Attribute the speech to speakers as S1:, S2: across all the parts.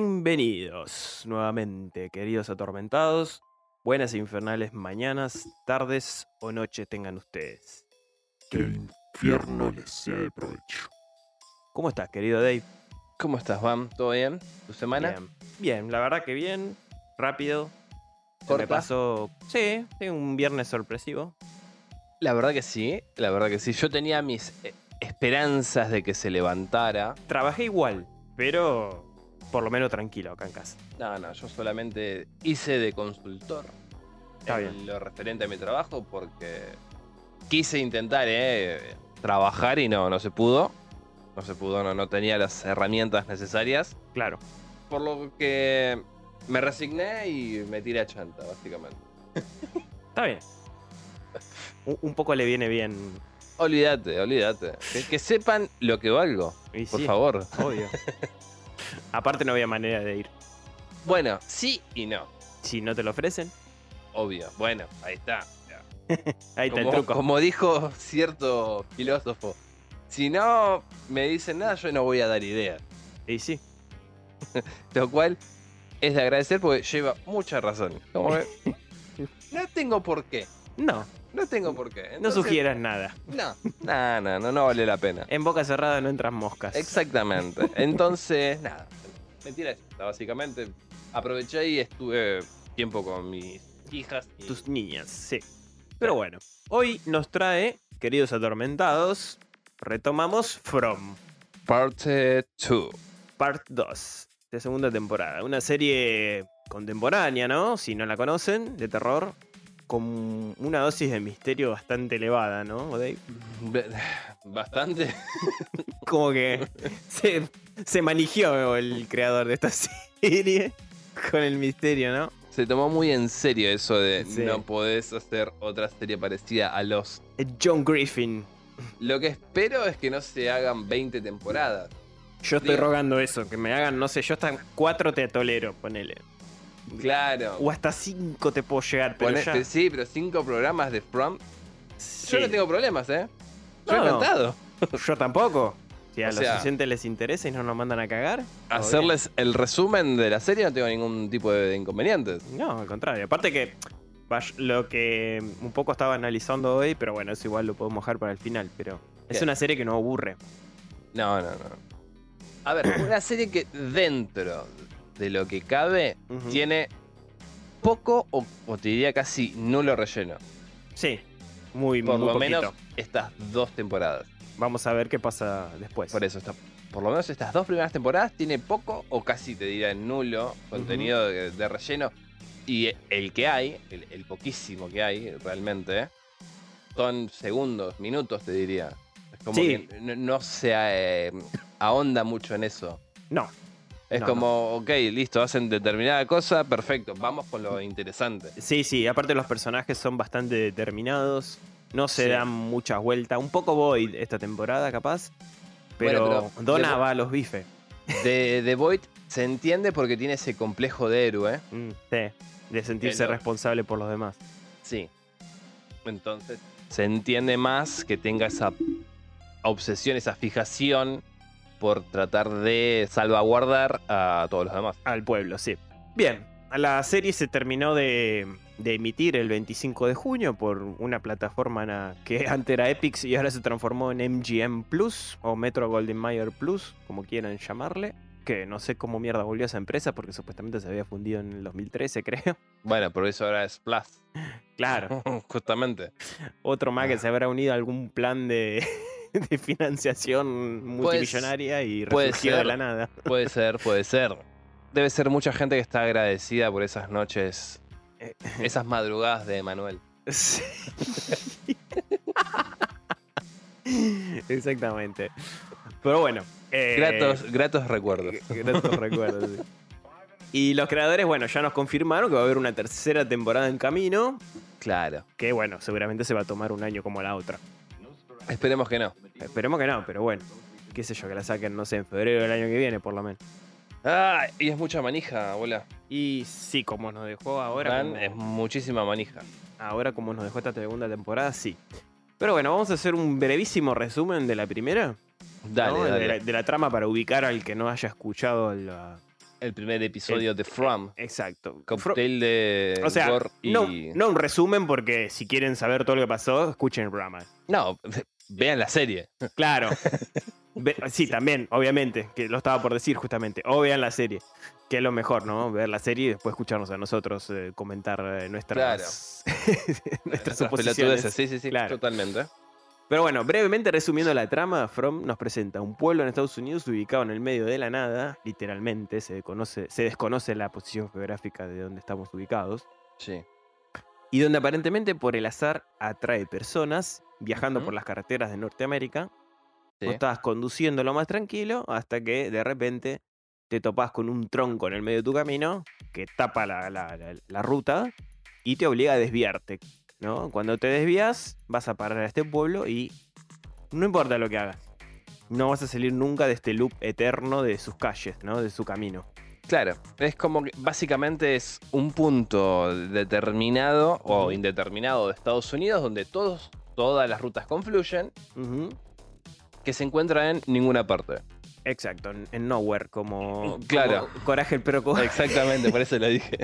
S1: Bienvenidos nuevamente, queridos atormentados. Buenas e infernales mañanas, tardes o noches tengan ustedes.
S2: Que el infierno les sea de provecho.
S1: ¿Cómo estás, querido Dave?
S3: ¿Cómo estás, Bam? ¿Todo bien? ¿Tu semana?
S1: Bien, bien la verdad que bien, rápido. Se
S3: ¿Corta?
S1: Me pasó. Sí, tengo un viernes sorpresivo.
S3: La verdad que sí, la verdad que sí. Yo tenía mis eh, esperanzas de que se levantara.
S1: Trabajé igual, pero por lo menos tranquilo acá en casa.
S3: No, no, yo solamente hice de consultor
S1: Está
S3: en lo referente a mi trabajo porque quise intentar eh, trabajar y no, no se pudo. No se pudo, no, no tenía las herramientas necesarias.
S1: Claro.
S3: Por lo que me resigné y me tiré a chanta, básicamente.
S1: Está bien. Un, un poco le viene bien.
S3: Olvídate, olvídate. Que, que sepan lo que valgo,
S1: Y
S3: por
S1: sí,
S3: favor.
S1: Obvio. Aparte, no había manera de ir.
S3: Bueno, sí y no.
S1: Si no te lo ofrecen,
S3: Obvio. Bueno, ahí está.
S1: ahí está
S3: Como,
S1: el truco.
S3: como dijo cierto filósofo, si no me dicen nada, yo no voy a dar idea.
S1: Y sí.
S3: Lo cual es de agradecer porque lleva mucha razón. Como que, no tengo por qué.
S1: No,
S3: No tengo por qué.
S1: no
S3: Entonces,
S1: sugieras nada.
S3: No, no, no, no, no vale la pena.
S1: En boca cerrada no entran moscas.
S3: Exactamente. Entonces, nada. Mentira, esta, básicamente. Aproveché y estuve tiempo con mis hijas. y-
S1: Tus niñas, sí. Pero bueno, hoy nos trae, queridos atormentados, retomamos From,
S3: Parte 2.
S1: Part 2, de segunda temporada. Una serie contemporánea, ¿no? Si no la conocen, de terror, con una dosis de misterio bastante elevada, ¿no? Dave?
S3: Bastante.
S1: Como que se, se manigió el creador de esta serie con el misterio, ¿no?
S3: Se tomó muy en serio eso de
S1: Sí.
S3: no podés hacer otra serie parecida a los.
S1: John Griffin.
S3: Lo que espero es que no se hagan 20 temporadas.
S1: Yo estoy
S3: Digo-
S1: rogando eso, que me hagan, no sé, yo hasta cuatro te tolero, ponele.
S3: Claro.
S1: O hasta cinco te puedo llegar, pero
S3: Poné-
S1: ya.
S3: pe- Sí, pero cinco programas de From.
S1: Sí.
S3: Yo no tengo problemas, ¿eh?
S1: No,
S3: Yo he
S1: no.
S3: encantado.
S1: Yo tampoco. Si a
S3: O
S1: los
S3: sea-
S1: oyentes les interesa y no nos mandan a cagar. todo
S3: Hacerles el resumen de la serie no tengo ningún tipo de inconvenientes.
S1: bien. No, al contrario. Aparte que vaya- lo que un poco estaba analizando hoy, pero bueno, eso igual lo puedo mojar para el final. Pero es
S3: Bien.
S1: una serie que no aburre.
S3: No, no, no. A ver, una serie que dentro de lo que cabe
S1: Ujú.
S3: tiene poco o, o te diría casi nulo relleno.
S1: Sí, muy,
S3: Por
S1: muy
S3: lo
S1: poquito.
S3: menos estas dos temporadas.
S1: Vamos a ver qué pasa después.
S3: Por e- eso, esta- por lo menos estas dos primeras temporadas tiene poco o casi te diría nulo contenido de, de relleno. Y el que hay, el, el poquísimo que hay realmente, son segundos, minutos te diría. Es como
S1: Sí.
S3: que no, no se eh, ahonda mucho en eso.
S1: No,
S3: Es
S1: No,
S3: como, ok, listo, hacen determinada cosa, perfecto, vamos con lo interesante.
S1: Sí, sí, aparte los personajes son bastante determinados, no se
S3: Sí.
S1: dan muchas vueltas, un poco Void esta temporada capaz, pero,
S3: Bueno, pero-
S1: Donna
S3: de-
S1: va a los bifes.
S3: De The Void se entiende porque tiene ese complejo de héroe.
S1: Mm, sí, de sentirse
S3: Pero-
S1: responsable por los demás.
S3: Sí. Entonces. Se entiende más que tenga esa obsesión, esa fijación por tratar de salvaguardar a todos los demás.
S1: Al pueblo, sí. Bien, la serie se terminó de, de emitir el 25 de junio por una plataforma na- que antes era Epix y ahora se transformó en MGM Plus o Metro Golden Mayer Plus, como quieran llamarle. Que no sé cómo mierda volvió esa empresa porque supuestamente se había fundido en el 2013, creo.
S3: Bueno, por eso ahora es Plus.
S1: Claro.
S3: Justamente.
S1: Otro más que
S3: Ah.
S1: se habrá unido a algún plan de, de financiación multimillonaria y
S3: puede
S1: resurgió de
S3: ser.
S1: la nada.
S3: Puede ser, puede ser. Debe ser mucha gente que está agradecida por esas noches
S1: Eh.
S3: Esas madrugadas de Manuel.
S1: Sí. Exactamente. Pero bueno. eh,
S3: Gratos, gratos recuerdos.
S1: Gratos recuerdos, sí. Y los creadores, bueno, ya nos confirmaron que va a haber una tercera temporada en camino.
S3: Claro.
S1: Que bueno, seguramente se va a tomar un año como la otra.
S3: Esperemos que no.
S1: Esperemos que no, pero bueno. Qué sé yo, que la saquen, no sé, en febrero del año que viene, por lo menos.
S3: Ah, y es mucha manija, abuela.
S1: Y sí, como nos dejó ahora.
S3: Fran,
S1: como-
S3: es muchísima manija.
S1: ahora como nos dejó esta segunda temporada, sí. Pero bueno, vamos a hacer un brevísimo resumen de la primera.
S3: Dale,
S1: ¿no?
S3: dale.
S1: De, la, de la trama para ubicar al que no haya escuchado la...
S3: El primer episodio de From.
S1: Exacto. Fro-
S3: Cocktail de
S1: o sea,
S3: gore y...
S1: no, no un resumen porque si quieren saber todo lo que pasó, escuchen el programa.
S3: No, vean la serie.
S1: Claro. Ve- sí, también, obviamente, que lo estaba por decir justamente. O vean la serie, que es lo mejor, ¿no? Ver la serie y después escucharnos a nosotros eh, comentar eh, nuestras, nuestras
S3: Nuestras
S1: suposiciones.
S3: pelotudeces, Sí, sí, sí.
S1: Claro.
S3: Totalmente.
S1: Pero bueno, brevemente resumiendo la trama, From nos presenta un pueblo en Estados Unidos ubicado en el medio de la nada, literalmente, se, conoce- se desconoce la posición geográfica de donde estamos ubicados,
S3: Sí.
S1: y donde aparentemente por el azar atrae personas viajando
S3: Ujú.
S1: por las carreteras de Norteamérica.
S3: sí.
S1: Vos estabas conduciendo lo más tranquilo hasta que de repente te topás con un tronco en el medio de tu camino que tapa la, la- la- la ruta y te obliga a desviarte. ¿no? Cuando te desvías, vas a parar a este pueblo y no importa lo que hagas. No vas a salir nunca de este loop eterno de sus calles, ¿no? De su camino.
S3: Claro, es como que básicamente es un punto determinado o
S1: Ujú.
S3: indeterminado de Estados Unidos donde todos, todas las rutas confluyen
S1: Ujú.
S3: que se encuentran en ninguna parte.
S1: Exacto, en, en Nowhere, como,
S3: Claro.
S1: como Coraje el Perro Cobarde.
S3: Exactamente, por eso lo dije.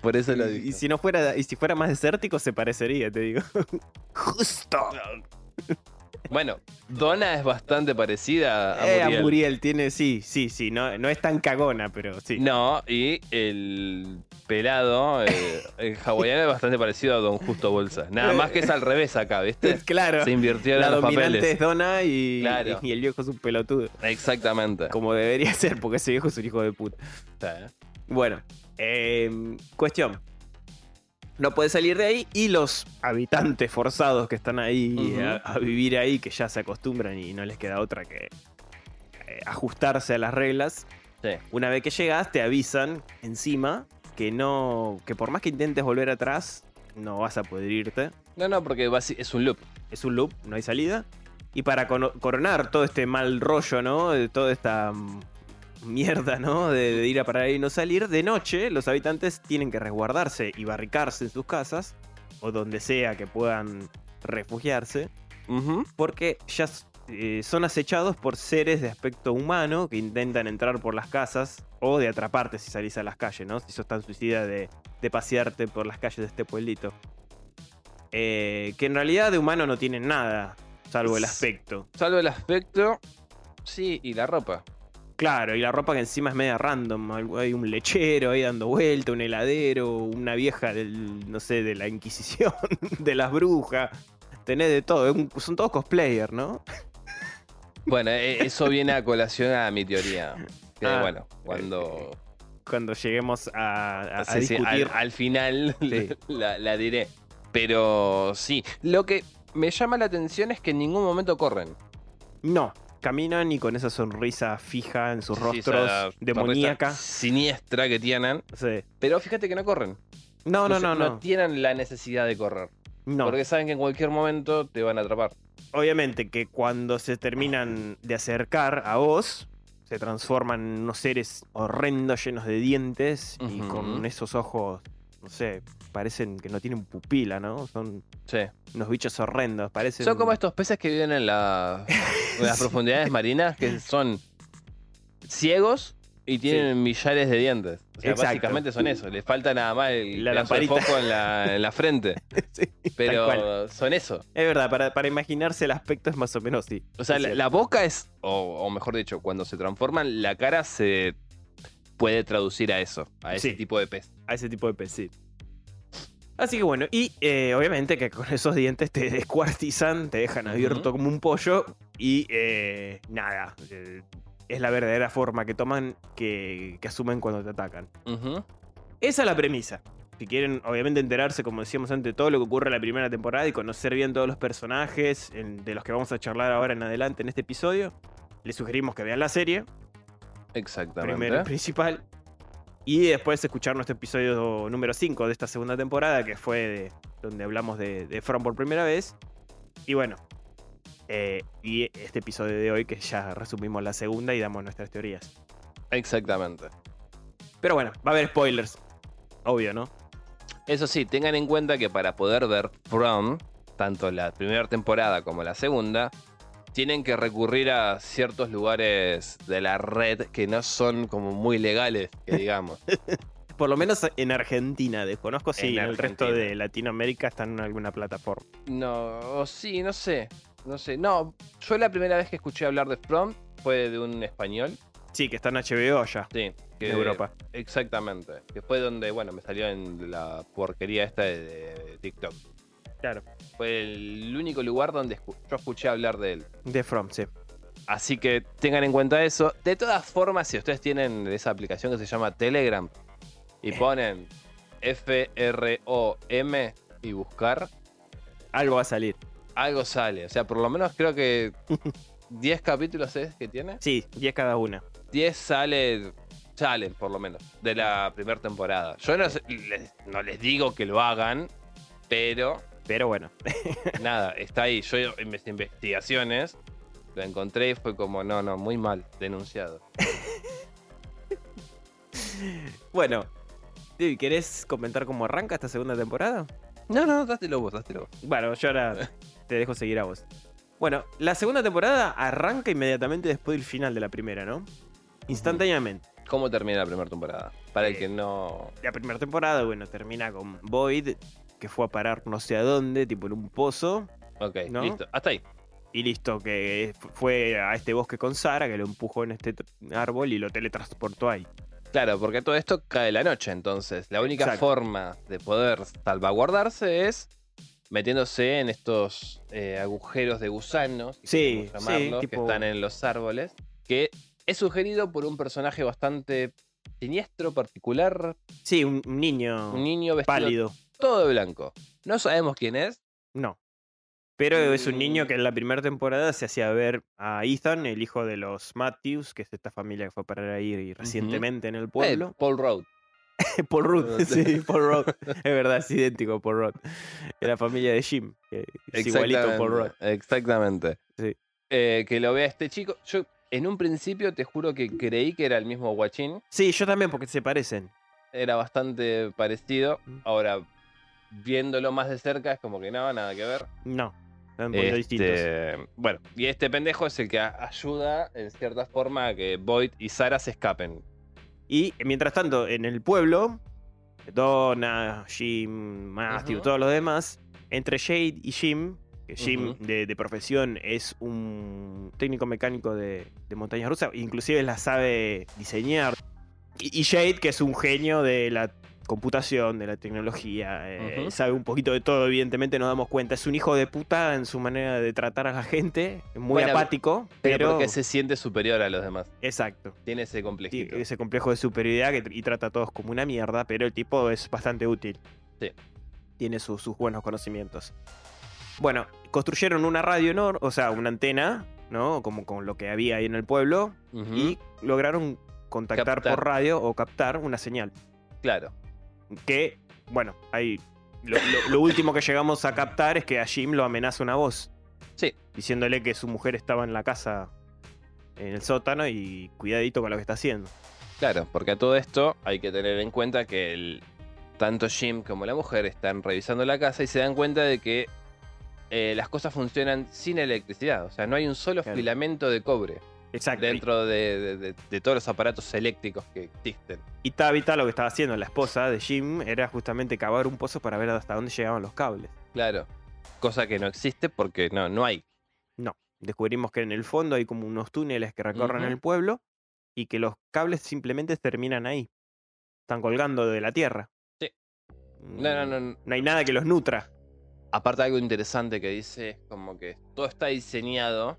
S3: Por eso lo dije.
S1: Y si no fuera, y si fuera más desértico, se parecería, te digo. Justo.
S3: Bueno, Donna es bastante parecida a
S1: Eh, a
S3: Ah, Muriel.
S1: Muriel tiene, sí, sí, sí, no, no es tan cagona, pero sí.
S3: No, y el pelado, eh, el hawaiano es bastante parecido a Don Justo Bolsa. Nada más que es al revés acá, ¿viste?
S1: claro,
S3: Se invirtió
S1: la
S3: en los
S1: dominante
S3: papeles.
S1: es Donna y,
S3: Claro.
S1: y el viejo es un pelotudo,
S3: Exactamente.
S1: como debería ser, porque ese viejo es un hijo de puta. Bueno, eh, cuestión. No puede salir de ahí y los habitantes forzados que están ahí eh,
S3: Ujú.
S1: a, a vivir ahí, que ya se acostumbran y no les queda otra que eh, ajustarse a las reglas,
S3: Sí.
S1: una vez que llegas te avisan encima que no que por más que intentes volver atrás no vas a poder irte
S3: No, no, porque basi- es un loop.
S1: es un loop no hay salida y para cono- coronar todo este mal rollo no de toda esta mm, mierda no de, de ir a parar ahí y no salir de noche los habitantes tienen que resguardarse y barricarse en sus casas o donde sea que puedan refugiarse porque ya eh, son acechados por seres de aspecto humano que intentan entrar por las casas o de atraparte si salís a las calles, ¿no? Si sos tan suicida de, de pasearte por las calles de este pueblito. Eh, que en realidad de humano no tienen nada, salvo el aspecto.
S3: Salvo el aspecto. Sí, y la ropa.
S1: Claro, y la ropa que encima es media random. al- Hay un lechero ahí dando vuelta, un heladero, una vieja del, no sé, de la Inquisición, de las brujas. Tenés de todo, es un- son todos cosplayers, ¿no?
S3: Bueno, e- eso viene a colación a mi teoría. Que
S1: Ah.
S3: bueno, cuando
S1: Cuando lleguemos a, a- a
S3: sí, sí, al-
S1: discutir.
S3: al, final
S1: Sí.
S3: la, la diré. Pero sí, lo que me llama la atención es que en ningún momento corren.
S1: No, caminan y con esa sonrisa fija en sus
S3: Sí, esa
S1: rostros
S3: sonrisa
S1: demoníaca.
S3: Siniestra que tienen.
S1: Sí.
S3: Pero fíjate que no corren.
S1: No, no,
S3: se-
S1: no,
S3: No
S1: no.
S3: tienen la necesidad de correr.
S1: no.
S3: Porque saben que en cualquier momento te van a atrapar.
S1: Obviamente que cuando se terminan de acercar a vos, se transforman en unos seres horrendos llenos de dientes y
S3: Ujú.
S1: con esos ojos, no sé, parecen que no tienen pupila, ¿no? Son
S3: Sí.
S1: unos bichos horrendos, parecen...
S3: Son como estos peces que viven en, la- en las
S1: Sí.
S3: profundidades marinas que son ciegos y tienen millares de dientes. O sea,
S1: Exacto.
S3: básicamente son eso. Les falta nada más el
S1: La
S3: pedazo de
S1: lamparita.
S3: foco en la, en la frente.
S1: Sí, tal cual.
S3: Pero son eso.
S1: Es verdad, para, para imaginarse el aspecto es más o menos así.
S3: O sea,
S1: Es
S3: la,
S1: cierto.
S3: la boca es, o, o mejor dicho, cuando se transforman, la cara se puede traducir a eso, a ese
S1: Sí.
S3: tipo de pez.
S1: a ese tipo de pez, sí. Así que bueno, y eh, obviamente que con esos dientes te descuartizan, te dejan
S3: Ujú.
S1: abierto como un pollo y eh, nada, eh, es la verdadera forma que toman, que, que asumen cuando te atacan. Esa es la premisa. Si quieren, obviamente, enterarse, como decíamos antes, de todo lo que ocurre en la primera temporada y conocer bien todos los personajes en- de los que vamos a charlar ahora en adelante en este episodio, les sugerimos que vean la serie,
S3: Exactamente.
S1: primero y principal, y después escuchar nuestro episodio número 5 de esta segunda temporada, que fue de- donde hablamos de, de From por primera vez. Y bueno, eh, y este episodio de hoy, que ya resumimos la segunda y damos nuestras teorías.
S3: Exactamente.
S1: Pero bueno, va a haber spoilers. Obvio, ¿no?
S3: Eso sí, tengan en cuenta que para poder ver From, tanto la primera temporada como la segunda, tienen que recurrir a ciertos lugares de la red que no son como muy legales, que digamos.
S1: Por lo menos en Argentina, desconozco si en,
S3: En
S1: el resto
S3: Argentina.
S1: de Latinoamérica están en alguna plataforma.
S3: No, o sí, no sé. No sé. No, yo la primera vez que escuché hablar de From fue de un español.
S1: Sí, que está en HBO allá,
S3: Sí. que-
S1: en Europa.
S3: Exactamente. Que fue donde, bueno, me salió en la porquería esta de, de TikTok.
S1: Claro.
S3: Fue el único lugar donde escu- yo escuché hablar de él.
S1: De From, sí.
S3: Así que tengan en cuenta eso. De todas formas, si ustedes tienen esa aplicación que se llama Telegram y ponen F-R-O-M y buscar,
S1: Algo va a salir.
S3: algo sale. O sea, por lo menos creo que 10 capítulos es que tiene.
S1: Sí, 10 cada una.
S3: 10 sale, salen por lo menos, de la primera temporada. Yo no, sé- les, no les digo que lo hagan, pero
S1: Pero bueno,
S3: nada, está ahí. Yo en mis investigaciones lo encontré y fue como, no, no, muy mal, denunciado.
S1: bueno. Dude, ¿Querés comentar cómo arranca esta segunda temporada?
S3: No, no, dátelo vos, dátelo vos.
S1: Bueno, yo ahora te dejo seguir a vos. Bueno, la segunda temporada arranca inmediatamente después del final de la primera, ¿no? Instantáneamente.
S3: ¿Cómo termina la primera temporada? Para el
S1: Eh,
S3: que no.
S1: la primera temporada, bueno, termina con Void, que fue a parar no sé a dónde, tipo en un pozo,
S3: Ok,
S1: ¿no?
S3: listo. Hasta ahí.
S1: y listo, que fu- fue a este bosque con Sara, que lo empujó en este tr- árbol y lo teletransportó ahí.
S3: Claro, porque todo esto cae la noche, entonces. La única
S1: Exacto.
S3: forma de poder salvaguardarse es metiéndose en estos eh, agujeros de gusanos, si
S1: Sí,
S3: queremos
S1: sí,
S3: llamarlos, que
S1: tipo-
S3: están en los árboles, que es sugerido por un personaje bastante siniestro, particular,
S1: Sí, un, un niño
S3: un niño vestido
S1: pálido.
S3: todo de blanco. No sabemos quién es, eh,
S1: No. Pero es un niño
S3: Mm.
S1: que en la primera temporada se hacía ver a Ethan, el hijo de los Matthews, que es esta familia que fue a parar ahí recientemente en el pueblo.
S3: Eh, Paul Road.
S1: Paul Rudd,
S3: Rudd.
S1: sí, Paul Rudd. Es verdad, es idéntico a Paul Rudd. De la familia de Jim, que es igualito a Paul Rudd.
S3: Exactamente.
S1: Sí.
S3: Eh, que lo vea este chico. Yo en un principio te juro que creí que era el mismo guachín.
S1: Sí, yo también, porque se parecen.
S3: Era bastante parecido.
S1: Mm.
S3: Ahora, viéndolo más de cerca, es como que nada, nada que ver.
S1: No, son muy distintos.
S3: Este, bueno, y este pendejo es el que a- ayuda en cierta forma a que Boyd y Sara se escapen.
S1: Y eh, mientras tanto, en el pueblo, Donna, Jim, Matthew,
S3: Ujú.
S1: todos los demás, entre Jade y Jim, que Jim
S3: Ujú.
S1: de, de profesión es un técnico mecánico de, de montañas rusas, inclusive la sabe diseñar. Y, y Jade, que es un genio de la computación, de la tecnología, eh,
S3: Ujú.
S1: sabe un poquito de todo, evidentemente nos damos cuenta. Es un hijo de puta en su manera de tratar a la gente, muy
S3: Bueno,
S1: apático,
S3: Pero,
S1: pero...
S3: porque se siente superior a los demás.
S1: Exacto
S3: Tiene ese
S1: ti-
S3: complejito.
S1: ese complejo de superioridad que, tr- y trata a todos como una mierda, pero el tipo es bastante útil.
S3: Sí.
S1: Tiene su- sus buenos conocimientos. Bueno, construyeron una radio, ¿no? o sea, una antena, ¿no? Como con lo que había ahí en el pueblo,
S3: Ujú,
S1: y lograron contactar
S3: Mm. Captar.
S1: por radio o captar una señal.
S3: Claro.
S1: Que, bueno, ahí. Lo, lo- lo último que llegamos a captar es que a Jim lo amenaza una voz.
S3: Sí.
S1: Diciéndole que su mujer estaba en la casa, en el sótano, y cuidadito con lo que está haciendo.
S3: Claro, porque a todo esto hay que tener en cuenta que el- tanto Jim como la mujer están revisando la casa y se dan cuenta de que eh, las cosas funcionan sin electricidad. O sea, no hay un solo
S1: Claro.
S3: filamento de cobre
S1: Exacto. y-
S3: dentro de, de- de- de todos los aparatos eléctricos que existen.
S1: Y Tabitha lo que estaba haciendo, la esposa de Jim, era justamente cavar un pozo para ver hasta dónde llegaban los cables.
S3: Claro. Cosa que no existe porque no, no hay.
S1: Descubrimos que en el fondo hay como unos túneles que recorren
S3: Ujú.
S1: el pueblo y que los cables simplemente terminan ahí. Están colgando de la tierra.
S3: Sí.
S1: Mm,
S3: No, no, no, no.
S1: No hay nada que los nutra.
S3: Aparte algo interesante que dice es como que todo está diseñado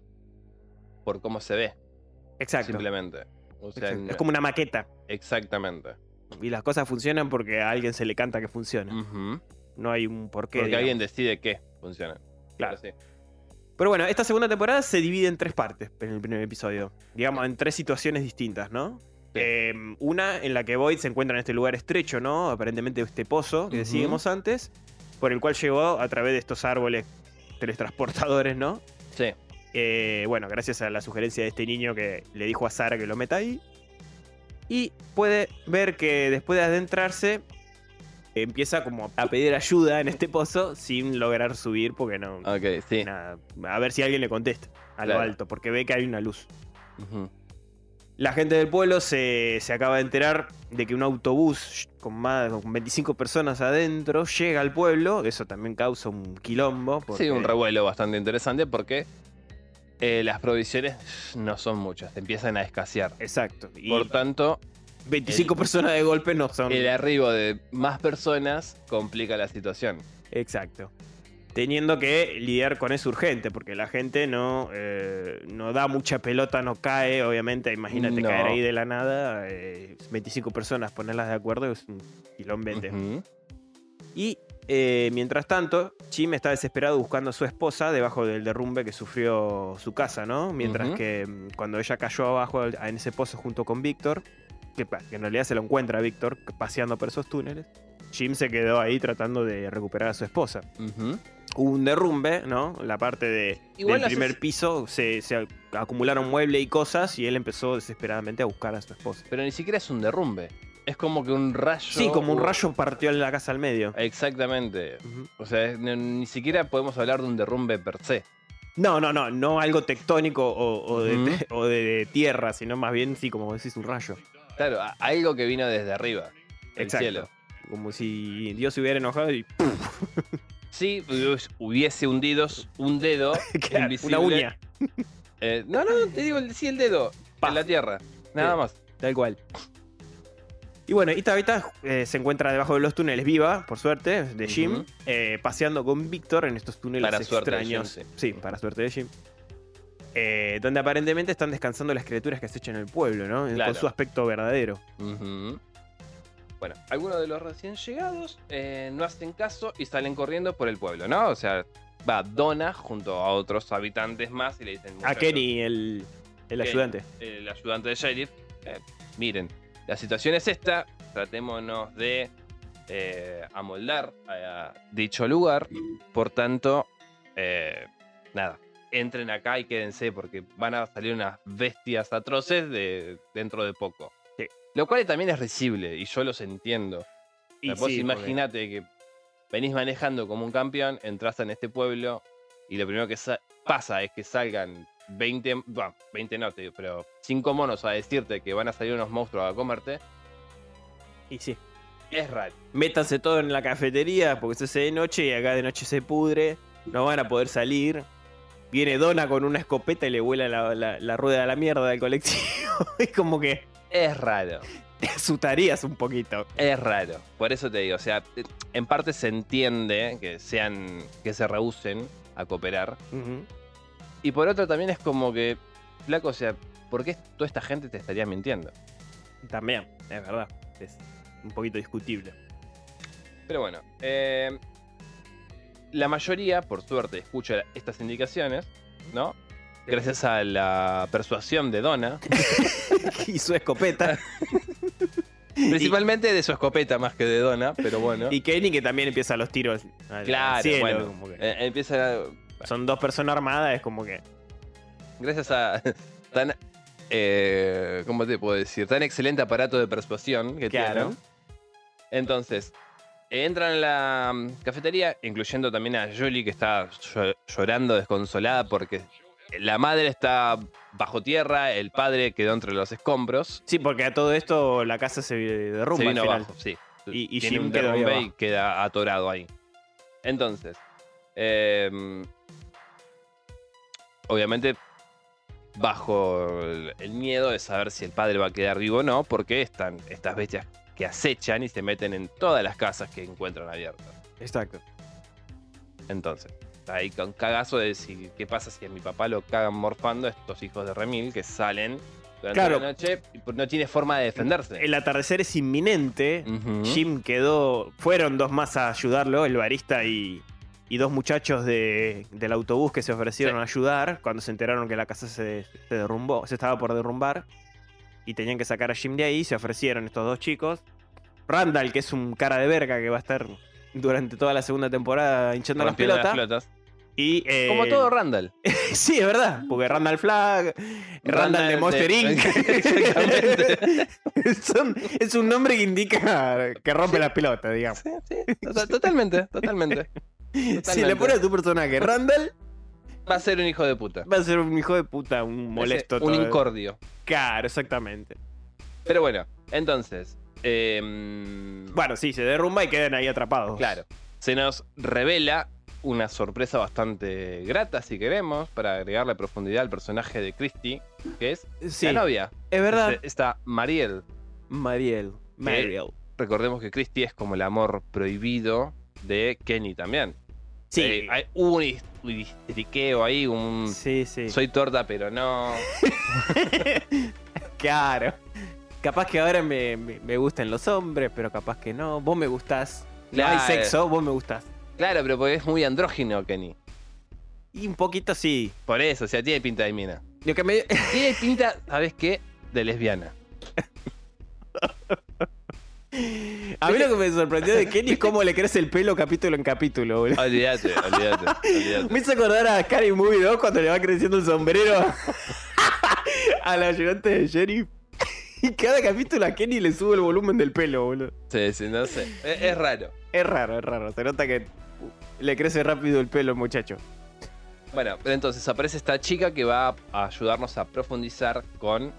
S3: por cómo se ve,
S1: Exacto.
S3: simplemente. O sea,
S1: exacto.
S3: no-
S1: Es como una maqueta.
S3: Exactamente.
S1: y las cosas funcionan porque a alguien se le canta que funciona.
S3: Ujú.
S1: No hay un porqué.
S3: Mm. Porque
S1: digamos.
S3: alguien decide que funciona.
S1: Claro.
S3: Pero sí.
S1: Pero bueno, esta segunda temporada se divide en tres partes en el primer episodio. Digamos, en tres situaciones distintas, ¿no?
S3: Sí.
S1: Eh, una en la que Void se encuentra en este lugar estrecho, ¿no? Aparentemente este pozo que
S3: Ujú.
S1: decidimos antes, por el cual llegó a través de estos árboles teletransportadores, ¿no?
S3: Sí.
S1: Eh, bueno, gracias a la sugerencia de este niño que le dijo a Sara que lo meta ahí. Y puede ver que después de adentrarse, empieza como a pedir ayuda en este pozo sin lograr subir porque no,
S3: Ok, sí.
S1: nada, a ver si alguien le contesta a lo
S3: Claro.
S1: alto, porque ve que hay una luz.
S3: Ujú.
S1: La gente del pueblo se, se acaba de enterar de que un autobús con más con 25 personas adentro llega al pueblo. Eso también causa un quilombo.
S3: Sí, un
S1: porque-
S3: revuelo bastante interesante porque eh, las provisiones no son muchas, empiezan a escasear.
S1: Exacto. Y
S3: Por tanto,
S1: 25 personas de golpe no son.
S3: el arribo de más personas complica la situación.
S1: Exacto. Teniendo que lidiar con eso urgente, porque la gente no, eh, no da mucha pelota, no cae, obviamente. Imagínate
S3: No.
S1: caer ahí de la nada. eh, 25 personas, ponerlas de acuerdo es un quilombete.
S3: Ujú.
S1: Y eh, mientras tanto, Jim está desesperado buscando a su esposa debajo del derrumbe que sufrió su casa, ¿no? Mientras
S3: Ujú.
S1: que mm, cuando ella cayó abajo al- en ese pozo junto con Víctor, que, pa- que en realidad se lo encuentra a Víctor paseando por esos túneles, Jim se quedó ahí tratando de recuperar a su esposa.
S3: Ujú.
S1: Hubo un derrumbe, ¿no? La parte de,
S3: Igual
S1: del
S3: haces-
S1: primer piso se, se acumularon muebles y cosas y él empezó desesperadamente a buscar a su esposa.
S3: Pero ni siquiera es un derrumbe. Es como que un rayo.
S1: Sí, como un rayo partió la casa al medio.
S3: Exactamente.
S1: Ujú.
S3: O sea, es- ni, ni siquiera podemos hablar de un derrumbe per se.
S1: No, no, no, no algo tectónico o, o de,
S3: Ujú.
S1: o de- de tierra, sino más bien, sí, como decís, un rayo.
S3: Claro, a- algo que vino desde arriba. El
S1: Exacto.
S3: cielo.
S1: Como si Dios se hubiera enojado y ¡pum!
S3: Sí, hubies- hubiese hundido un dedo
S1: claro,
S3: invisible.
S1: una uña,
S3: Eh, no, no, te digo, el- sí, el dedo.
S1: Paf.
S3: En la tierra. Nada
S1: Sí.
S3: más.
S1: tal cual. Y bueno, Ita Beta eh, se encuentra debajo de los túneles viva, por suerte, de Jim,
S3: Ujú.
S1: eh, paseando con Víctor en estos túneles
S3: Para suerte de Jim,
S1: extraños. sí. para suerte de Jim. Eh, donde aparentemente están descansando las criaturas que se echan en el pueblo, ¿no?
S3: Claro.
S1: Con su aspecto verdadero.
S3: Ujú. Bueno, algunos de los recién llegados eh, no hacen caso y salen corriendo por el pueblo, ¿no? O sea, va Donna junto a otros habitantes más y le dicen...
S1: A
S3: "Muchachos,
S1: Kenny, el, el
S3: Kenny.
S1: ayudante.
S3: el ayudante de sheriff, eh, miren, la situación es esta, tratémonos de eh, amoldar a dicho lugar, por tanto, eh, nada, entren acá y quédense porque van a salir unas bestias atroces de, dentro de poco.
S1: Sí.
S3: Lo cual también es risible y yo los entiendo.
S1: Y
S3: O sea, vos
S1: sí, porque-
S3: imaginate que venís manejando como un campeón, entras en este pueblo y lo primero que sa- pasa es que salgan 20, bueno, 20 no, te digo, pero 5 monos a decirte que van a salir unos monstruos a comerte.
S1: Y sí.
S3: Es raro.
S1: Métanse todo en la cafetería porque se hace de noche y acá de noche se pudre. No van a poder salir. Viene Donna con una escopeta y le vuela la, la- la rueda a la mierda del colectivo. Es como que
S3: Es raro.
S1: te asutarías un poquito.
S3: Es raro. Por eso te digo, o sea, eh, en parte se entiende que sean, que se rehúsen a cooperar.
S1: Ujú.
S3: Y por otro también es como que, flaco, o sea, ¿por qué toda esta gente te estaría mintiendo?
S1: También, es verdad. Es un poquito discutible.
S3: Pero bueno, eh, la mayoría, por suerte, escucha estas indicaciones, ¿no? Gracias a la persuasión de Donna,
S1: Y su escopeta.
S3: principalmente de su escopeta más que de Donna, pero bueno.
S1: Y Kenny que también empieza los tiros. al- al
S3: Claro,
S1: cielo,
S3: bueno.
S1: como que-
S3: Eh, empieza,
S1: Son dos personas armadas, es como que.
S3: gracias a tan, eh, ¿cómo te puedo decir? Tan excelente aparato de persuasión que
S1: Claro.
S3: tiene. Entonces, entran a la mm, cafetería, incluyendo también a Julie, que está llo- llorando desconsolada porque la madre está bajo tierra, el padre quedó entre los escombros.
S1: Sí, porque a todo esto la casa se derrumba
S3: Se
S1: al
S3: vino
S1: final.
S3: abajo, sí.
S1: Y- y
S3: Tiene
S1: Jim
S3: un
S1: quedó ahí
S3: derrumbe y
S1: abajo.
S3: queda atorado ahí. Entonces, eh, obviamente bajo el el miedo de saber si el padre va a quedar vivo o no, porque están estas bestias que acechan y se meten en todas las casas que encuentran abiertas.
S1: Exacto.
S3: Entonces, está ahí con cagazo de decir, ¿qué pasa si a mi papá lo cagan morfando estos hijos de Remil que salen? durante
S1: Claro.
S3: la noche y por- no tiene forma de defenderse.
S1: El atardecer es inminente.
S3: Ujú.
S1: Jim quedó. Fueron dos más a ayudarlo, el barista y, y dos muchachos de- del autobús que se ofrecieron
S3: Sí.
S1: a ayudar cuando se enteraron que la casa se, se derrumbó, se estaba por derrumbar. Y tenían que sacar a Jim de ahí. Se ofrecieron estos dos chicos. Randall, que es un cara de verga que va a estar durante toda la segunda temporada hinchando las
S3: Rompiendo
S1: pelotas.
S3: las pelotas.
S1: y, eh,
S3: Como todo Randall.
S1: Sí, es verdad. Porque Randall Flag, Randall de Monster Inc.
S3: Exactamente.
S1: Son- es un nombre que indica que rompe las pelotas, digamos.
S3: Sí, sí. O sea, totalmente, totalmente.
S1: Si le
S3: Totalmente.
S1: pones a tu personaje Randall,
S3: Va a ser un hijo de puta.
S1: va a ser un hijo de puta, un molesto.
S3: Ese- Un
S1: todo. eh.
S3: incordio.
S1: Claro, exactamente.
S3: Pero bueno, entonces. em,
S1: Bueno, sí, se derrumba y quedan ahí atrapados.
S3: Claro. Se nos revela una sorpresa bastante grata, si queremos, para agregarle profundidad al personaje de Christie, que es
S1: Sí,
S3: la novia.
S1: es verdad.
S3: Este- Está Mariel.
S1: Mariel. Mariel.
S3: Recordemos que Christie es como el amor prohibido de Kenny también.
S1: Sí.
S3: Eh, hay, hubo un his- un histeriqueo ahí, un
S1: sí, sí.
S3: soy torta pero no.
S1: Claro. Capaz que ahora me, me, me gustan los hombres, pero capaz que no. Vos me gustás. No hay
S3: Claro.
S1: sexo, vos me gustás.
S3: Claro, pero porque es muy andrógino Kenny.
S1: Y un poquito sí.
S3: Por eso, o sea, tiene pinta de mina.
S1: Lo que me.
S3: Tiene pinta, ¿sabes qué? De lesbiana.
S1: A mí lo que me sorprendió de Kenny es cómo le crece el pelo capítulo en capítulo, boludo.
S3: Olvídate, olvídate, olvídate.
S1: Me hizo acordar a Scary Movie 2 cuando le va creciendo el sombrero al ayudante de sheriff. Y cada capítulo a Kenny le sube el volumen del pelo, boludo.
S3: Sí, sí, no sé. Es, es raro.
S1: Es raro, es raro. Se nota que le crece rápido el pelo al muchacho.
S3: Bueno, pero entonces aparece esta chica que va a ayudarnos a profundizar con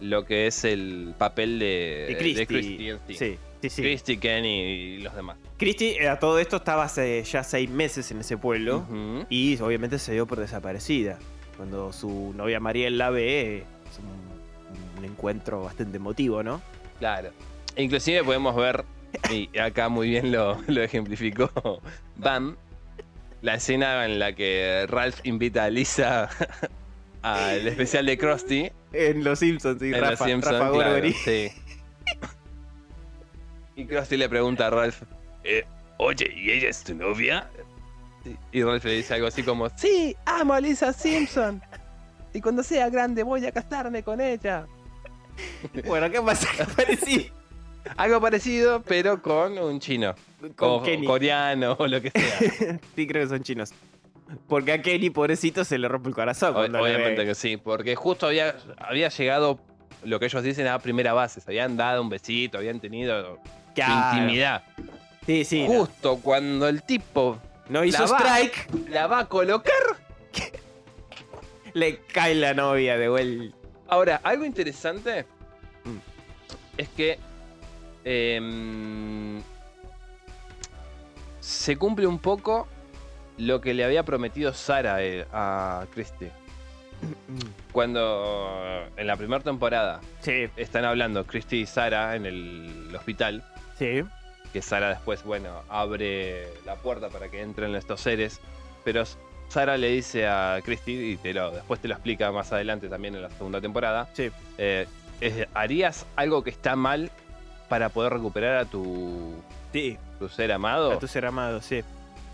S3: lo que es el papel Eh, de,
S1: De Christie.
S3: Christie en sí.
S1: Sí, sí, sí.
S3: Christie, Kenny y los demás.
S1: Christie, eh, a todo esto, estaba hace ya seis meses en ese pueblo.
S3: Ujú.
S1: Y obviamente se dio por desaparecida. Cuando su novia Mariel la ve, es un, un encuentro bastante emotivo, ¿no?
S3: Claro. Inclusive podemos ver, y acá muy bien lo, lo ejemplificó Bam, la escena en la que Ralph invita a Lisa al especial de Krusty.
S1: En Los Simpsons, sí,
S3: en Los
S1: Rafa,
S3: Simpson,
S1: Rafa
S3: claro,
S1: Gorgori.
S3: sí. Y Krusty le pregunta a Ralph, eh, oye, ¿y ella es tu novia? Sí. Y Ralph le dice algo así como, sí, amo a Lisa Simpson. Y cuando sea grande voy a casarme con ella.
S1: Bueno, ¿qué pasa? Que aparecí
S3: Algo parecido, pero con un chino.
S1: con
S3: o
S1: Kenny.
S3: coreano o lo que sea.
S1: Sí, creo que son chinos. Porque a Kenny, pobrecito, se le rompe el corazón.
S3: O-
S1: cuando le
S3: obviamente
S1: ve.
S3: que sí, porque justo había, había llegado lo que ellos dicen a primera base. Se habían dado un besito, habían tenido
S1: Claro.
S3: intimidad.
S1: Sí, sí. no.
S3: Justo cuando el tipo
S1: No, hizo
S3: la va.
S1: strike,
S3: la va a colocar.
S1: le cae la novia de vuelta.
S3: Ahora, algo interesante
S1: Mm.
S3: es que em, se cumple un poco lo que le había prometido Sara eh, a Christie. Cuando en la primera temporada
S1: Sí,
S3: están hablando Christy y Sara en el hospital,
S1: sí.
S3: que Sara después, bueno, abre la puerta para que entren estos seres, pero Sara le dice a Christy, y te lo, después te lo explica más adelante también en la segunda temporada,
S1: Sí.
S3: eh, es- harías algo que está mal para poder recuperar a tu,
S1: Sí,
S3: tu ser amado.
S1: a tu ser amado, sí.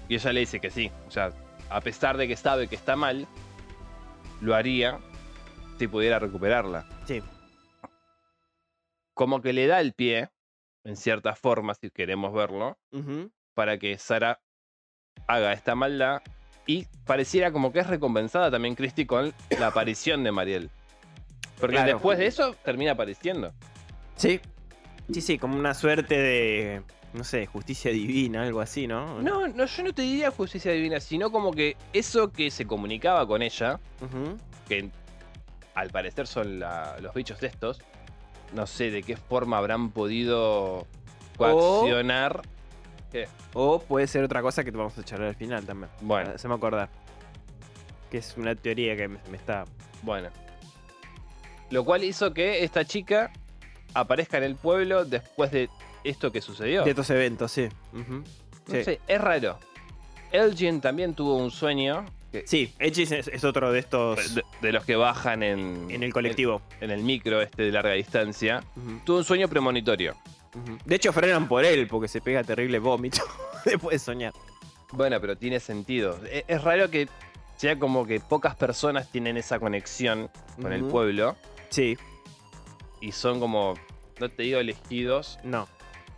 S3: Y ella le dice que sí. O sea, a pesar de que sabe que está mal, lo haría si pudiera recuperarla.
S1: Sí.
S3: Como que le da el pie, en cierta forma, si queremos verlo,
S1: Ujú.
S3: para que Sara haga esta maldad. Y pareciera como que es recompensada también Christie con la aparición de Mariel. Porque
S1: Claro.
S3: después de eso termina apareciendo.
S1: Sí. Sí, sí, como una suerte de. No sé, justicia divina, algo así, ¿no?
S3: No, no, yo no te diría justicia divina, sino como que eso que se comunicaba con ella,
S1: Ujú.
S3: que al parecer son la- los bichos de estos. No sé de qué forma habrán podido coaccionar.
S1: O puede ser otra cosa que te vamos a charlar al final también. Ah,
S3: Bueno,
S1: Se me acordar. Que es una teoría que me, me está.
S3: bueno. Lo cual hizo que esta chica aparezca en el pueblo después de esto que sucedió.
S1: De estos eventos, sí. Ujú.
S3: No sé, es raro. Elgin también tuvo un sueño
S1: Sí, Edge es, es otro de estos
S3: de, de los que bajan en,
S1: en el colectivo.
S3: en el micro este de larga distancia.
S1: Ujú,
S3: Tuve un sueño premonitorio.
S1: ujú. De hecho, frenan por él porque se pega terrible vómito después de soñar.
S3: Bueno, pero tiene sentido. E- Es, raro que sea como que pocas personas tienen esa conexión con el
S1: Ujú.
S3: pueblo
S1: Sí,
S3: y son como, no te digo elegidos,
S1: no.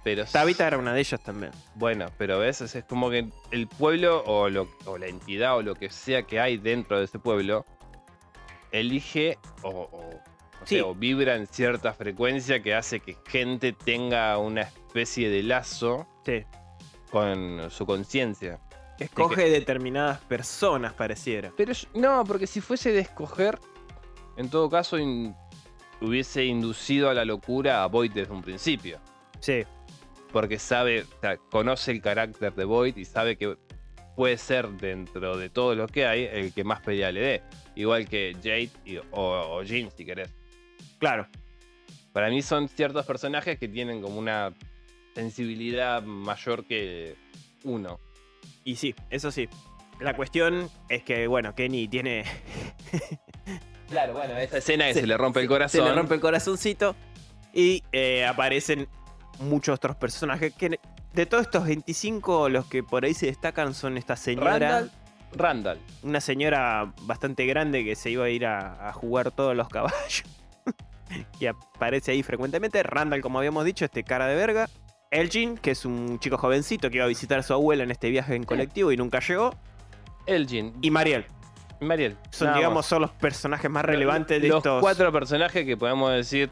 S3: pero... s-
S1: Tabitha era una de ellas también.
S3: Bueno, pero ves, es es como que el pueblo o, lo- o la entidad o lo que sea que hay dentro de ese pueblo elige o, o- no
S1: Sí.
S3: sé, o vibra en cierta frecuencia que hace que gente tenga una especie de lazo
S1: Sí.
S3: con su conciencia.
S1: Que escoge determinadas personas, pareciera.
S3: Pero yo- no, porque si fuese de escoger, en todo caso in- hubiese inducido a la locura a Void desde un principio.
S1: Sí,
S3: Porque sabe, o sea, conoce el carácter de Void y sabe que puede ser dentro de todo lo que hay el que más pelea le dé. Igual que Jade y- o, o Jin, si querés.
S1: claro.
S3: Para mí son ciertos personajes que tienen como una sensibilidad mayor que uno.
S1: Y sí, eso sí. La cuestión es que, bueno, Kenny tiene.
S3: Claro, bueno, esta escena que
S1: se-
S3: se, le rompe el
S1: Se
S3: corazón.
S1: le rompe el corazoncito. Y eh, aparecen muchos otros personajes. Que de todos estos 25, los que por ahí se destacan son esta señora.
S3: Randall. Randall.
S1: Una señora bastante grande que se iba a ir a, a jugar todos los caballos. que aparece ahí frecuentemente. Randall, como habíamos dicho, este cara de verga. Elgin, que es un chico jovencito que iba a visitar a su abuela en este viaje en colectivo y nunca llegó.
S3: Elgin.
S1: Y Mariel.
S3: Mariel.
S1: Son,
S3: nada más.
S1: digamos, son los personajes más relevantes de
S3: los
S1: estos.
S3: cuatro personajes que podemos decir,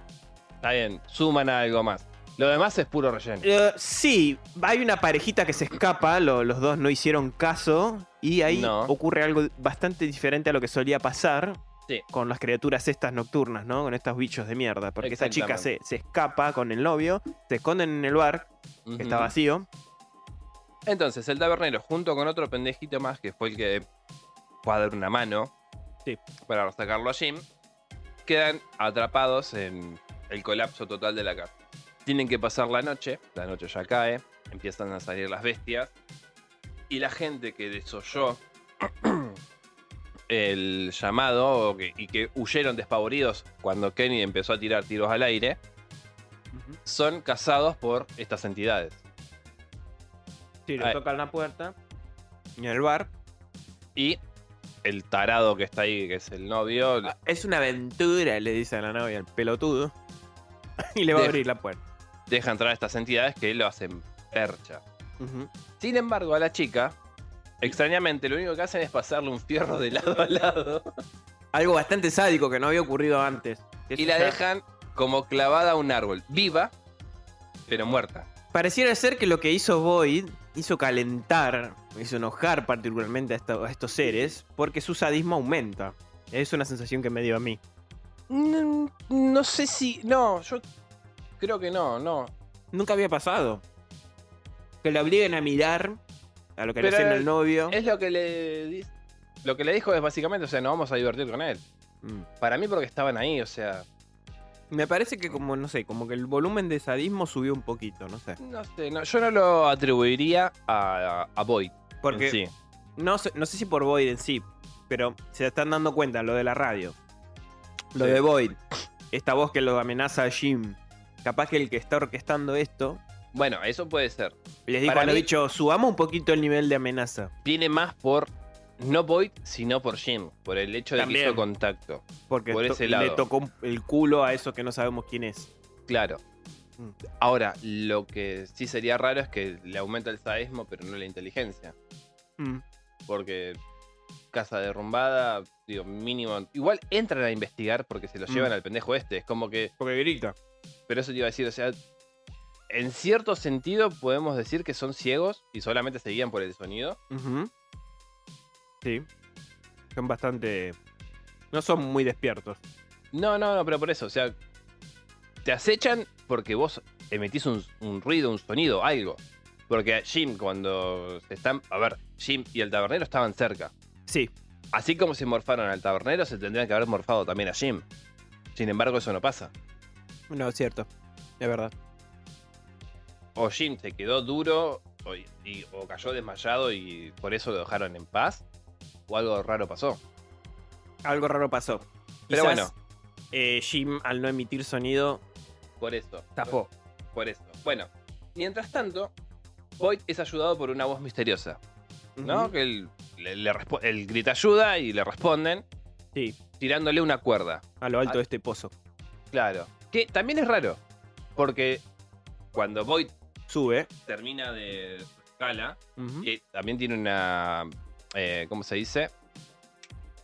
S3: está bien, suman a algo más. Lo demás es puro relleno.
S1: Eh, sí, hay una parejita que se escapa, lo- los dos no hicieron caso y ahí
S3: No.
S1: ocurre algo bastante diferente a lo que solía pasar
S3: Sí.
S1: con las criaturas estas nocturnas, ¿no? Con estos bichos de mierda, porque esa chica se,
S3: Exactamente.
S1: se escapa con el novio, se esconden en el bar que está
S3: Ujú.
S1: vacío.
S3: Entonces, el tabernero, junto con otro pendejito más, que fue el que fue a dar una mano
S1: Sí.
S3: para sacarlo a Jim, quedan atrapados en el colapso total de la casa. Tienen que pasar la noche, la noche ya cae, empiezan a salir las bestias, y la gente que desoyó el llamado o que- y que huyeron despavoridos cuando Kenny empezó a tirar tiros al aire, son cazados por estas entidades.
S1: Sí,
S3: le Ahí.
S1: tocan la puerta. En el bar.
S3: Y el tarado que está ahí, que es el novio,
S1: Es una aventura, le dice a la novia, el pelotudo. y le va a
S3: Deja.
S1: abrir la puerta.
S3: deja entrar a estas entidades que lo hacen percha.
S1: Ujú.
S3: Sin embargo, a la chica, extrañamente, lo único que hacen es pasarle un fierro de lado a lado
S1: Algo bastante sádico que no había ocurrido antes.
S3: y la
S1: Esa-
S3: dejan como clavada a un árbol, viva, pero muerta.
S1: Pareciera ser que lo que hizo Void hizo calentar, hizo enojar particularmente a, esta- a estos seres, porque su sadismo aumenta. Es una sensación que me dio a mí.
S3: No, Mm, no sé si. No, yo creo que no, no.
S1: Nunca había pasado. Que le obliguen a mirar a lo que le
S3: Pero
S1: hacen
S3: el-
S1: al novio.
S3: Es lo que le di- Lo que le dijo es básicamente, o sea, nos vamos a divertir con él.
S1: Mm.
S3: Para mí, porque estaban ahí, o sea.
S1: Me parece que como, no sé, como que el volumen de sadismo subió un poquito, no sé.
S3: No sé, no, yo no lo atribuiría a, a Boyd. en
S1: Porque
S3: sí.
S1: no, sé, no sé si por Void en sí, pero se están dando cuenta lo de la radio. Lo
S3: Sí.
S1: de Void. Esta voz que lo amenaza a Jim. Capaz que el que está orquestando esto
S3: Bueno, eso puede ser.
S1: Les dijo
S3: Para
S1: a los
S3: mí-
S1: bichos, subamos un poquito el nivel de amenaza.
S3: Viene más por. No Boyd, sino por Jim. Por el hecho de
S1: También.
S3: que hizo contacto.
S1: Porque
S3: Por
S1: to-
S3: ese
S1: le
S3: lado.
S1: tocó el culo a eso que no sabemos quién es.
S3: Claro.
S1: Mm.
S3: Ahora, lo que sí sería raro es que le aumenta el sadismo, pero no la inteligencia.
S1: Mm,
S3: Porque. Casa derrumbada, digo, mínimo. Igual entran a investigar porque se lo
S1: Mm.
S3: llevan al pendejo este. Es como que.
S1: Porque grita.
S3: Pero eso te iba a decir, o sea. En cierto sentido, podemos decir que son ciegos y solamente se guían por el sonido.
S1: Sí. Son bastante... No son muy despiertos.
S3: No, no, no, pero por eso, o sea, te acechan porque vos emitís un, un ruido, un sonido, algo. Porque a Jim, cuando se están. A ver, Jim y el tabernero estaban cerca.
S1: Sí.
S3: Así como se morfaron al tabernero, se tendrían que haber morfado también a Jim. Sin embargo, eso no pasa.
S1: No, es cierto. Es verdad.
S3: O Jim se quedó duro o, y- o cayó desmayado y por eso lo dejaron en paz. o algo raro pasó.
S1: Algo raro pasó.
S3: Pero
S1: Quizás,
S3: bueno.
S1: eh, Jim, al no emitir sonido,
S3: Por eso.
S1: tapó.
S3: Por eso. Bueno, mientras tanto, Boyd es ayudado por una voz misteriosa, ¿no?
S1: Ujú.
S3: Que él, le, le respo- él grita ayuda y le responden
S1: Sí,
S3: tirándole una cuerda.
S1: a lo alto
S3: Ah.
S1: de este pozo.
S3: Claro. Que también es raro, porque cuando Boyd
S1: Sube.
S3: termina de su escala,
S1: ujú.
S3: que también tiene una. eh, ¿Cómo se dice?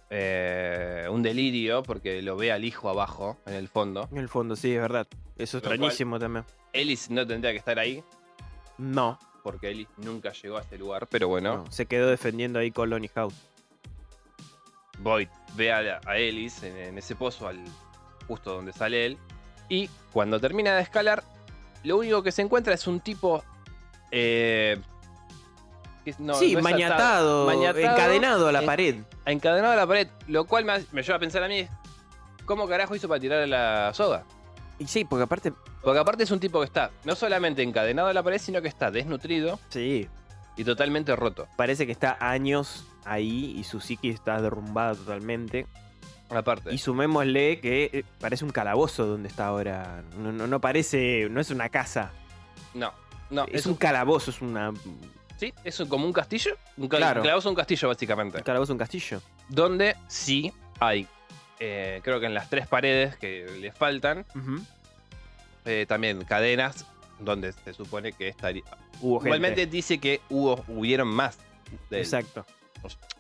S3: Eh, un delirio, porque lo ve al hijo abajo, en el fondo.
S1: En el fondo, sí, es verdad. Eso es
S3: Lo cual-
S1: extrañísimo también.
S3: Ellis no tendría que estar ahí,
S1: No,
S3: porque Ellis nunca llegó a este lugar, pero bueno.
S1: no, se quedó defendiendo ahí Colony House.
S3: Void ve a, a Ellis en, en ese pozo al, justo donde sale él. Y cuando termina de escalar, lo único que se encuentra es un tipo. eh, que no-
S1: sí,
S3: no es
S1: mañatado,
S3: atado, mañatado,
S1: encadenado a la
S3: en-
S1: pared.
S3: encadenado a la pared. Lo cual me, hace- me lleva a pensar a mí: ¿cómo carajo hizo para tirar a la soga?
S1: Y sí, porque aparte.
S3: Porque aparte es un tipo que está no solamente encadenado a la pared, sino que está desnutrido
S1: Sí,
S3: y totalmente roto.
S1: parece que está años ahí y su psiqui está derrumbada totalmente.
S3: Aparte.
S1: Y sumémosle que eh, parece un calabozo donde está ahora. No, no, no parece. No es una casa.
S3: No, no.
S1: es, un calabozo, es una. Un
S3: Sí, es un- como un castillo. Un ca-
S1: Claro.
S3: clavados a un castillo, básicamente.
S1: calabozo, un castillo.
S3: donde sí hay, eh, creo que en las tres paredes que le faltan,
S1: Ujú.
S3: eh, también cadenas donde se supone que estaría...
S1: Hubo gente.
S3: Igualmente dice que hubo, hubieron más de él,
S1: Exacto.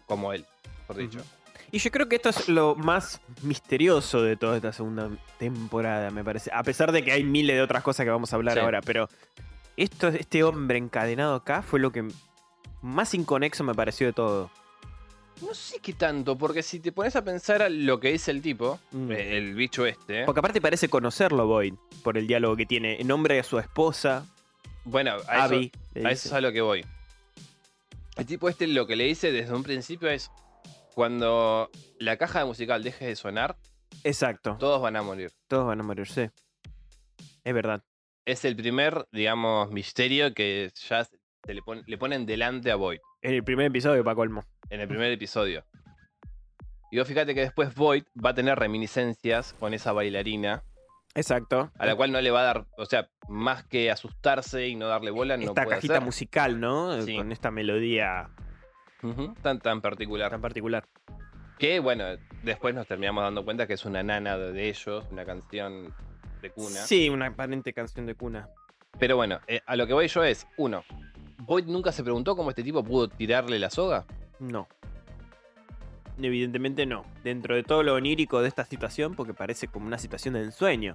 S3: como él, por dicho.
S1: Ujú. Y yo creo que esto es lo más misterioso de toda esta segunda temporada, me parece. A pesar de que hay miles de otras cosas que vamos a hablar
S3: Sí.
S1: ahora, pero esto, este hombre encadenado acá fue lo que más inconexo me pareció de todo.
S3: No sé qué tanto, porque si te pones a pensar a lo que dice el tipo,
S1: Mm.
S3: eh, el bicho este,
S1: Porque aparte parece conocerlo, Boyd, por el diálogo que tiene. En nombre de su esposa,
S3: bueno, a eso,
S1: Abby. le
S3: a eso
S1: dice.
S3: es a lo que voy. El tipo este lo que le dice desde un principio es, cuando la caja de musical deje de sonar,
S1: Exacto.
S3: todos van a morir.
S1: Todos van a morirse. Es verdad.
S3: es el primer, digamos, misterio que ya se se le, pon- le ponen delante a Void
S1: En el primer episodio, para colmo.
S3: en el primer episodio. Y vos fíjate que después Void va a tener reminiscencias con esa bailarina,
S1: Exacto.
S3: a la cual no le va a dar, o sea, más que asustarse y no darle bola, no
S1: esta
S3: puede
S1: cajita
S3: hacer.
S1: musical, ¿no?
S3: Sí.
S1: Con esta melodía
S3: Ujú, tan, tan particular.
S1: tan particular.
S3: Que bueno, después nos terminamos dando cuenta que es una nana de, de ellos, una canción de cuna.
S1: Sí, una aparente canción de cuna.
S3: Pero bueno, eh, a lo que voy yo es, uno, Void nunca se preguntó cómo este tipo pudo tirarle la soga.
S1: No. Evidentemente no. Dentro de todo lo onírico de esta situación, porque parece como una situación de ensueño.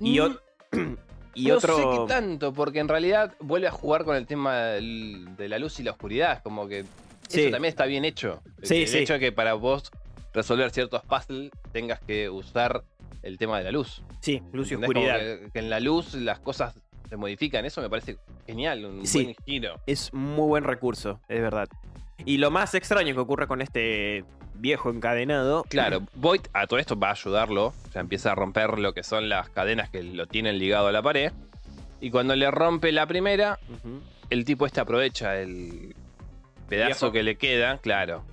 S1: Y, o- y
S3: no
S1: otro.
S3: Mm. sé qué tanto, porque en realidad vuelve a jugar con el tema del- de la luz y la oscuridad. Es como que
S1: Sí.
S3: eso también está bien hecho.
S1: Sí,
S3: el
S1: sí.
S3: hecho de que para vos resolver ciertos puzzles tengas que usar el tema de la luz.
S1: sí, luz y
S3: ¿entendés? Como
S1: oscuridad.
S3: Que, que en la luz las cosas se modifican. Eso me parece genial, un
S1: Sí.
S3: buen giro.
S1: Es muy buen recurso, es verdad. Y lo más extraño que ocurre con este viejo encadenado.
S3: Claro, Void a todo esto va a ayudarlo. O sea, empieza a romper lo que son las cadenas que lo tienen ligado a la pared. Y cuando le rompe la primera,
S1: Ujú.
S3: el tipo este aprovecha el pedazo
S1: Viejo.
S3: que le queda, claro.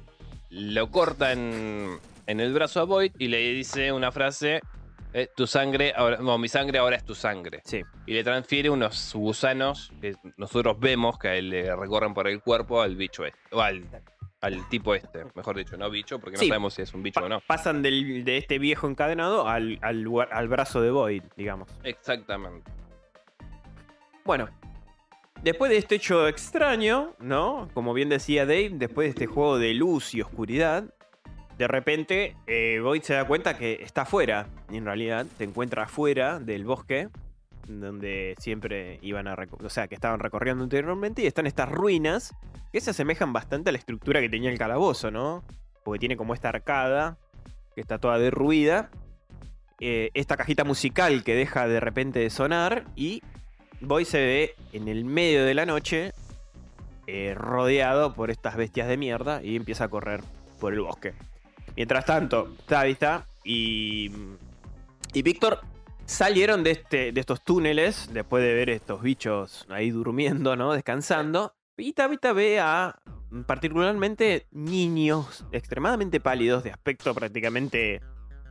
S3: Lo corta en, en el brazo a Void y le dice una frase: eh, Tu sangre, ahora, no, mi sangre ahora es tu sangre.
S1: Sí.
S3: Y le transfiere unos gusanos que nosotros vemos que a él le recorren por el cuerpo al bicho este, o al, al tipo este, mejor dicho, no bicho, porque no
S1: Sí.
S3: sabemos si es un bicho
S1: Pa-
S3: o no.
S1: Pasan del- de este viejo encadenado al, al lugar- al brazo de Boyd, digamos.
S3: Exactamente.
S1: Bueno, después de este hecho extraño, ¿no? Como bien decía Dave, después de este juego de luz y oscuridad, de repente eh, Boyd se da cuenta que está afuera. y En realidad, se encuentra afuera del bosque, donde siempre iban a. reco- O sea, que estaban recorriendo anteriormente, y están estas ruinas que se asemejan bastante a la estructura que tenía el calabozo, ¿no? Porque tiene como esta arcada que está toda derruida. eh, esta cajita musical que deja de repente de sonar y Boy se ve en el medio de la noche eh, rodeado por estas bestias de mierda y empieza a correr por el bosque. Mientras tanto, Tabitha y, y Víctor salieron de, este, de estos túneles después de ver estos bichos ahí durmiendo, ¿no? Descansando. Y Tabitha ve a mm, particularmente niños extremadamente pálidos, de aspecto prácticamente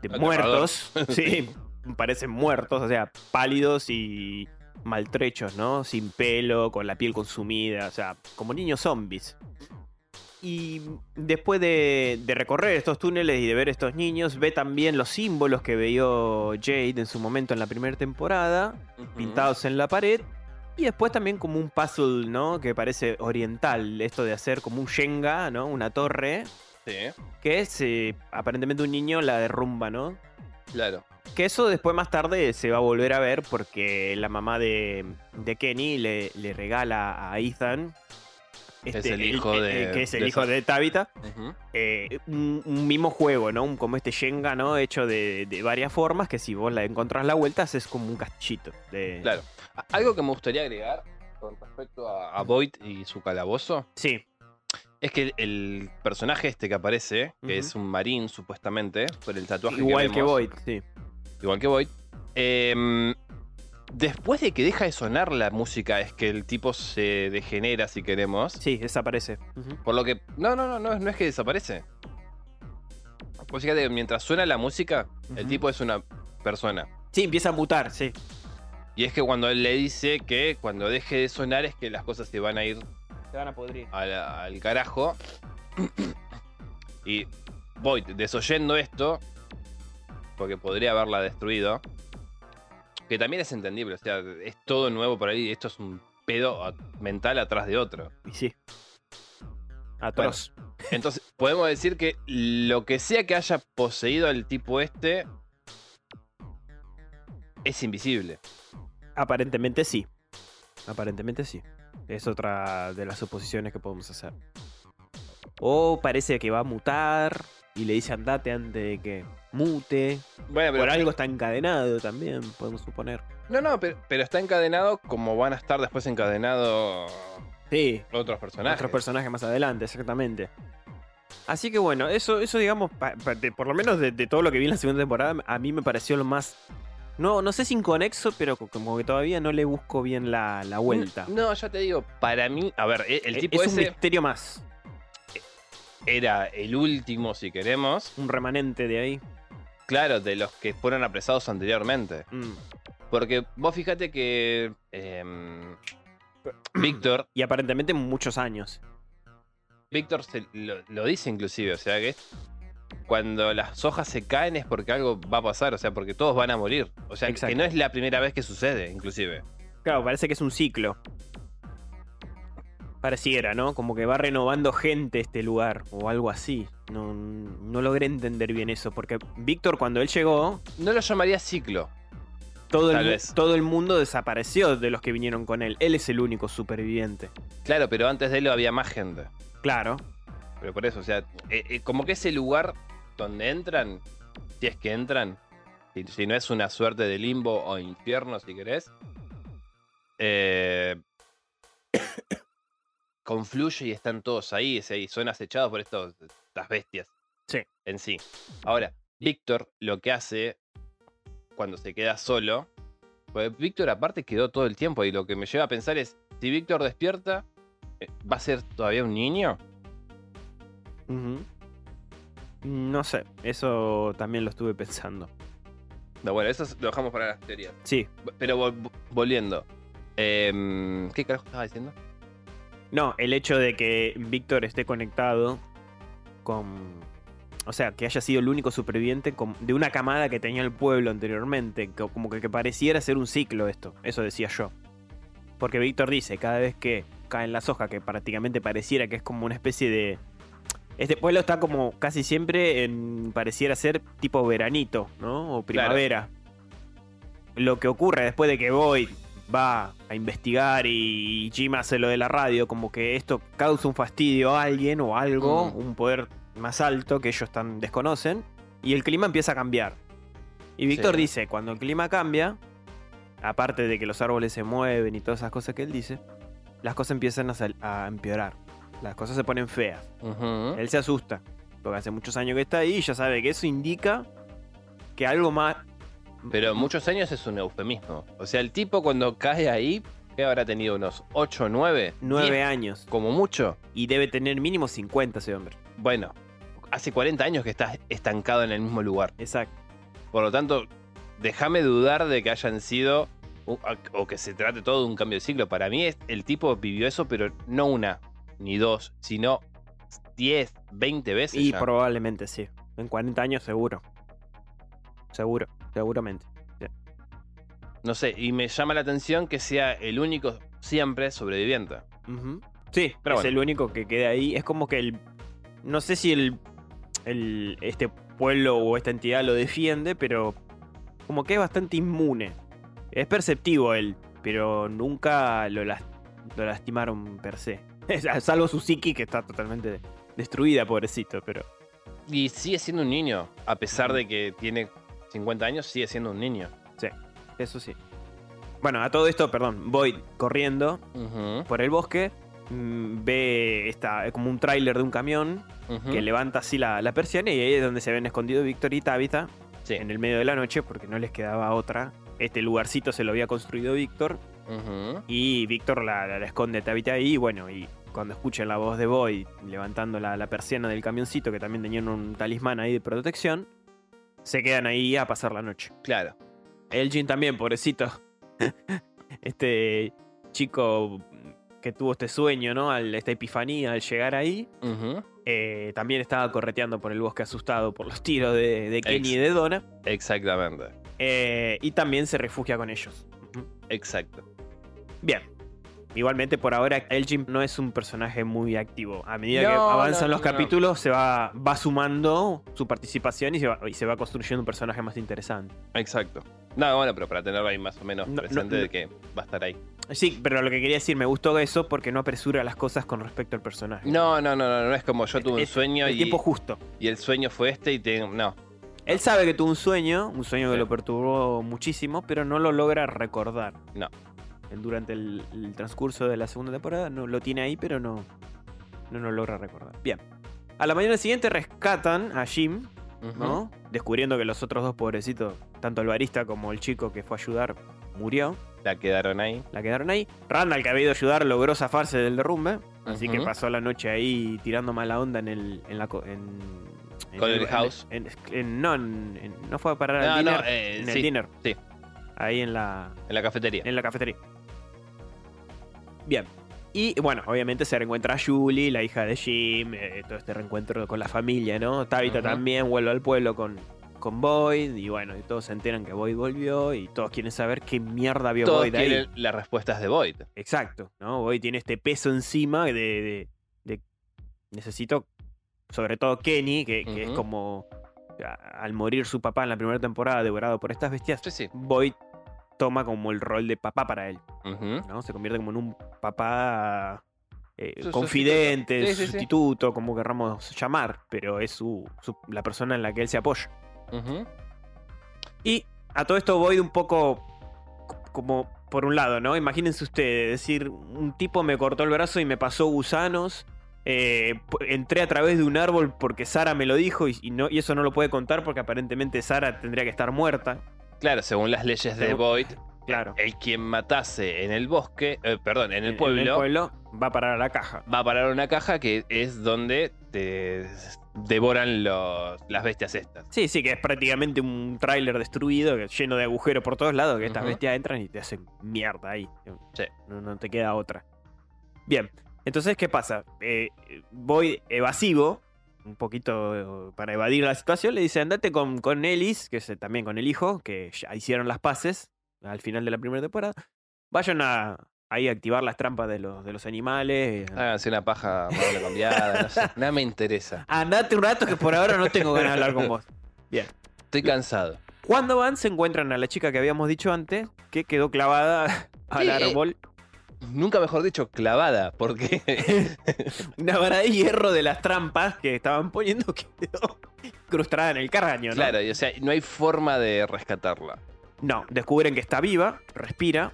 S1: de
S3: Aterrador.
S1: muertos. Sí, parecen muertos, o sea, pálidos y maltrechos, ¿no? Sin pelo, con la piel consumida, o sea, como niños zombies. Y después de, de recorrer estos túneles y de ver estos niños, ve también los símbolos que vio Jade en su momento en la primera temporada
S3: Ujú.
S1: pintados en la pared. Y después también como un puzzle, ¿no? Que parece oriental, esto de hacer como un Jenga, ¿no? Una torre,
S3: Sí,
S1: que es, eh, aparentemente un niño la derrumba, ¿no?
S3: claro.
S1: Que eso después más tarde se va a volver a ver porque la mamá de, de Kenny le, le regala a Ethan...
S3: Es el hijo de-
S1: que es el
S3: de
S1: hijo
S3: esa-
S1: de Tabitha
S3: Ujú.
S1: eh, un, un mismo juego, ¿no? Un- como este Shenga, ¿no? Hecho de, de varias formas que si vos la encontrás la vuelta es como un cachito. De...
S3: Claro. A- Algo que me gustaría agregar con respecto a, a Void y su calabozo
S1: Sí.
S3: es que el, el personaje este que aparece, que
S1: Ujú.
S3: es un marín supuestamente, por el tatuaje
S1: Igual que
S3: vemos,
S1: Void, sí.
S3: igual que Void. em, después de que deja de sonar la música, es que el tipo se degenera, si queremos.
S1: Sí, desaparece.
S3: Por lo que. No, no, no, no, no es que desaparece. Pues fíjate, que mientras suena la música, el
S1: Ujú.
S3: tipo es una persona.
S1: Sí, empieza a mutar, sí.
S3: Y es que cuando él le dice que cuando deje de sonar es que las cosas se van a ir
S1: Se van a podrir.
S3: a la- al carajo. y voy desoyendo esto, porque podría haberla destruido. Que también es entendible, o sea, es todo nuevo por ahí. Esto es un pedo a- mental atrás de otro.
S1: Y sí. Atroz.
S3: Entonces, podemos decir que lo que sea que haya poseído el tipo este es invisible.
S1: Aparentemente sí. Aparentemente sí. Es otra de las suposiciones que podemos hacer. O parece que va a mutar y le dice andate antes de que mute.
S3: Bueno,
S1: Por algo está encadenado también, podemos suponer.
S3: No, no, pero, pero está encadenado como van a estar después encadenados
S1: Sí,
S3: otros personajes.
S1: otros personajes más adelante, exactamente. Así que bueno, eso, eso digamos, pa- pa- de- por lo menos de, de todo lo que vi en la segunda temporada, a mí me pareció lo más. No, no sé si inconexo, pero co- como que todavía no le busco bien la, la vuelta.
S3: No, ya te digo, para mí, a ver, e- Mm, el
S1: E-
S3: tipo
S1: es un
S3: ese
S1: misterio más,
S3: era el último, si queremos,
S1: un remanente de ahí.
S3: claro, de los que fueron apresados anteriormente.
S1: Mm.
S3: Porque vos fíjate que em, Víctor
S1: Y aparentemente muchos años.
S3: Víctor se- lo, lo dice inclusive, o sea que cuando las hojas se caen es porque algo va a pasar, o sea, porque todos van a morir. O sea, que
S1: Exacto.
S3: no es la primera vez que sucede, inclusive.
S1: Claro, parece que es un ciclo. Pareciera, ¿no? Como que va renovando gente este lugar o algo así. No, no logré entender bien eso, porque Víctor cuando él llegó,
S3: No lo llamaría ciclo.
S1: todo el,
S3: Tal
S1: mu-
S3: vez.
S1: todo el mundo desapareció de los que vinieron con él. Él es el único superviviente.
S3: Claro, pero antes de él había más gente.
S1: Claro.
S3: Pero por eso, o sea, eh, eh, como que ese lugar donde entran, si es que entran, si, si no es una suerte de limbo o infierno, si querés, eh, confluye y están todos ahí, o sea, y son acechados por estos, estas bestias
S1: Sí.
S3: en sí. Ahora, Víctor lo que hace cuando se queda solo, pues Víctor aparte quedó todo el tiempo y lo que me lleva a pensar es, si Víctor despierta, eh, ¿va a ser todavía un niño?
S1: Ujú. Mm, No sé, eso también lo estuve pensando.
S3: No, bueno, eso es- lo dejamos para las teorías.
S1: Sí.
S3: Bu- Pero vol- volviendo. Em, ¿Qué carajo estaba diciendo?
S1: No, el hecho de que Víctor esté conectado con... O sea, que haya sido el único superviviente con- de una camada que tenía el pueblo anteriormente. co- Como que, que pareciera ser un ciclo esto. Eso decía yo. Porque Víctor dice, cada vez que caen las hojas, que prácticamente pareciera que es como una especie de... Este pueblo está como casi siempre en... Pareciera ser tipo veranito, ¿no? O primavera. Lo que ocurre después de que voy va a investigar y Jim hace lo de la radio, como que esto causa un fastidio a alguien o algo,
S3: Mm.
S1: un poder más alto que ellos tan desconocen, y el clima empieza a cambiar. Y Víctor
S3: Sí.
S1: dice, cuando el clima cambia, aparte de que los árboles se mueven y todas esas cosas que él dice, las cosas empiezan a, sal- a empeorar, las cosas se ponen feas.
S3: Ujú.
S1: Él se asusta, porque hace muchos años que está ahí y ya sabe que eso indica que algo más...
S3: Pero muchos años es un eufemismo. O sea, el tipo cuando cae ahí que habrá tenido unos 8 o 9,
S1: 9
S3: 10,
S1: años.
S3: como mucho.
S1: Y debe tener mínimo 50 ese hombre.
S3: Bueno, hace 40 años que estás estancado en el mismo lugar.
S1: Exacto.
S3: Por lo tanto, déjame dudar de que hayan sido o- o que se trate todo de un cambio de ciclo. Para mí, es- el tipo vivió eso, pero no una ni dos, sino 10, 20 veces.
S1: Y
S3: ya.
S1: probablemente sí. En 40 años seguro. Seguro, seguramente.
S3: No sé, y me llama la atención que sea el único siempre sobreviviente.
S1: Ujú. Sí,
S3: Pero
S1: es
S3: bueno.
S1: el único que queda ahí. Es como que el. No sé si el, el- este pueblo o esta entidad lo defiende, pero como que es bastante inmune. Es perceptivo él, pero nunca lo, las- lo lastimaron per se. Salvo su psiqui que está totalmente destruida, pobrecito, pero.
S3: Y sigue siendo un niño, a pesar de que tiene 50 años, sigue siendo un niño.
S1: Eso sí. Bueno, a todo esto, perdón, voy corriendo
S3: Ujú,
S1: por el bosque. mm, Ve esta, eh, como un tráiler de un camión
S3: ujú.
S1: que levanta así la, la persiana y ahí es donde se ven escondido Víctor y Tabitha
S3: Sí,
S1: en el medio de la noche porque no les quedaba otra. Este lugarcito se lo había construido Víctor
S3: ujú.
S1: y Víctor la, la- la esconde a Tabitha ahí y bueno, y cuando escuchan la voz de Boy levantando la, la persiana del camioncito que también tenían un talismán ahí de protección, se quedan ahí a pasar la noche.
S3: Claro.
S1: Elgin también, pobrecito. este chico que tuvo este sueño, ¿no? Al- esta epifanía al llegar ahí.
S3: ujú.
S1: Eh, también estaba correteando por el bosque asustado por los tiros de, de Kenny y de Donna.
S3: Exactamente.
S1: Eh, y también se refugia con ellos. Ujú.
S3: Exacto.
S1: Bien. Igualmente por ahora Elgin no es un personaje muy activo. A medida que
S3: No,
S1: avanzan
S3: no,
S1: los
S3: no.
S1: capítulos se va, va sumando su participación y se, va, y se va construyendo un personaje más interesante.
S3: Exacto. No, bueno, pero para tenerlo ahí más o menos
S1: No, no,
S3: presente
S1: no.
S3: de que va a estar ahí.
S1: Sí, pero lo que quería decir, me gustó eso porque no apresura las cosas con respecto al personaje.
S3: No, no, no, no, no es como yo
S1: Es-
S3: tuve un
S1: es-
S3: sueño
S1: E-, El
S3: y,
S1: tiempo justo.
S3: y el sueño fue este y te... No,
S1: Él sabe que tuvo un sueño, un sueño que
S3: Sí.
S1: lo perturbó muchísimo, pero no lo logra recordar.
S3: No.
S1: Él durante el, el transcurso de la segunda temporada no lo tiene ahí, pero no, no lo logra recordar. Bien. A la mañana siguiente rescatan a Jim,
S3: Ujú.
S1: ¿no? Descubriendo que los otros dos pobrecitos, tanto el barista como el chico que fue a ayudar, murió.
S3: La quedaron ahí.
S1: La quedaron ahí. Randall, que había ido a ayudar, logró zafarse del derrumbe. Así que
S3: Ujú.
S1: pasó la noche ahí tirando mala onda en el. En la, co- en, en
S3: Con el house.
S1: en- en- no, en- en- no fue a parar
S3: No,
S1: al
S3: no,
S1: dinner.
S3: eh,
S1: en
S3: sí,
S1: el dinner.
S3: sí.
S1: Ahí en la,
S3: En la cafetería.
S1: en la cafetería. Bien. Y bueno, obviamente se reencuentra a Julie, la hija de Jim, eh, todo este reencuentro con la familia, ¿no? Tabitha
S3: Ujú.
S1: también vuelve al pueblo con, con Boyd, y bueno, y todos se enteran que Boyd volvió, y todos quieren saber qué mierda vio
S3: Todos
S1: Boyd ahí.
S3: quieren las respuestas de Void.
S1: Exacto, ¿no? Hoy tiene este peso encima de, de- de- necesito, sobre todo Kenny, que, que es
S3: Ujú.
S1: como a- al morir su papá en la primera temporada devorado por estas bestias,
S3: Sí, sí.
S1: Boyd toma como el rol de papá para él,
S3: Ujú.
S1: ¿no? Se convierte como en un papá eh,
S3: Su-
S1: confidente,
S3: sustituto. Sí, sí, sí.
S1: sustituto, como querramos llamar, pero es su- su, la persona en la que él se apoya.
S3: Ujú.
S1: Y a todo esto voy de un poco c- como por un lado, ¿no? Imagínense ustedes, decir, un tipo me cortó el brazo y me pasó gusanos. eh, p- entré a través de un árbol porque Sara me lo dijo y, y no, y eso no lo puede contar porque aparentemente Sara tendría que estar muerta.
S3: Claro, según las leyes de
S1: Según-
S3: Void,
S1: Claro.
S3: el quien matase en el bosque, eh, perdón, en el
S1: En el
S3: pueblo,
S1: pueblo va a parar a la caja.
S3: va a parar a una caja que es donde te devoran los, las bestias estas.
S1: Sí, sí, que es prácticamente un tráiler destruido, que- lleno de agujeros por todos lados, que estas
S3: Ujú.
S1: bestias entran y te hacen mierda ahí.
S3: Sí.
S1: No, no te queda otra. Bien, entonces, ¿qué pasa? Eh, voy evasivo, un poquito eh, para evadir la situación, le dice, andate con, con Ellis, que es eh, también con el hijo, que ya hicieron las paces al final de la primera temporada. Vayan a ahí a activar las trampas de los, de los animales.
S3: Háganse una paja mano cambiada, no sé. Nada me interesa.
S1: Andate un rato que por ahora no tengo ganas de hablar con vos.
S3: Estoy cansado.
S1: Cuando van, se encuentran a la chica que habíamos dicho antes, que quedó clavada al
S3: Sí, eh.
S1: árbol.
S3: Nunca mejor dicho, clavada, porque
S1: Una vara de hierro de las trampas que estaban poniendo quedó incrustada en el carraño, ¿no?
S3: claro, y, o sea, no hay forma de rescatarla.
S1: No, descubren que está viva, respira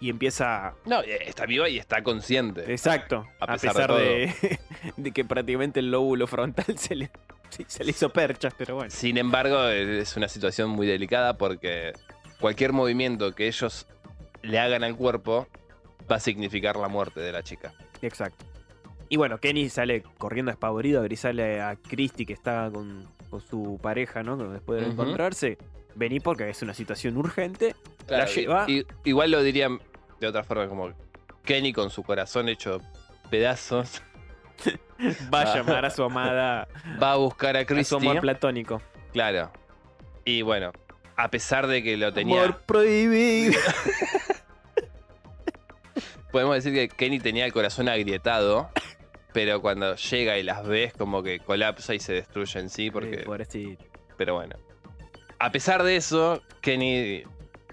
S1: y empieza.
S3: No, eh, está viva y está consciente.
S1: Exacto.
S3: A
S1: A pesar,
S3: pesar de
S1: de, de que prácticamente el lóbulo frontal se le, sí, se le hizo perchas, pero bueno.
S3: Sin embargo, es una situación muy delicada porque cualquier movimiento que ellos le hagan al cuerpo va a significar la muerte de la chica.
S1: Exacto. Y bueno, Kenny sale corriendo espavorido, sale a Christy que está con, con su pareja, ¿no? Después de
S3: Ujú.
S1: encontrarse. Vení porque es una situación urgente. La
S3: i-
S1: lleva.
S3: i- igual lo dirían de otra forma, como Kenny con su corazón hecho pedazos
S1: Va
S3: Ah.
S1: a llamar a su amada,
S3: va a buscar a
S1: a su amor
S3: Christie.
S1: platónico.
S3: Claro. Y bueno, a pesar de que lo tenía.
S1: Amor prohibido.
S3: Podemos decir que Kenny tenía el corazón agrietado. Pero cuando llega y las ves, como que colapsa y se destruye en sí. Porque,
S1: Eh, pobrecito.
S3: Pero bueno. A pesar de eso, Kenny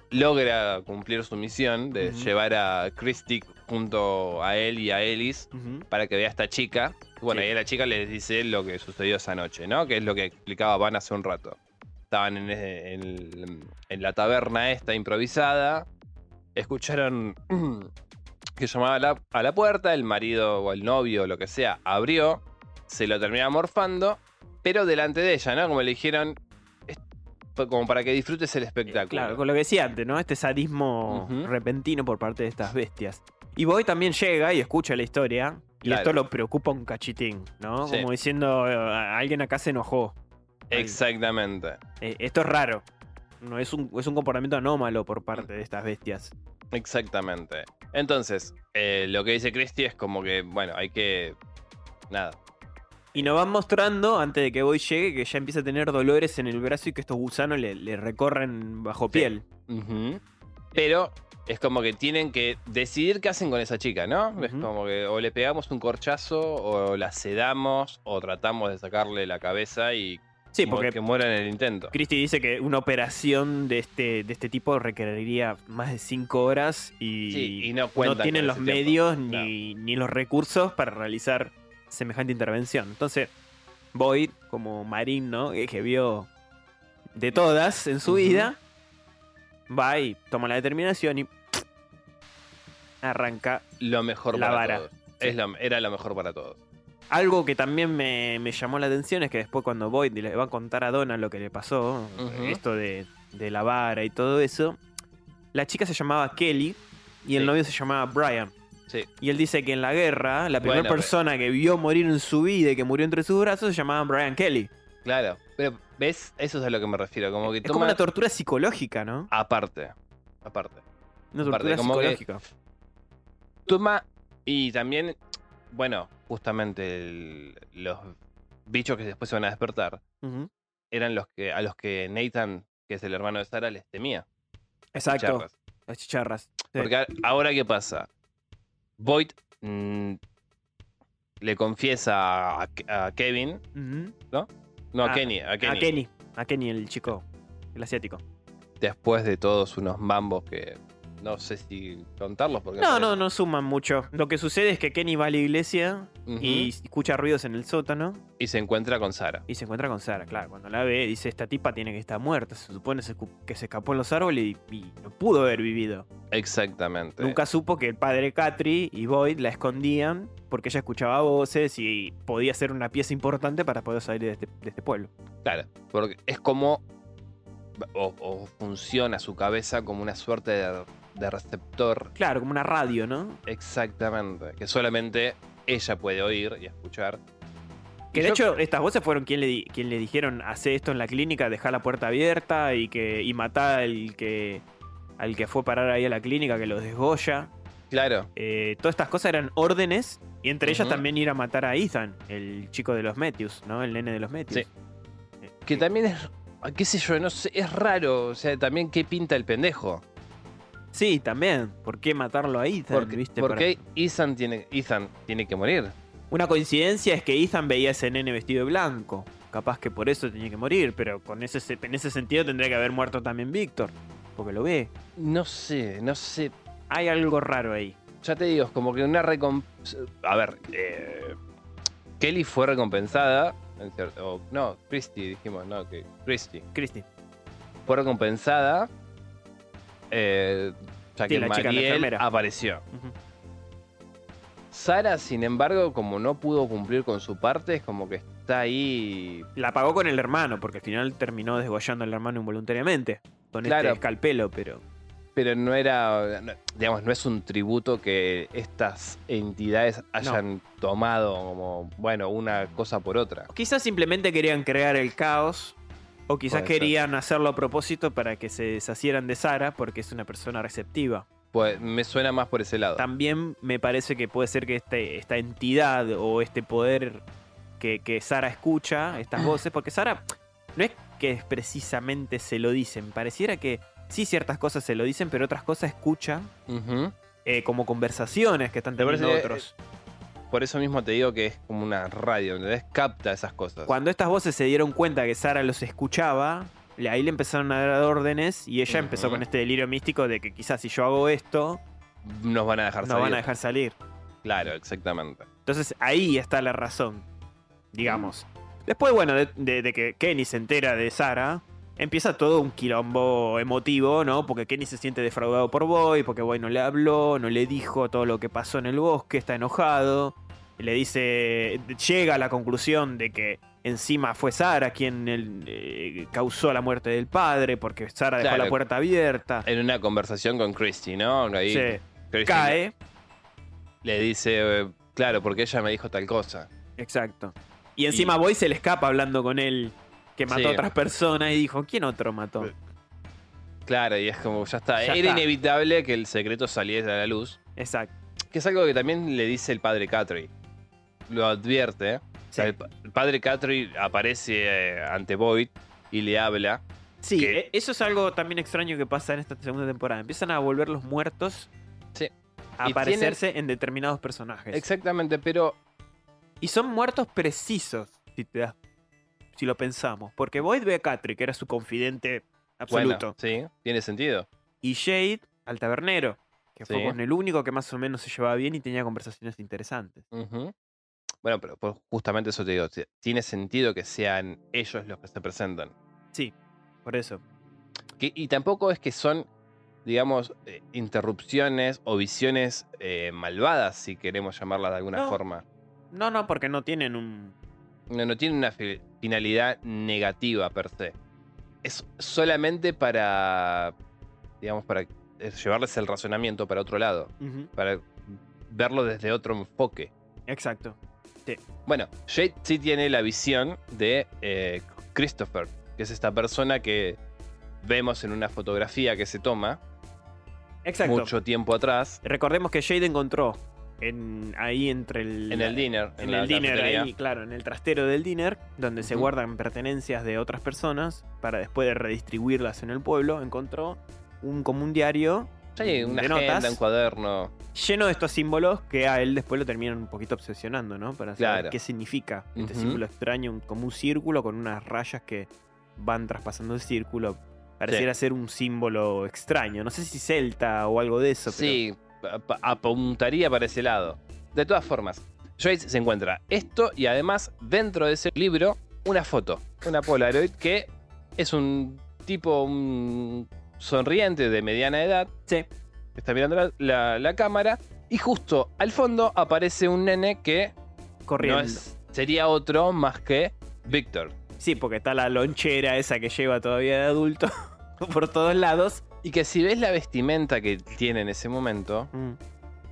S3: logra cumplir su misión de
S1: Ujú.
S3: llevar a Christie junto a él y a Ellis
S1: Ujú.
S3: para que vea a esta chica. Bueno,
S1: Sí.
S3: y a la chica les dice lo que sucedió esa noche, ¿no? Que es lo que explicaba Van hace un rato. Estaban en, en- en la taberna esta improvisada. Escucharon que llamaba a la, a la puerta, el marido o el novio o lo que sea abrió, se lo terminaba morfando, pero delante de ella, ¿no? Como le dijeron, "Es- fue como para que disfrutes el espectáculo.
S1: Eh, Claro, con lo que decía antes, ¿no? Este sadismo
S3: Ujú.
S1: repentino por parte de estas bestias. Y Boy también llega y escucha la historia. Y
S3: Claro.
S1: esto lo preocupa un cachitín, ¿no?
S3: Sí.
S1: Como diciendo, eh, alguien acá se enojó.
S3: Exactamente.
S1: Eh, esto es raro. No es un, es un comportamiento anómalo por parte de estas bestias.
S3: Exactamente. Entonces, eh, lo que dice Christie es como que, bueno, hay que. Nada.
S1: Y nos van mostrando, antes de que Boy llegue, que ya empieza a tener dolores en el brazo y que estos gusanos le, le recorren bajo piel.
S3: Pero es como que tienen que decidir qué hacen con esa chica, ¿no? Es
S1: Ujú.
S3: como que o le pegamos un corchazo, o la sedamos, o tratamos de sacarle la cabeza y
S1: Sí,
S3: mu-
S1: porque
S3: que muera en el intento.
S1: Christie dice que una operación de este, de este tipo requeriría más de 5 horas y,
S3: Sí, y no cuentan
S1: no tienen
S3: con
S1: los
S3: ese tiempo.
S1: medios ni, ni los recursos para realizar semejante intervención. Entonces, Boyd, como marín, ¿no? Que, que vio de todas en su
S3: Ujú.
S1: vida, va y toma la determinación y arranca.
S3: Lo mejor
S1: La
S3: para
S1: vara.
S3: todos. Es lo- era lo mejor para todos.
S1: Algo que también me, me llamó la atención es que después cuando Boyd le va a contar a Donna lo que le pasó,
S3: Ujú.
S1: esto de, de la vara y todo eso, la chica se llamaba Kelly y el
S3: Sí.
S1: novio se llamaba Brian.
S3: Sí.
S1: Y él dice que en la guerra, la primera
S3: Bueno, pero-
S1: persona que vio morir en su vida y que murió entre sus brazos se llamaba Brian Kelly.
S3: Claro. Pero, ¿ves? Eso es a lo que me refiero. Como que
S1: Es como
S3: toman-
S1: una tortura psicológica, ¿no?
S3: Aparte. Aparte.
S1: Una
S3: Aparte,
S1: tortura
S3: como que-
S1: psicológica.
S3: Toma. Y también, bueno, justamente el- los bichos que después se van a despertar
S1: Ujú.
S3: eran los que a los que Nathan, que es el hermano de Sara, les temía.
S1: Exacto.
S3: charras.
S1: Las chicharras. Sí.
S3: Porque a- ahora, ¿qué pasa? Boyd mm, le confiesa a, a Kevin,
S1: Ujú.
S3: no a,
S1: Ah,
S3: Kenny, a Kenny,
S1: A Kenny. A Kenny, el chico. El asiático.
S3: después de todos unos mambos que no sé si contarlos porque
S1: No,
S3: me
S1: no, no suman mucho. Lo que sucede es que Kenny va a la iglesia
S3: parece. Ujú.
S1: y escucha ruidos en el sótano
S3: y se encuentra con Sara.
S1: y se encuentra con Sara. Claro, cuando la ve, dice: Esta tipa tiene que estar muerta. Se supone se escu- que se escapó en los árboles y- y no pudo haber vivido.
S3: Exactamente.
S1: Nunca supo que el padre Catri y Boyd la escondían porque ella escuchaba voces y podía ser una pieza importante para poder salir de este, de este pueblo.
S3: Claro, porque es como. O, o funciona su cabeza como una suerte de, de receptor.
S1: Claro, como una radio, ¿no?
S3: Exactamente. Que solamente ella puede oír y escuchar.
S1: Que
S3: Y
S1: de
S3: yo-
S1: hecho estas voces fueron quien le, di- quien le dijeron hace esto en la clínica, dejar la puerta abierta y que y matá al que al que fue parar ahí a la clínica que los desgoya.
S3: Claro,
S1: Eh, todas estas cosas eran órdenes y entre ellas
S3: Ujú.
S1: también ir a matar a Ethan, el chico de los Matthews, ¿no? El nene de los Matthews.
S3: que también es. ah, ¿Qué sé yo? No sé, es raro. O sea, también qué pinta el pendejo.
S1: Sí, también. ¿Por qué matarlo a Ethan?
S3: Porque,
S1: ¿Viste?
S3: porque
S1: Para-
S3: Ethan, tiene, Ethan tiene que morir.
S1: Una coincidencia es que Ethan veía a ese nene vestido de blanco. Capaz que por eso tenía que morir, pero con ese, se- en ese sentido tendría que haber muerto también Víctor. Porque lo ve.
S3: No sé, no sé.
S1: Hay algo raro ahí.
S3: Ya te digo, es como que una recompensa. A ver, eh, Kelly fue recompensada. en cier- o- no, Christie, dijimos, no, que Christie.
S1: Christy.
S3: fue recompensada. eh, ya
S1: Sí,
S3: que
S1: la chica, la
S3: Mariel
S1: enfermera.
S3: apareció.
S1: Ujú.
S3: Sara, sin embargo, como no pudo cumplir con su parte, es como que está ahí.
S1: La pagó con el hermano, porque al final terminó desgollando al hermano involuntariamente. Con
S3: Claro.
S1: este escalpelo, pero.
S3: pero no era, no- digamos, no es un tributo que estas entidades hayan tomado como, bueno, una cosa por otra.
S1: O Quizás simplemente querían crear el caos. O quizás
S3: Puede ser.
S1: querían hacerlo a propósito para que se deshacieran de Sara porque es una persona receptiva.
S3: Pues me suena más por ese lado.
S1: También me parece que puede ser que este, esta entidad o este poder que, que Sara escucha, estas voces, porque Sara no es que precisamente se lo dicen, pareciera que sí ciertas cosas se lo dicen, pero otras cosas escucha
S3: Ujú.
S1: eh, como conversaciones que están
S3: Me parece
S1: teniendo
S3: que-
S1: otros.
S3: Por eso mismo te digo que es como una radio, ¿entendés? Capta esas cosas.
S1: Cuando estas voces se dieron cuenta que Sara los escuchaba, le- ahí le empezaron a dar órdenes y ella empezó
S3: Ujú.
S1: con este delirio místico de que quizás si yo hago esto,
S3: Nos van a dejar
S1: nos
S3: salir.
S1: van a dejar salir.
S3: Claro, exactamente.
S1: Entonces ahí está la razón, digamos. Después, bueno, de, de- de que Kenny se entera de Sara, empieza todo un quilombo emotivo, ¿no? Porque Kenny se siente defraudado por Boy, porque Boy no le habló, no le dijo todo lo que pasó en el bosque, está enojado. Le dice, llega a la conclusión de que encima fue Sara quien el- eh, causó la muerte del padre, porque Sara dejó
S3: Claro.
S1: la puerta abierta.
S3: En una conversación con Christy, ¿no? Ahí
S1: Se
S3: Christy
S1: cae.
S3: Le dice, eh, claro, porque ella me dijo tal cosa.
S1: Exacto. Y encima Boy se le escapa hablando con él, que mató
S3: Sí.
S1: a otras personas, y dijo, ¿quién otro mató?
S3: Claro, y es como, ya está.
S1: Ya
S3: Era
S1: está.
S3: inevitable que el secreto saliese a la luz.
S1: Exacto.
S3: Que es algo que también le dice el padre Catry. Lo advierte. O sea, el, pa- el padre Catry aparece eh, ante Boyd y le habla.
S1: Sí,
S3: que-
S1: e- eso es algo también extraño que pasa en esta segunda temporada. Empiezan a volver los muertos
S3: Sí.
S1: a
S3: Y
S1: aparecerse en determinados personajes.
S3: Exactamente, pero
S1: Y son muertos precisos, si te das- si lo pensamos. Porque Void ve a Catri, que era su confidente
S3: bueno,
S1: absoluto.
S3: sí, tiene sentido.
S1: Y Jade al tabernero, que fue
S3: Sí.
S1: con el único que más o menos se llevaba bien y tenía conversaciones interesantes.
S3: Ujú. Bueno, pero pues, justamente eso te digo. ti- Tiene sentido que sean ellos los que se presentan.
S1: Sí, por eso.
S3: Que- y tampoco es que son, digamos, eh, interrupciones o visiones eh, malvadas, si queremos llamarlas de alguna
S1: No.
S3: forma.
S1: No, no, porque no tienen un...
S3: No, no tienen una fi- finalidad negativa per se. Es solamente para, digamos, para eh, llevarles el razonamiento para otro lado,
S1: Ujú,
S3: para verlo desde otro enfoque.
S1: Exacto.
S3: Bueno, Jade sí tiene la visión de eh, Christopher, que es esta persona que vemos en una fotografía que se toma
S1: Exacto.
S3: mucho tiempo atrás.
S1: Recordemos que Jade encontró en, ahí entre el.
S3: En el dinner.
S1: en
S3: la
S1: el dinner,
S3: cafetería.
S1: ahí, claro, en el trastero del dinner, donde se
S3: Ujú.
S1: guardan pertenencias de otras personas para después de redistribuirlas en el pueblo, encontró un como un diario
S3: Sí, una
S1: de
S3: agenda,
S1: notas
S3: un cuaderno.
S1: lleno de estos símbolos que a él después lo terminan un poquito obsesionando, ¿no? Para saber
S3: Claro.
S1: qué significa este
S3: Ujú.
S1: símbolo extraño, un- como un círculo con unas rayas que van traspasando el círculo. Pareciera ser un símbolo extraño, no sé si celta o algo de eso. pero-
S3: Sí, ap- apuntaría para ese lado. De todas formas, Joyce se encuentra esto y además dentro de ese libro una foto, una Polaroid que es un tipo un sonriente de mediana edad.
S1: Sí.
S3: que Está mirando la, la- la cámara y justo al fondo aparece un nene que no
S1: corriendo.
S3: es- sería otro más que Víctor.
S1: Sí, porque está la lonchera esa que lleva todavía de adulto por todos lados.
S3: Y que si ves la vestimenta que tiene en ese momento,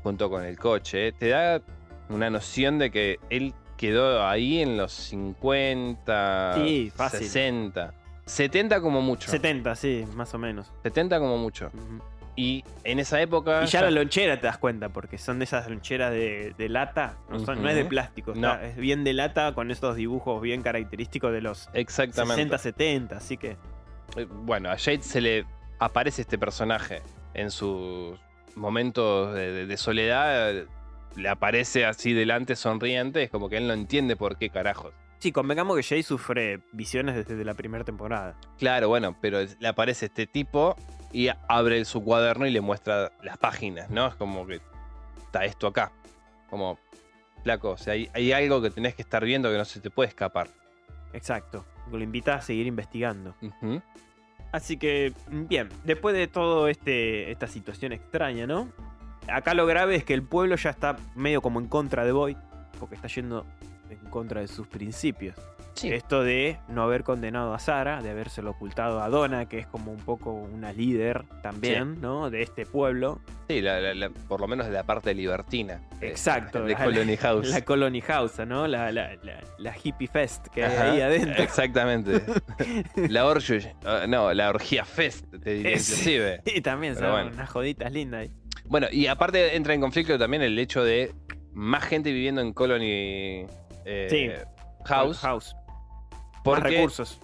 S3: junto con el coche, ¿eh? te da una noción de que él quedó ahí en los 50,
S1: Sí, fácil.
S3: 60, 70 como mucho.
S1: 70, sí, más o menos.
S3: 70 como mucho.
S1: Ujú.
S3: Y en esa época...
S1: Y ya la lonchera te das cuenta, porque son de esas loncheras de, de lata. No, son- no es de
S3: Ujú.
S1: plástico,
S3: No.
S1: está- es bien de lata con estos dibujos bien característicos de los
S3: Exactamente.
S1: 60, 70. Así que
S3: Eh, Bueno, a Jade se le aparece este personaje en sus momentos de, de- de soledad. eh, Le aparece así delante sonriente, es como que él no entiende por qué carajos.
S1: sí, convengamos que Jay sufre visiones desde la primera temporada.
S3: Claro, bueno, pero es- le aparece este tipo y abre su cuaderno y le muestra las páginas, ¿no? Es como que está esto acá. Como, flaco, o sea, hay, hay algo que tenés que estar viendo que no se te puede escapar.
S1: Exacto. Lo invita a seguir investigando.
S3: Ujú.
S1: Así que, bien, después de todo este esta situación extraña, ¿no? Acá lo grave es que el pueblo ya está medio como en contra de Boyd, porque está yendo en contra de sus principios.
S3: Sí.
S1: Esto de no haber condenado a Sara, de habérselo ocultado a Donna, que es como un poco una líder también, ¿no? De este pueblo.
S3: Sí, la- la- la- por lo menos de la parte libertina. de-
S1: Exacto.
S3: De
S1: la-
S3: Colony House.
S1: La Colony House, ¿no? La, la, la- la hippie fest que hay
S3: Ajá,
S1: ahí adentro.
S3: Exactamente. la orgía. No, la orgía fest, te diría
S1: Es-
S3: inclusive.
S1: Y también
S3: Pero
S1: son
S3: bueno.
S1: unas joditas lindas ahí.
S3: Bueno, y aparte entra en conflicto también el hecho de más gente viviendo en Colony eh,
S1: Sí.
S3: House.
S1: House.
S3: porque
S1: Más recursos.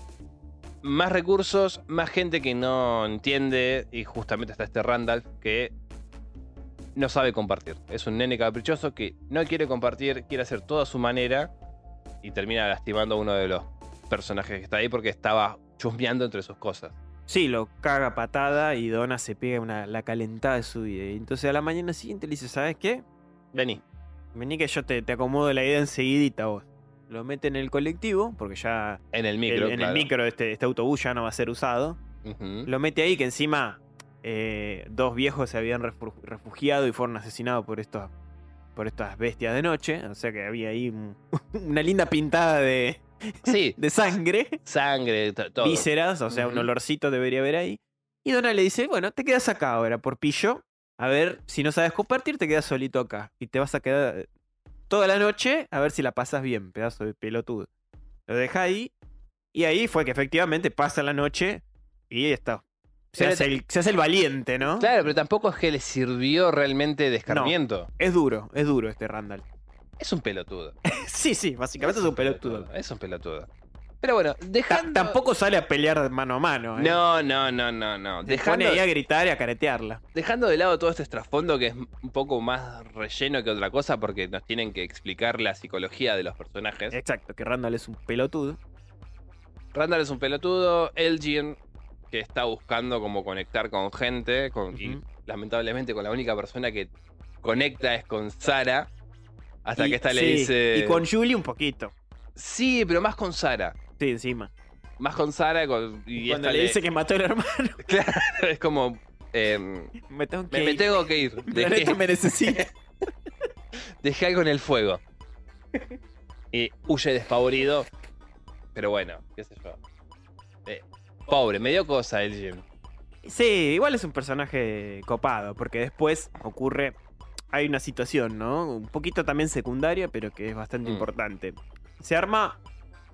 S3: más recursos, más gente que no entiende. Y justamente está este Randall que no sabe compartir. Es un nene caprichoso que no quiere compartir, quiere hacer todo a su manera y termina lastimando a uno de los personajes que está ahí porque estaba chusmeando entre sus cosas.
S1: Sí, lo caga a patada y Donna se pega una, la calentada de su vida. Y entonces a la mañana siguiente le dice, ¿sabes qué?
S3: Vení.
S1: Vení que yo te, te acomodo la idea enseguidita vos. Lo mete en el colectivo, porque ya
S3: En el
S1: el-
S3: micro.
S1: en el
S3: claro.
S1: micro este, este autobús ya no va a ser usado.
S3: Ujú.
S1: Lo mete ahí, que encima eh, dos viejos se habían refu- refugiado y fueron asesinados por estos por estas bestias de noche. O sea que había ahí un- una linda pintada de,
S3: Sí,
S1: de sangre,
S3: sangre, to- todo.
S1: vísceras, o sea, un
S3: Ujú.
S1: olorcito debería haber ahí. Y Donna le dice, bueno, te quedas acá ahora, por pillo. A ver, si no sabes compartir, te quedas solito acá. Y te vas a quedar eh, toda la noche a ver si la pasas bien, pedazo de pelotudo. Lo deja ahí. Y ahí fue que efectivamente pasa la noche y está. Se
S3: Pero
S1: hace,
S3: te-
S1: el, se hace el valiente, ¿no?
S3: Claro, pero tampoco es que le sirvió realmente de escarmiento.
S1: Es duro, es duro este Randall.
S3: Es un pelotudo.
S1: sí, sí, básicamente es un pelotudo.
S3: Es un pelotudo. Pero bueno,
S1: Ta-
S3: dejando.
S1: tampoco sale a pelear mano a mano. ¿eh?
S3: No, no, no, no, no.
S1: Se pone
S3: Dejando,
S1: ahí a gritar y a caretearla.
S3: dejando de lado todo este trasfondo que es un poco más relleno que otra cosa porque nos tienen que explicar la psicología de los personajes.
S1: Exacto, que Randall es un pelotudo.
S3: Randall es un pelotudo, Elgin que está buscando como conectar con gente con, y
S1: Ujú.
S3: lamentablemente con la única persona que conecta es con Sara. Hasta
S1: Y-
S3: que esta le
S1: sí,
S3: dice...
S1: Y con Julie un poquito.
S3: Sí, pero más con Sara.
S1: Sí, encima.
S3: Más con Sara con- y
S1: Cuando
S3: esta
S1: le dice que mató al hermano,
S3: es como... em,
S1: me tengo que
S3: me, me
S1: ir.
S3: tengo que ir.
S1: El planeta
S3: Dejé,
S1: me necesita.
S3: dejé algo en el fuego. Y huye despavorido. Pero bueno, qué sé yo. Eh, pobre, me dio cosa el Jim.
S1: Sí, igual es un personaje copado, porque después ocurre. Hay una situación, ¿no? Un poquito también secundaria, pero que es bastante
S3: Mm.
S1: importante. Se arma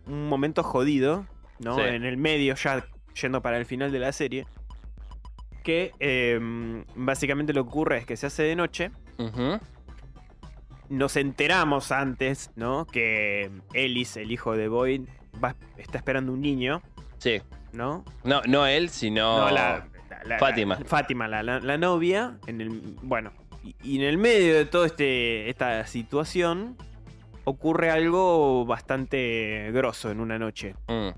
S1: un momento jodido, ¿no?
S3: Sí.
S1: En el medio, ya yendo para el final de la serie. Que eh, básicamente lo que ocurre es que se hace de noche.
S3: Ujú.
S1: Nos enteramos antes, ¿no? Que Ellis, el hijo de Boyd, va- está esperando un niño,
S3: Sí.
S1: ¿no?
S3: No, no él, sino.
S1: No, la, la- la-
S3: Oh, Fátima.
S1: la- Fátima, la, la- la novia. En el, bueno, y, y en el medio de toda este, esta situación ocurre algo bastante grosso en una noche.
S3: Mm,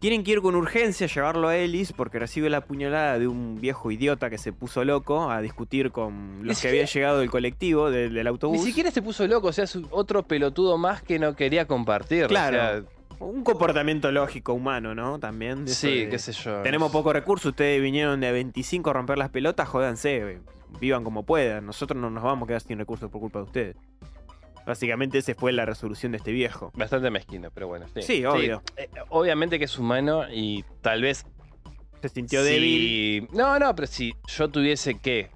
S1: Tienen que ir con urgencia a llevarlo a Ellis porque recibe la puñalada de un viejo idiota que se puso loco a discutir con los que
S3: siquiera-
S1: habían llegado del colectivo, de- del
S3: Ni
S1: autobús.
S3: siquiera se puso loco, o sea, es otro pelotudo más que no quería compartir. o
S1: Claro.
S3: sea,
S1: Un comportamiento lógico humano, ¿no? También. de eso
S3: sí,
S1: de-
S3: qué sé yo.
S1: Tenemos poco recurso, ustedes vinieron de a 25 a romper las pelotas, jódanse, vivan como puedan, nosotros no nos vamos a quedar sin recursos por culpa de ustedes. Básicamente esa fue la resolución de este viejo.
S3: Bastante mezquino, pero bueno. Sí,
S1: Sí, obvio.
S3: Eh, obviamente que es humano y tal vez
S1: Se sintió
S3: si-
S1: débil.
S3: No, no, pero si yo tuviese que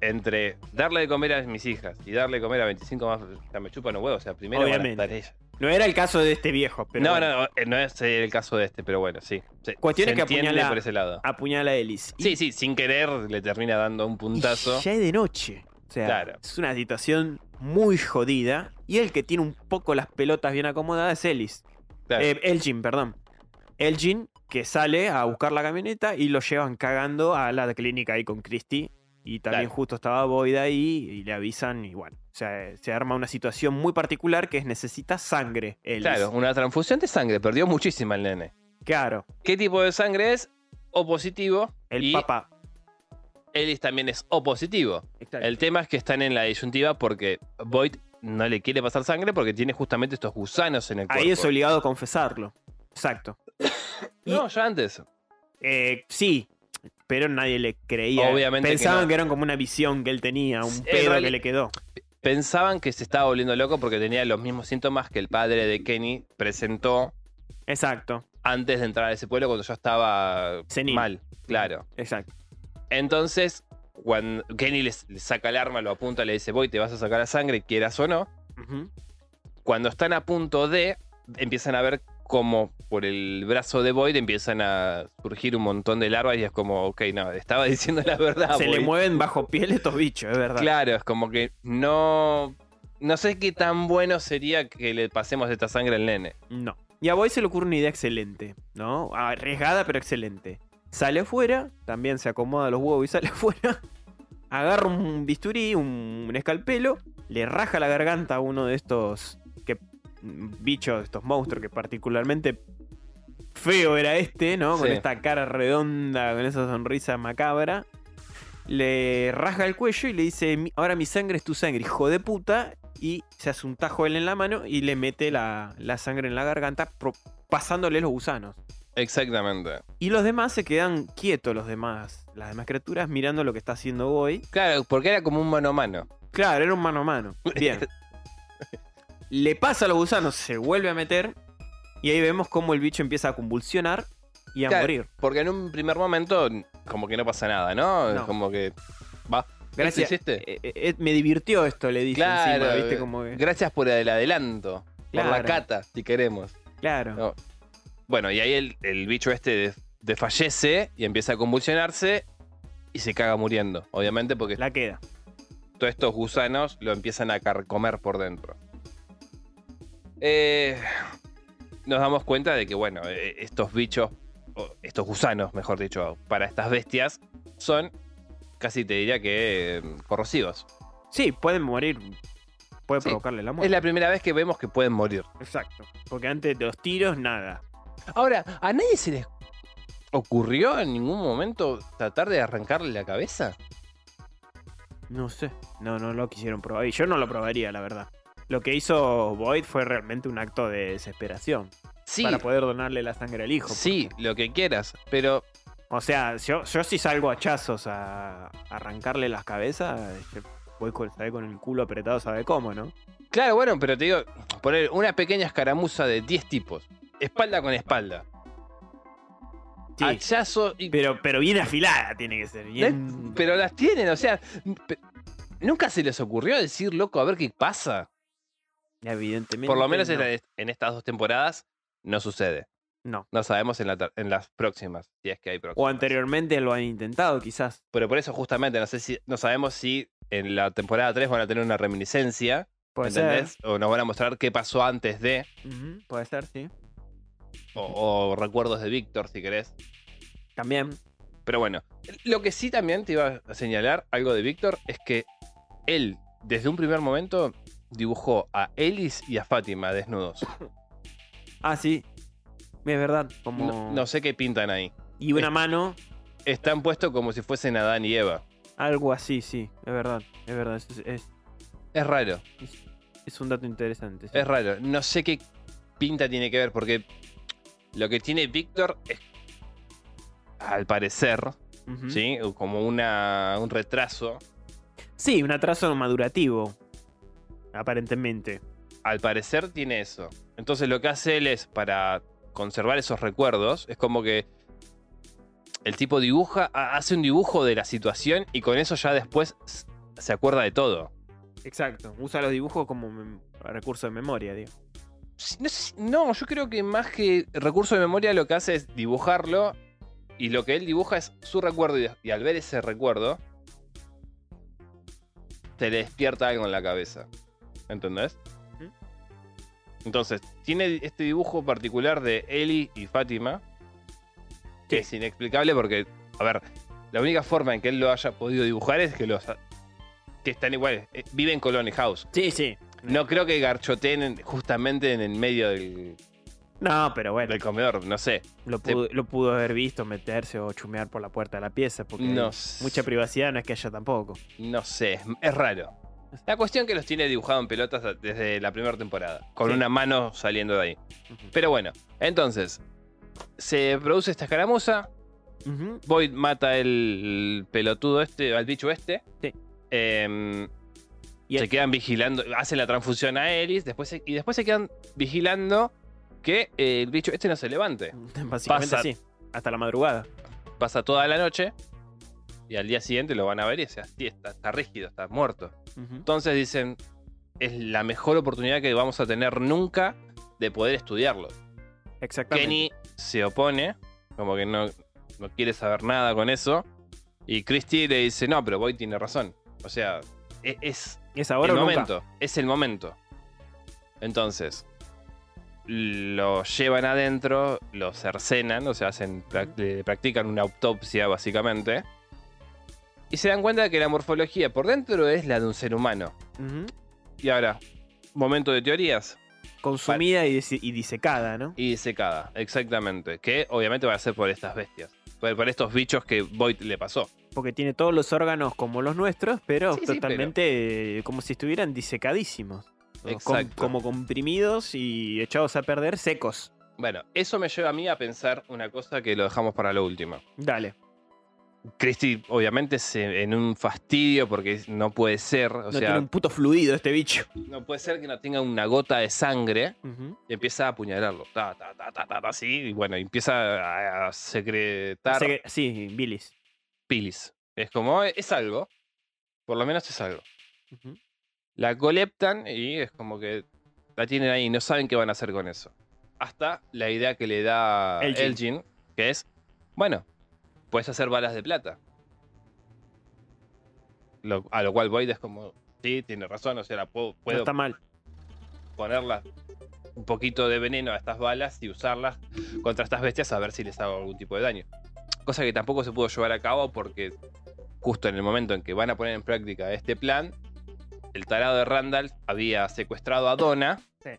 S3: entre darle de comer a mis hijas y darle de comer a 25 más, o sea, me chupan un huevo, o sea, primero van a
S1: Obviamente.
S3: estar ellas.
S1: No era el caso de este viejo, pero
S3: no,
S1: bueno,
S3: no, no, eh, no es el caso de este, pero bueno, sí. Se,
S1: Cuestiones
S3: se
S1: que
S3: entiende
S1: apuñala-
S3: por ese lado.
S1: apuñala a Ellis. Y-
S3: Sí, sí, sin querer le termina dando un
S1: y
S3: puntazo.
S1: ya es de noche. O sea,
S3: Claro.
S1: es una situación muy jodida. Y el que tiene un poco las pelotas bien acomodadas es Ellis.
S3: Claro.
S1: Eh, Elgin, perdón. Elgin que sale a buscar la camioneta y lo llevan cagando a la clínica ahí con Christie. Y también
S3: Claro.
S1: justo estaba Boyd ahí y le avisan y bueno, o sea, se arma una situación muy particular que es necesita sangre. Ellis.
S3: Claro, una transfusión de sangre, perdió muchísima el nene.
S1: Claro.
S3: ¿Qué tipo de sangre es? O positivo.
S1: El
S3: y
S1: papá.
S3: Ellis también es O positivo. El tema es que están en la disyuntiva porque Void no le quiere pasar sangre porque tiene justamente estos gusanos en el cuerpo.
S1: Ahí es obligado a confesarlo. Exacto.
S3: No, ya antes.
S1: Eh, sí, pero nadie le creía.
S3: Obviamente que
S1: Pensaban que,
S3: no.
S1: eran como una visión que él tenía, un
S3: En
S1: pedo
S3: reali-
S1: que le quedó.
S3: pensaban que se estaba volviendo loco porque tenía los mismos síntomas que el padre de Kenny presentó
S1: Exacto,
S3: antes de entrar a ese pueblo cuando ya estaba
S1: Senil.
S3: mal, claro.
S1: exacto.
S3: Entonces, cuando Kenny les- le saca el arma, lo apunta, le dice, voy, te vas a sacar la sangre, quieras o no.
S1: Ujú.
S3: Cuando están a punto de, empiezan a ver como por el brazo de Void empiezan a surgir un montón de larvas y es como, ok, no, estaba diciendo la verdad.
S1: Se le
S3: Void".
S1: mueven bajo piel estos bichos, es verdad.
S3: Ah, Claro, es como que no. No sé qué tan bueno sería que le pasemos esta sangre al nene.
S1: No. Y a Boy se le ocurre una idea excelente, ¿no? Arriesgada, pero excelente. Sale afuera, también se acomoda los huevos y sale afuera. Agarra un bisturí, un, un escalpelo, le raja la garganta a uno de estos que, mm, bichos, estos monstruos que particularmente feo era este, ¿no? Con
S3: Sí.
S1: esta cara redonda, con esa sonrisa macabra. Le raja el cuello y le dice, "Mi- ahora mi sangre es tu sangre, hijo de puta. Y se hace un tajo él en la mano y le mete la, la sangre en la garganta, pro- pasándole los gusanos.
S3: Exactamente.
S1: Y los demás se quedan quietos, los demás, las demás criaturas, mirando lo que está haciendo Boy.
S3: Claro, porque era como un mano a mano.
S1: Claro, era un mano a mano. Bien. Le pasa a los gusanos, se vuelve a meter. Y ahí vemos cómo el bicho empieza a convulsionar y a
S3: Claro.
S1: morir.
S3: Porque en un primer momento, como que no pasa nada, ¿no?
S1: No.
S3: Como que. Va.
S1: Gracias.
S3: ¿Esto hiciste?
S1: Eh, eh, eh, me divirtió esto, le dice
S3: Claro. eh,
S1: encima, ¿viste? Como que-
S3: Gracias por el adelanto. Por la
S1: Claro.
S3: cata, si queremos.
S1: Claro.
S3: No. Bueno, y ahí el, el bicho este de- desfallece y empieza a convulsionarse y se caga muriendo. Obviamente, porque
S1: La queda.
S3: todos estos gusanos lo empiezan a carcomer por dentro. Eh, nos damos cuenta de que, bueno, eh, estos bichos, o estos gusanos, mejor dicho, para estas bestias, son casi te diría que eh, corrosivos.
S1: Sí, pueden morir. Puede
S3: Sí.
S1: provocarle la muerte.
S3: Es la primera vez que vemos que pueden morir.
S1: Exacto. Porque antes de los tiros, nada.
S3: Ahora, ¿a nadie se les ocurrió en ningún momento tratar de arrancarle la cabeza?
S1: No sé. No, no lo quisieron probar. Y yo no lo probaría, la verdad. Lo que hizo Void fue realmente un acto de desesperación.
S3: Sí,
S1: Para poder donarle la sangre al hijo.
S3: sí, lo que quieras, pero
S1: O sea, yo, yo si salgo a chazos a arrancarle las cabezas, yo voy con, sabe, con el culo apretado, sabe cómo, ¿no?
S3: Claro, bueno, pero te digo, poner una pequeña escaramuza de 10 tipos, espalda con espalda,
S1: Sí.
S3: hachazo y.
S1: Ah, Pero, pero bien afilada tiene que ser. Bien...
S3: Pero las tienen, o sea. pe- Nunca se les ocurrió decir, loco, a ver qué pasa.
S1: Evidentemente.
S3: Por lo menos en,
S1: no.
S3: la- en estas dos temporadas no sucede.
S1: No.
S3: No sabemos en, la tar- en las próximas, si es que hay próximas.
S1: O anteriormente lo han intentado, quizás.
S3: Pero por eso, justamente, no, sé si, no sabemos si en la temporada 3 van a tener una reminiscencia,
S1: Puede
S3: ¿entendés? O nos van a mostrar qué pasó antes de,
S1: ser. Ujú, Puede ser, sí.
S3: o- o recuerdos de Víctor, si querés.
S1: También.
S3: Pero bueno, lo que sí también te iba a señalar algo de Víctor es que él, desde un primer momento, dibujó a Ellis y a Fátima desnudos.
S1: Ah, sí. Es verdad. Como...
S3: No, no sé qué pintan ahí.
S1: Y una
S3: es-
S1: mano,
S3: Están puestos como si fuesen Adán y Eva.
S1: algo así, sí. Es verdad. Es verdad. Es, es-
S3: Es raro,
S1: es un dato interesante. sí.
S3: es raro. No sé qué pinta tiene que ver, porque lo que tiene Víctor es, al parecer,
S1: Ujú.
S3: ¿sí? Como una, un retraso.
S1: Sí, un atraso madurativo. Aparentemente.
S3: al parecer tiene eso. Entonces lo que hace él es, para conservar esos recuerdos, es como que el tipo dibuja, ha- hace un dibujo de la situación y con eso ya después s- se acuerda de todo.
S1: Exacto. Usa los dibujos como mem- recurso de memoria, digo.
S3: Sí, No, sé si- no, yo creo que más que recurso de memoria lo que hace es dibujarlo y lo que él dibuja es su recuerdo y, y al ver ese recuerdo se le despierta algo en la cabeza. ¿Entendés?
S1: Ujú.
S3: Entonces, tiene este dibujo particular de Eli y Fátima que
S1: Sí.
S3: es inexplicable porque, a ver, la única forma en que él lo haya podido dibujar es que los... que están iguales, eh, viven en Colony House.
S1: Sí, sí.
S3: No creo que garchoteen en- justamente en el medio del,
S1: No, pero bueno.
S3: del comedor, no sé.
S1: Lo
S3: se-
S1: pudo, lo pudo haber visto meterse o chumear por la puerta de la pieza. Porque
S3: No
S1: hay
S3: s-
S1: mucha privacidad no es que haya tampoco.
S3: No sé, es- es raro. La cuestión que los tiene dibujado en pelotas desde la primera temporada, con
S1: Sí.
S3: una mano saliendo de ahí.
S1: Ujú.
S3: Pero bueno, entonces, se produce esta escaramuza,
S1: Ujú.
S3: Boyd mata el pelotudo este, al bicho este.
S1: Sí.
S3: Em,
S1: Y
S3: se
S1: el-
S3: quedan vigilando, hace la transfusión a Eris, después se- y después se quedan vigilando que eh, el bicho este no se levante.
S1: Básicamente
S3: pasa-
S1: sí. Hasta la madrugada.
S3: Pasa toda la noche y al día siguiente lo van a ver y dice, "Sí, está, está rígido, está muerto.
S1: Ujú.
S3: Entonces dicen, es la mejor oportunidad que vamos a tener nunca de poder estudiarlo.
S1: Exactamente.
S3: Kenny se opone, como que no, no quiere saber nada con eso. Y Christie le dice, no, pero Boy tiene razón. O sea, e- es,
S1: Es ahora
S3: el
S1: o nunca.
S3: momento. Es el momento. Entonces, lo llevan adentro, lo cercenan, o sea, hacen, prac- le practican una autopsia básicamente. Y se dan cuenta de que la morfología por dentro es la de un ser humano.
S1: Ujú.
S3: Y ahora, momento de teorías.
S1: Consumida y, dise- y disecada, ¿no?
S3: Y secada, exactamente. Que obviamente va a ser por estas bestias. Por, por estos bichos que Void le pasó.
S1: Porque tiene todos los órganos como los nuestros, pero
S3: Sí, sí,
S1: totalmente eh, como si estuvieran disecadísimos. O com-
S3: Exacto.
S1: como comprimidos y echados a perder secos.
S3: Bueno, eso me lleva a mí a pensar una cosa que lo dejamos para lo último.
S1: Dale.
S3: Christie, obviamente, se- en un fastidio porque no puede ser. O
S1: no
S3: sea,
S1: tiene un puto fluido este bicho.
S3: no puede ser que no tenga una gota de sangre.
S1: Ujú.
S3: Y empieza a apuñalarlo. Ta, ta, ta, ta, ta, ta, así. Y bueno, empieza a, a secretar
S1: Así que- sí, bilis.
S3: pilis. Es como, eh, es algo. Por lo menos es algo.
S1: Ujú.
S3: La colectan y es como que la tienen ahí, no saben qué van a hacer con eso. Hasta la idea que le da
S1: Elgin.
S3: Elgin, que es, bueno, puedes hacer balas de plata. Lo- a lo cual Void es como, sí, tiene razón, o sea, la puedo,
S1: No
S3: puedo
S1: está mal.
S3: ponerla un poquito de veneno a estas balas y usarlas contra estas bestias a ver si les hago algún tipo de daño. Cosa que tampoco se pudo llevar a cabo porque justo en el momento en que van a poner en práctica este plan, el tarado de Randall había secuestrado a Donna.
S1: Sí.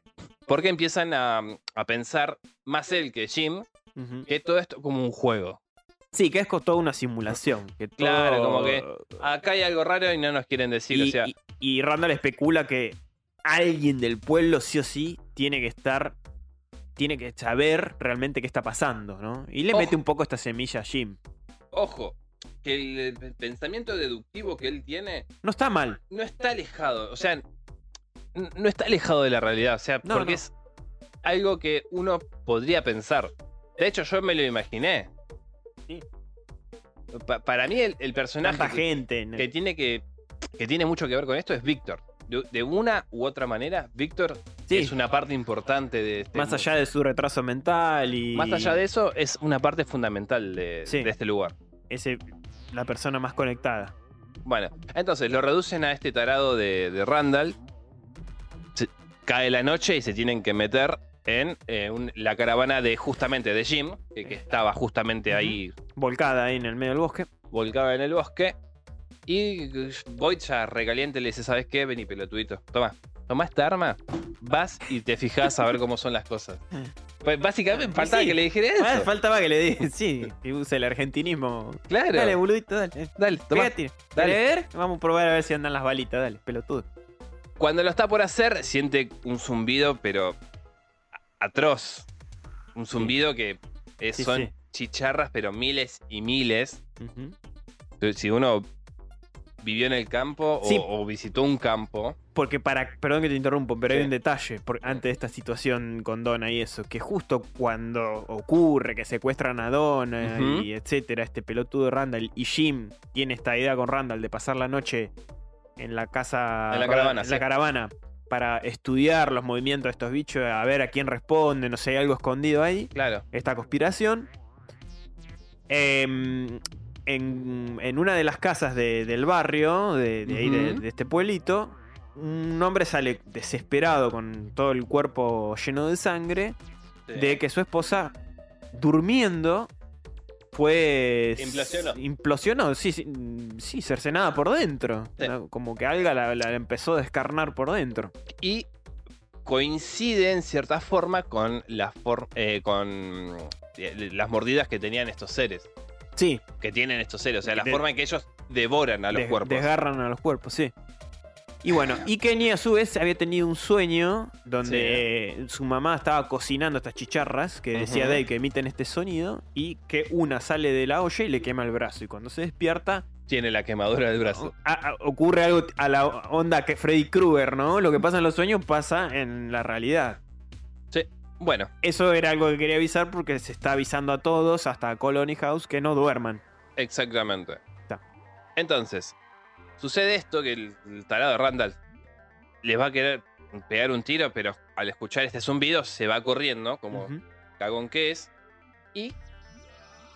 S3: Porque empiezan a, a pensar más él que Jim
S1: Ujú.
S3: que todo esto como un juego.
S1: Sí, que es co- toda una simulación. que
S3: Claro,
S1: todo-
S3: como que- Acá hay algo raro y no nos quieren decir,
S1: y,
S3: o sea,
S1: y- y Randall especula que alguien del pueblo sí o sí tiene que estar, tiene que saber realmente qué está pasando, ¿no? Y le
S3: Ojo.
S1: mete un poco esta semilla a Jim.
S3: ojo, que el eh, pensamiento deductivo que él tiene
S1: No está mal.
S3: no está alejado, o sea, n- no está alejado de la realidad, o sea,
S1: No,
S3: porque
S1: no.
S3: es algo que uno podría pensar. De hecho, yo me lo imaginé.
S1: Sí.
S3: Pa- para mí, el, el personaje
S1: Tanta
S3: que-
S1: gente. ¿no?
S3: que tiene que, que tiene mucho que ver con esto es Víctor. De, de una u otra manera, Víctor
S1: Sí,
S3: es una parte importante de este
S1: más
S3: mundo.
S1: allá de su retraso mental y.
S3: Más allá de eso, es una parte fundamental de,
S1: Sí.
S3: de este lugar.
S1: Ese, la persona más conectada.
S3: Bueno, entonces lo reducen a este tarado de, de Randall. Se- cae la noche y se tienen que meter en eh, un- la caravana de justamente de Jim, que, que estaba justamente
S1: Ujú.
S3: ahí
S1: Volcada ahí en el medio del bosque.
S3: volcada en el bosque. Y Void ya recaliente le dice, ¿sabes qué? Vení, pelotudito. Toma, toma esta arma, vas y te fijas a ver cómo son las cosas. Pues básicamente
S1: Y
S3: faltaba
S1: sí.
S3: que le dijera eso.
S1: Ah, faltaba que le diga, sí, que use el argentinismo.
S3: claro.
S1: Dale,
S3: Dale,
S1: boludito, dale.
S3: tomá.
S1: Pégate.
S3: dale.
S1: Dale, a ver. Vamos a probar a ver si andan las balitas, dale, pelotudo.
S3: Cuando lo está por hacer, siente un zumbido, pero atroz. Un zumbido que es-
S1: Sí,
S3: son
S1: sí.
S3: chicharras, pero miles y miles.
S1: Ujú.
S3: Si uno vivió en el campo o-
S1: Sí.
S3: o visitó un campo,
S1: Porque para, perdón que te interrumpo, pero hay
S3: Sí.
S1: un detalle por- antes de esta situación con Donna y eso, que justo cuando ocurre que secuestran a Donna
S3: Ujú.
S1: y etcétera, este pelotudo Randall y Jim tiene esta idea con Randall de pasar la noche en la casa,
S3: En la caravana,
S1: en la
S3: sí.
S1: caravana para estudiar los movimientos de estos bichos, a ver a quién responden, no sé, hay algo escondido ahí.
S3: claro.
S1: esta conspiración. Em, en, en una de las casas de- del barrio, de, de ahí de-
S3: Ujú.
S1: de este pueblito, un hombre sale desesperado con todo el cuerpo lleno de sangre
S3: Sí.
S1: de que su esposa, durmiendo, fue...
S3: Implosionó.
S1: Implosionó, sí, sí, mm, sí, cercenada por dentro.
S3: Sí.
S1: ¿no? Como que alga la, la empezó a descarnar por dentro.
S3: y coincide en cierta forma con, la for- eh, con eh, las mordidas que tenían estos seres.
S1: Sí,
S3: Que tienen estos seres. O sea, la
S1: De-
S3: forma en que ellos devoran a los
S1: Des-
S3: cuerpos.
S1: Desgarran a los cuerpos, sí. Y bueno, y Kenny a su vez había tenido un sueño donde eh, su mamá estaba cocinando estas chicharras que decía
S3: Ujú.
S1: Dave que emiten este sonido y que una sale de la olla y le quema el brazo. Y cuando se despierta,
S3: tiene la quemadura del brazo.
S1: A- a- ocurre algo a la onda que Freddy Krueger, ¿no? Lo que pasa en los sueños pasa en la realidad. Oh.
S3: Bueno,
S1: Eso era algo que quería avisar porque se está avisando a todos, hasta a Colony House, que no duerman.
S3: exactamente.
S1: Está.
S3: Entonces, sucede esto que el, el tarado de Randall les va a querer pegar un tiro, pero al escuchar este zumbido se va corriendo, como
S1: Ujú.
S3: cagón que es. Y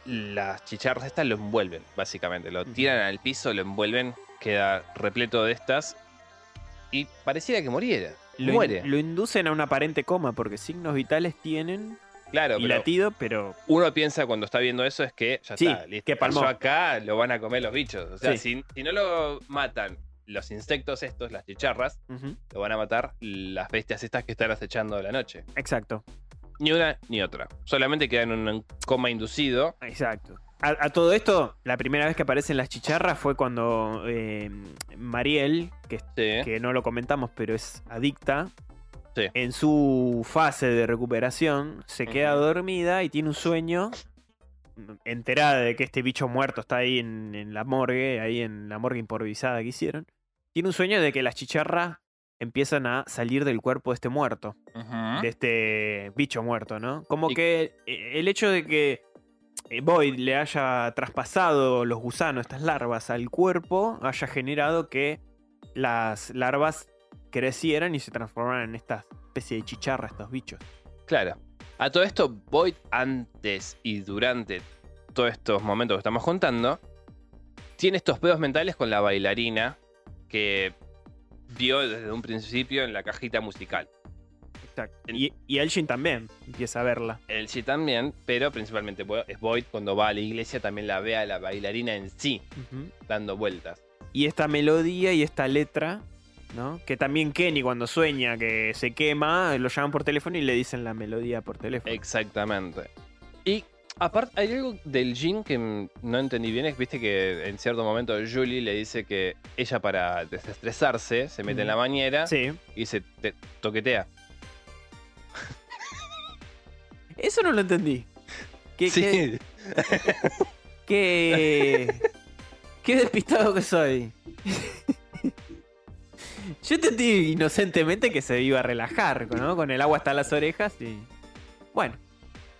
S3: las chicharras estas lo envuelven, básicamente. Lo
S1: Ujú.
S3: tiran al piso, lo envuelven, queda repleto de estas. Y pareciera que muriera.
S1: Lo, in-
S3: muere.
S1: lo inducen a un aparente coma porque signos vitales tienen
S3: claro,
S1: y
S3: pero
S1: latido, pero
S3: uno piensa cuando está viendo eso es que ya
S1: Sí,
S3: está, listo.
S1: que palmó.
S3: cayó acá lo van a comer los bichos. O sea,
S1: Sí.
S3: si, si no lo matan los insectos estos, las chicharras,
S1: ujú,
S3: lo van a matar las bestias estas que están acechando a la noche.
S1: exacto,
S3: Ni una ni otra. Solamente quedan en un coma inducido.
S1: exacto. A, a todo esto, la primera vez que aparecen las chicharras fue cuando eh, Mariel, que,
S3: Sí.
S1: que no lo comentamos, pero es adicta,
S3: ¿Eh? Sí.
S1: en su fase de recuperación se queda
S3: Ujú.
S1: dormida y tiene un sueño mm, enterada de que este bicho muerto está ahí en, en la morgue, ahí en la morgue improvisada que hicieron. Tiene un sueño de que las chicharras empiezan a salir del cuerpo de este muerto.
S3: Ujú.
S1: de este bicho muerto, ¿no? Como
S3: Y-
S1: que eh, el hecho de que eh, Boyd le haya traspasado los gusanos, estas larvas, al cuerpo, haya generado que las larvas crecieran y se transformaran en esta especie de chicharra, estos bichos.
S3: Claro. A todo esto, Void antes y durante todos estos momentos que estamos contando, tiene estos pedos mentales con la bailarina que vio desde un principio en la cajita musical.
S1: Y, y Elgin también empieza a verla.
S3: El sí también, pero principalmente Bo- es Void cuando va a la iglesia también la ve a la bailarina en sí, dando vueltas.
S1: Y esta melodía y esta letra, ¿no? Que también Kenny cuando sueña que se quema, lo llaman por teléfono y le dicen la melodía por teléfono.
S3: Exactamente. Y aparte, hay algo del Jin que mm, no entendí bien. Es viste que en cierto momento Julie le dice que ella, para desestresarse, se mete en la
S1: Ujú.
S3: bañera
S1: sí.
S3: y se te- toquetea.
S1: Eso no lo entendí. ¿Qué, qué-
S3: Sí,
S1: qué- qué despistado que soy. Yo entendí inocentemente que se iba a relajar, ¿no? Con el agua hasta las orejas y. Bueno,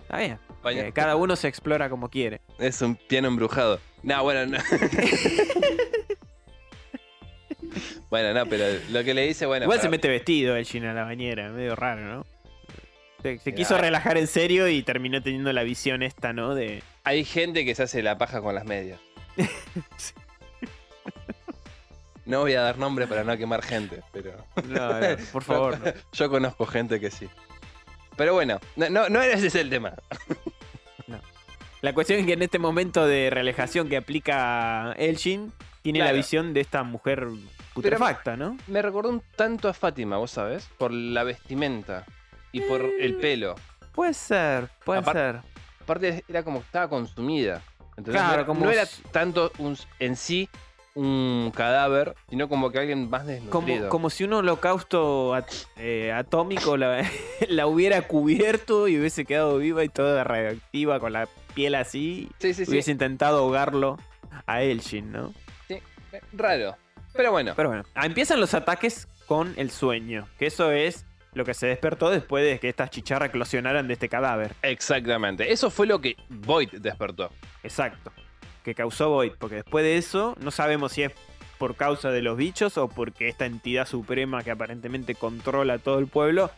S1: está bien.
S3: baña-
S1: Eh, cada uno se explora como quiere.
S3: es un piano embrujado. No, bueno, no. bueno, no, pero lo que le dice, bueno.
S1: Igual se
S3: pero-
S1: mete vestido el Gina a la bañera, medio raro, ¿no? Se, se
S3: Mirá.
S1: quiso relajar en serio y terminó teniendo la visión esta, ¿no? De.
S3: Hay gente que se hace la paja con las medias. No voy a dar nombre para no quemar gente, pero.
S1: No, no, por favor. no.
S3: Yo conozco gente que sí. Pero bueno, no, no, no era ese el tema.
S1: La cuestión es que en este momento de relajación que aplica Elgin, tiene la
S3: Claro.
S1: visión de esta mujer putrefacta, ¿no?
S3: Me recordó un tanto a Fátima, vos sabés, por la vestimenta y por el pelo.
S1: Puede ser, puede
S3: Apar-
S1: ser.
S3: Aparte era como que estaba consumida. ¿entendés?
S1: Claro,
S3: no, era-
S1: como
S3: no era
S1: s-
S3: tanto un- en sí un cadáver, sino como que alguien más
S1: Como,
S3: desnutrido.
S1: como si un holocausto at- eh, atómico la, la hubiera cubierto y hubiese quedado viva y toda radioactiva con la piel así.
S3: Sí, sí, sí.
S1: Hubiese intentado ahogarlo a Elgin, ¿no?
S3: Raro. Pero bueno,
S1: Pero bueno, ah, empiezan los ataques con el sueño, que eso es lo que se despertó después de que estas chicharras eclosionaran de este cadáver.
S3: exactamente. Eso fue lo que Void despertó.
S1: Exacto. Que causó Void. Porque después de eso, no sabemos si es por causa de los bichos o porque esta entidad suprema que aparentemente controla todo el pueblo,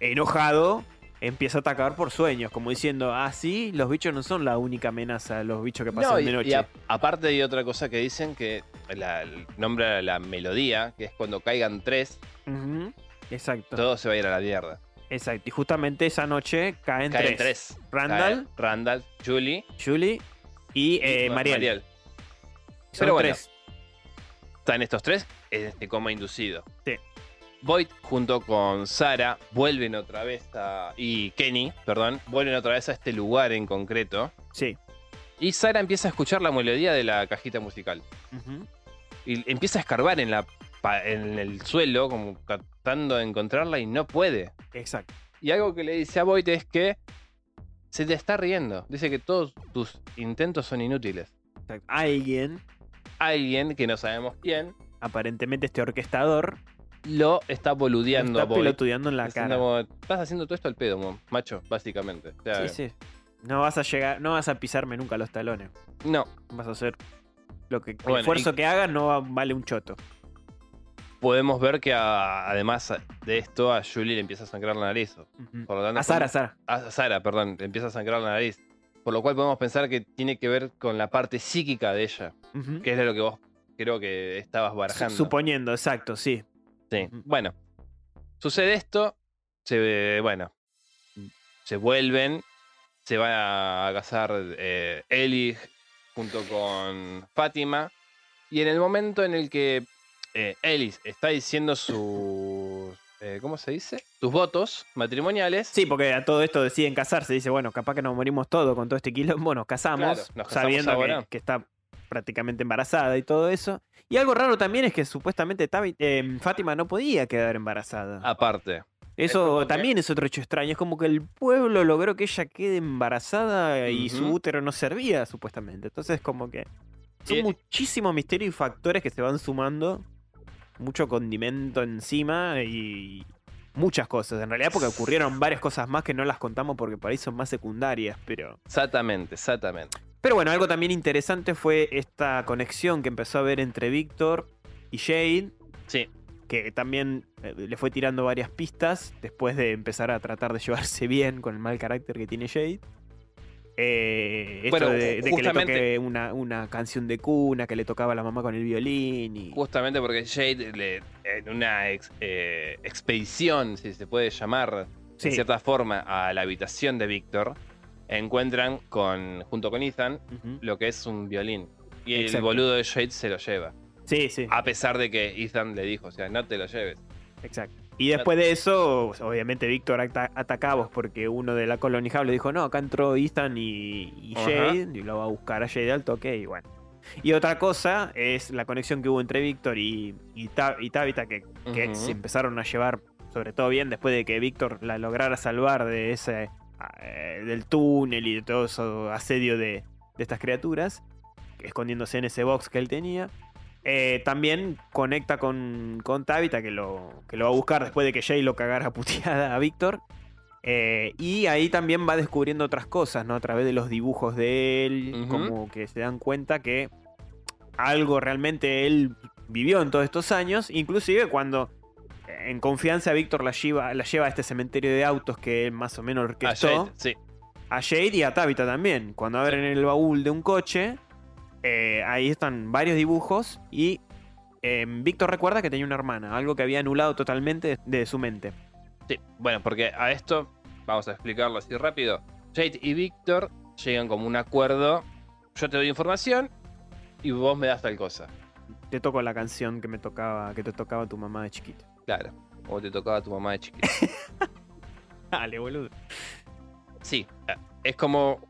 S1: enojado, empieza a atacar por sueños. Como diciendo, ah, sí, los bichos no son la única amenaza, los bichos que pasan
S3: No, y,
S1: de noche.
S3: y a- aparte hay otra cosa que dicen que la, el- nombra la melodía, que es cuando caigan tres,
S1: Ujú, Exacto.
S3: todo se va a ir a la mierda.
S1: Exacto. Y justamente esa noche caen, tres.
S3: Caen tres.
S1: Randall,
S3: Caen Randall, Julie
S1: Julie y, eh,
S3: Ma-
S1: Mariel. Son
S3: Pero bueno.
S1: tres.
S3: Están estos tres en este coma inducido.
S1: Sí.
S3: Void junto con Sara vuelven otra vez a... y Kenny, perdón, vuelven otra vez a este lugar en concreto.
S1: Sí.
S3: Y Sara empieza a escuchar la melodía de la cajita musical.
S1: Ujú.
S3: y empieza a escarbar en, la, pa- en el suelo, como tratando de encontrarla y no puede.
S1: Exacto.
S3: Y algo que le dice a Void es que se te está riendo. Dice que todos tus intentos son inútiles.
S1: Exacto. Alguien
S3: alguien que no sabemos quién
S1: Aparentemente este orquestador
S3: lo está
S1: lo
S3: boludeando a
S1: está
S3: Bob.
S1: pelotudeando en la
S3: Diciendo
S1: cara.
S3: como, Estás haciendo todo esto al pedo, mo- macho, básicamente. O sea,
S1: Sí, sí. No vas a llegar, no vas a pisarme nunca los talones.
S3: No,
S1: Vas a hacer lo que el
S3: Bueno,
S1: esfuerzo
S3: y-
S1: que hagas no va- vale un choto.
S3: podemos ver que a- además de esto a Julie le empieza a sangrar la nariz.
S1: Ujú.
S3: Por lo tanto,
S1: Azar,
S3: podemos-
S1: azar.
S3: a a Sara, perdón, le empieza a sangrar la nariz. Por lo cual podemos pensar que tiene que ver con la parte psíquica de ella,
S1: Ujú.
S3: que es lo que vos creo que estabas
S1: Su-
S3: barajando.
S1: Suponiendo, exacto, sí.
S3: Sí.
S1: Ujú.
S3: Bueno, sucede esto, se ve- bueno, se vuelven, se va a casar eh, Eli junto con Fátima y en el momento en el que eh, Eli está diciendo sus eh, ¿cómo se dice? Sus votos matrimoniales.
S1: Sí, porque a todo esto deciden casarse. Dice, bueno, capaz que nos morimos todos con todo este quilombo, nos casamos,
S3: Claro, nos casamos
S1: sabiendo que-
S3: ahora.
S1: que, está prácticamente embarazada y todo eso. Y algo raro también es que supuestamente Tabi- eh, Fátima no podía quedar embarazada.
S3: Aparte. es
S1: Eso
S3: como que-
S1: también es otro hecho extraño. Es como que el pueblo logró que ella quede embarazada y su
S3: Ujú.
S1: útero no servía, supuestamente. Entonces, como que son
S3: Eh.
S1: muchísimos misterios y factores que se van sumando. Mucho condimento encima y muchas cosas. En realidad, porque ocurrieron varias cosas más que no las contamos porque por ahí son más secundarias, pero.
S3: Exactamente, exactamente.
S1: Pero bueno, algo también interesante fue esta conexión que empezó a haber entre Víctor y Jade
S3: Sí,
S1: que también eh, le fue tirando varias pistas después de empezar a tratar de llevarse bien con el mal carácter que tiene Jade. Eh, esto
S3: Bueno,
S1: de, de que le
S3: justamente-
S1: toque una, una canción de cuna que le tocaba la mamá con el violín y
S3: justamente porque Jade le- en una ex- eh, expedición, si se puede llamar
S1: Sí,
S3: de cierta forma a la habitación de Víctor, encuentran con junto con Ethan
S1: ujú.
S3: lo que es un violín. Y el
S1: Exacto.
S3: boludo de Jade se lo lleva.
S1: sí, sí,
S3: A pesar de que Ethan le dijo, o sea, no te lo lleves.
S1: exacto. Y después de eso, obviamente Víctor ata- ataca a vos porque uno de la colonia le dijo, no, acá entró Ethan y, y
S3: Ajá.
S1: Jade y lo va a buscar a Jade al toque y bueno. Y otra cosa es la conexión que hubo entre Víctor y, y, Ta- y Tabitha, que que
S3: Ujú.
S1: se empezaron a llevar sobre todo bien después de que Víctor la lograra salvar de ese eh, del túnel y de todo eso asedio de, de estas criaturas escondiéndose en ese box que él tenía Eh, también conecta con, con Tabitha que lo, que lo va a buscar después de que Jay lo cagara a puteada a Víctor Eh, y ahí también va descubriendo otras cosas, ¿no? A través de los dibujos de él,
S3: Ujú.
S1: como que se dan cuenta que algo realmente él vivió en todos estos años, inclusive cuando eh, en confianza Víctor la lleva, la lleva a este cementerio de autos que él más o menos
S3: A
S1: orquestó,
S3: Jade, sí.
S1: a Jade y a Tabitha también. Cuando abren el baúl de un coche, eh, ahí están varios dibujos y eh, Víctor recuerda que tenía una hermana, algo que había anulado totalmente de, de su mente.
S3: Sí, bueno, porque a esto vamos a explicarlo así rápido. Jade y Víctor llegan como un acuerdo. Yo te doy información y vos me das tal cosa.
S1: Te toco la canción que me tocaba, que te tocaba tu mamá de chiquito.
S3: Claro. O te tocaba a tu mamá de chiquita.
S1: Dale, boludo.
S3: Sí, Ah, es como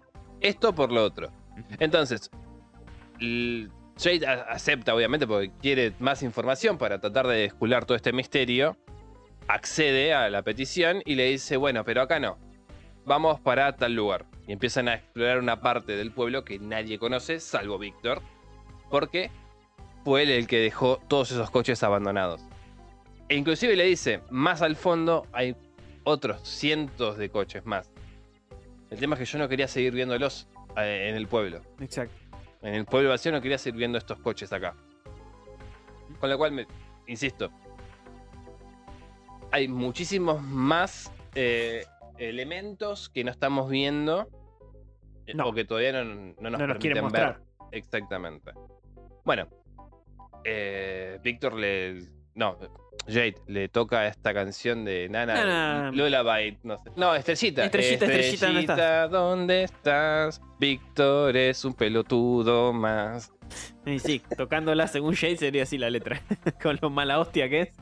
S3: esto por lo otro. Entonces, l- Jade a- acepta, obviamente, porque quiere más información para tratar de descular todo este misterio. Accede a la petición y le dice, bueno, pero acá no. Vamos para tal lugar. Y empiezan a explorar una parte del pueblo que nadie conoce, salvo Víctor. Porque fue él el que dejó todos esos coches abandonados. E inclusive le dice, más al fondo hay otros cientos de coches más. El tema es que yo no quería seguir viéndolos eh, en el pueblo.
S1: Exacto.
S3: En el pueblo vacío no quería seguir viendo estos coches acá. Con lo cual, me, insisto, hay muchísimos más eh, elementos que no estamos viendo eh,
S1: No.
S3: o que todavía no, no nos,
S1: No nos quieren
S3: permiten
S1: mostrar.
S3: ver. Exactamente. Bueno, eh, Víctor le. No, Jade le toca esta canción de Nana.
S1: Nana.
S3: Lola Byte, no sé. No, Estrellita.
S1: Estrellita, Estrellita, ¿dónde estás?
S3: Estrellita, ¿dónde estás? Víctor es un pelotudo más.
S1: Y sí, tocándola según Jade sería así la letra. Con lo mala hostia que es.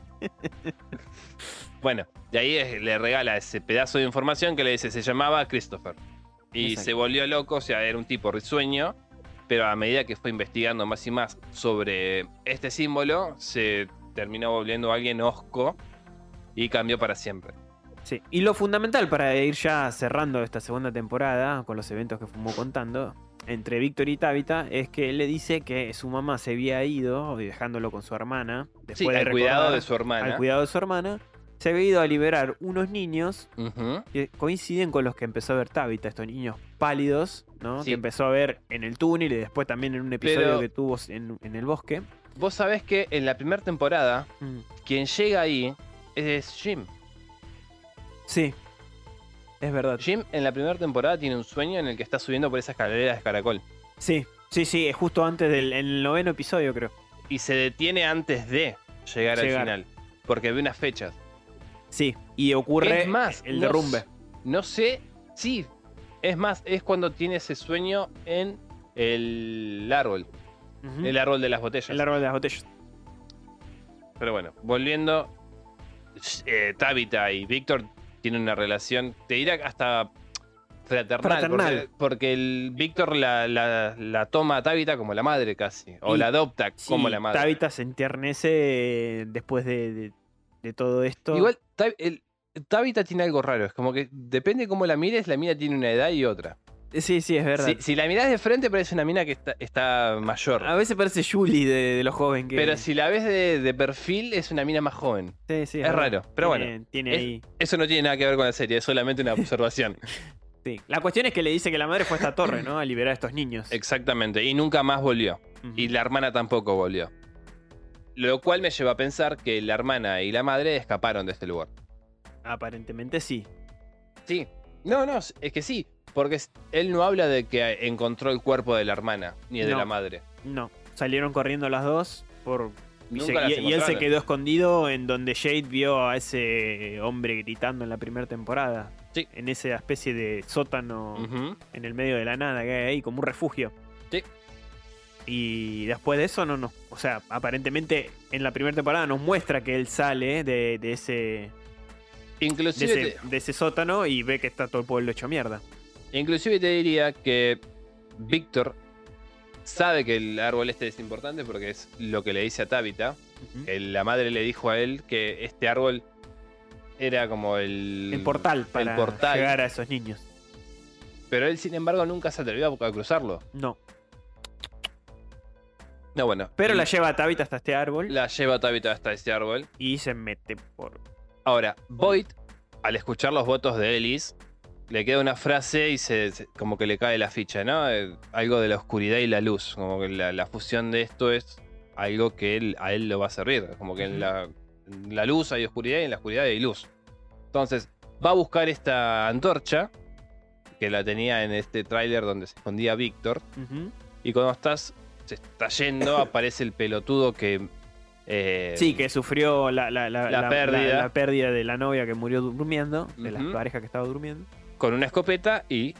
S3: Bueno, de ahí es- le regala ese pedazo de información que le dice, se llamaba Christopher. Y
S1: Exacto.
S3: se volvió loco, o sea, era un tipo risueño, pero a medida que fue investigando más y más sobre este símbolo, se terminó volviendo alguien osco y cambió para siempre.
S1: Sí. Y lo fundamental para ir ya cerrando esta segunda temporada con los eventos que fuimos contando entre Víctor y Tabitha es que él le dice que su mamá se había ido, dejándolo con su hermana, después
S3: Sí,
S1: de
S3: al
S1: recordar-
S3: cuidado de su
S1: al
S3: hermana.
S1: cuidado de su hermana, se había ido a liberar unos niños
S3: Ujú.
S1: que coinciden con los que empezó a ver Tabitha, estos niños pálidos, ¿no?
S3: Sí.
S1: Que empezó a ver en el túnel y después también en un episodio
S3: Pero-
S1: que tuvo en, en el bosque.
S3: Vos sabés que en la primera temporada,
S1: Mm.
S3: quien llega ahí es Jim.
S1: Sí, es verdad.
S3: Jim en la primera temporada tiene un sueño en el que está subiendo por esa escalera de caracol.
S1: Sí, sí, sí, es justo antes del en el noveno episodio, creo.
S3: Y se detiene antes de llegar,
S1: Llegar.
S3: al final. Porque ve unas fechas.
S1: Sí, y ocurre
S3: Es más,
S1: el
S3: no
S1: derrumbe.
S3: s- No sé, sí. Es más, es cuando tiene ese sueño en el árbol.
S1: Ujú.
S3: El árbol de las botellas.
S1: El árbol de las botellas.
S3: Pero bueno, volviendo. eh, Tabitha y Víctor tienen una relación, te dirá hasta fraternal.
S1: Fraternal.
S3: Porque, porque el Víctor la, la- la toma a Tabitha como la madre casi. O
S1: Y-
S3: la adopta como
S1: Sí,
S3: la madre.
S1: Tabitha se entiernece eh, después de, de- de todo esto.
S3: Igual, Tab- el- Tabitha tiene algo raro. Es como que depende cómo la mires, la mina tiene una edad y otra.
S1: Sí, sí, es verdad.
S3: Si, si la mirás de frente, parece una mina que está, está mayor.
S1: A veces parece Julie de, de los jóvenes. Que...
S3: Pero si la ves de, de perfil, es una mina más joven.
S1: Sí, sí,
S3: es
S1: verdad.
S3: raro, pero
S1: Tiene- Tiene
S3: es-
S1: ahí.
S3: Eso no tiene nada que ver con la serie, es solamente una observación.
S1: sí. La cuestión es que le dice que la madre fue a esta torre, ¿no? A liberar a estos niños.
S3: Exactamente, y nunca más volvió.
S1: Ujú.
S3: Y la hermana tampoco volvió. Lo cual me lleva a pensar que la hermana y la madre escaparon de este lugar.
S1: Aparentemente sí.
S3: Sí. No, no, es que sí. Porque es- él no habla de que encontró el cuerpo de la hermana ni de
S1: No.
S3: la madre.
S1: No. Salieron corriendo las dos por. Y,
S3: Nunca
S1: se-
S3: las
S1: y- y él se
S3: encontraron.
S1: quedó escondido en donde Jade vio a ese hombre gritando en la primera temporada.
S3: Sí.
S1: En esa especie de sótano
S3: Ujú.
S1: en el medio de la nada que hay ahí, como un refugio.
S3: Sí.
S1: Y después de eso, no, no. O sea, aparentemente en la primera temporada nos muestra que él sale de, de ese, de,
S3: Inclusive,
S1: ese, de ese sótano y ve que está todo el pueblo hecho mierda.
S3: te, inclusive te diría que Víctor sabe que el árbol este es importante porque es lo que le dice a Tabitha.
S1: Ujú.
S3: El- la madre le dijo a él que este árbol era como el...
S1: El portal para
S3: portal.
S1: llegar a esos niños.
S3: Pero él, sin embargo, nunca se atrevió a a cruzarlo.
S1: No.
S3: No, bueno.
S1: Pero
S3: él
S1: la lleva a Tabitha hasta este árbol
S3: la lleva Tabitha hasta ese árbol.
S1: y se mete por.
S3: Ahora, Void, al escuchar los votos de Ellis, le queda una frase y se, se- como que le cae la ficha, ¿no? Eh, algo de la oscuridad y la luz. Como que la, la fusión de esto es algo que él, a él lo va a servir. Como que en
S1: Ujú.
S3: la, en la luz hay oscuridad y en la oscuridad hay luz. Entonces, va a buscar esta antorcha que la tenía en este tráiler donde se escondía Víctor.
S1: Ujú.
S3: Y cuando estás, se está yendo, aparece el pelotudo que. eh,
S1: Sí, que sufrió la, la- la-
S3: la pérdida.
S1: la pérdida de la novia que murió durmiendo, de la
S3: Ujú.
S1: pareja que estaba durmiendo.
S3: Con una escopeta y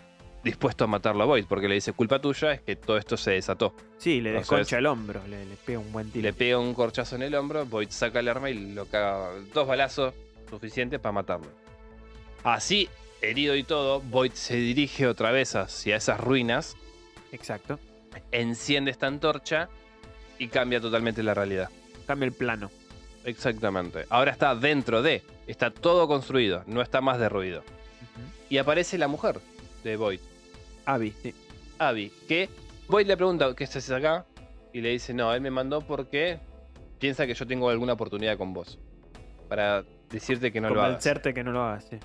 S3: dispuesto a matarlo a Void, porque le dice: culpa tuya, es que todo esto se desató.
S1: Sí, le
S3: O sea,
S1: desconcha
S3: es-
S1: el hombro, le, le pega un buen
S3: Y
S1: tiro.
S3: le pega un corchazo en el hombro, Void saca el arma y lo caga. Dos balazos suficientes para matarlo. Así, herido y todo, Void se dirige otra vez hacia esas ruinas,
S1: Exacto.
S3: enciende esta antorcha y cambia totalmente la realidad.
S1: Cambia el plano.
S3: Exactamente. Ahora está dentro de. Está todo construido, no está más derruido. Y aparece la mujer de Void,
S1: Abby, sí.
S3: Abby, que Void le pregunta, ¿qué estás acá? Y le dice, no, él me mandó porque piensa que yo tengo alguna oportunidad con vos. Para decirte que no lo hagas.
S1: Convencerte que no lo hagas, sí.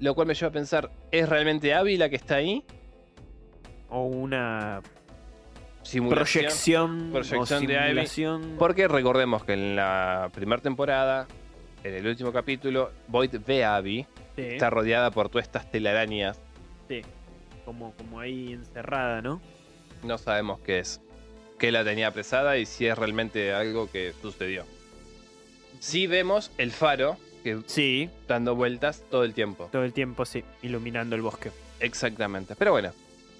S3: Lo cual me lleva a pensar, ¿es realmente Abby la que está ahí?
S1: O una
S3: Simulación.
S1: proyección,
S3: proyección
S1: o
S3: de Abby.
S1: simulación.
S3: Porque recordemos que en la primera temporada, en el último capítulo, Void ve a Abby,
S1: Sí,
S3: está rodeada por todas estas telarañas
S1: sí. Como, como ahí encerrada, ¿no?
S3: no sabemos qué es. Que la tenía apresada y si es realmente algo que sucedió. Sí vemos el faro que
S1: Sí,
S3: dando vueltas todo el tiempo.
S1: todo el tiempo, sí, iluminando el bosque.
S3: Exactamente. Pero bueno,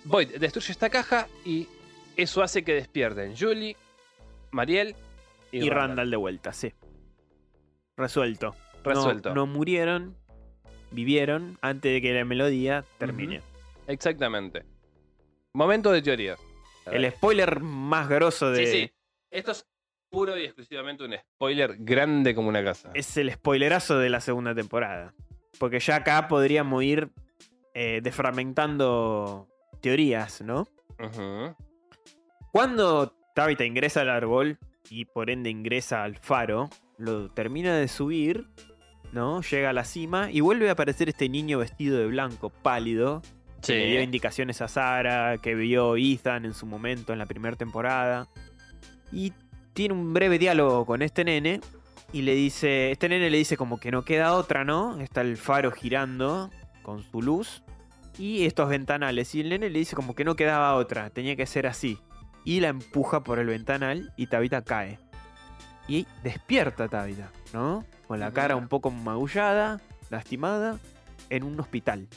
S3: Void destruye esta caja y eso hace que despierten Julie, Mariel y,
S1: Y, Randall. de vuelta, sí. Resuelto. No-
S3: Resuelto.
S1: No, murieron, vivieron antes de que la melodía termine.
S3: Exactamente. Momento de teoría.
S1: El spoiler más grosso de.
S3: Sí, sí. Esto es puro y exclusivamente un spoiler grande como una casa.
S1: es el spoilerazo de la segunda temporada. Porque ya acá podríamos ir eh, desfragmentando teorías, ¿no?
S3: Ujú.
S1: Cuando Tabitha ingresa al árbol y por ende ingresa al faro, lo termina de subir, ¿no? Llega a la cima y vuelve a aparecer este niño vestido de blanco, pálido, que le dio indicaciones a Sara, que vio Ethan en su momento en la primera temporada. Y tiene un breve diálogo con este nene. Y le dice. Este nene le dice como que no queda otra, ¿no? Está el faro girando con su luz. Y estos ventanales. Y el nene le dice como que no quedaba otra. Tenía que ser así. Y la empuja por el ventanal y Tabita cae. Y despierta Tabita, ¿no? Con la cara un poco magullada, lastimada, en un hospital.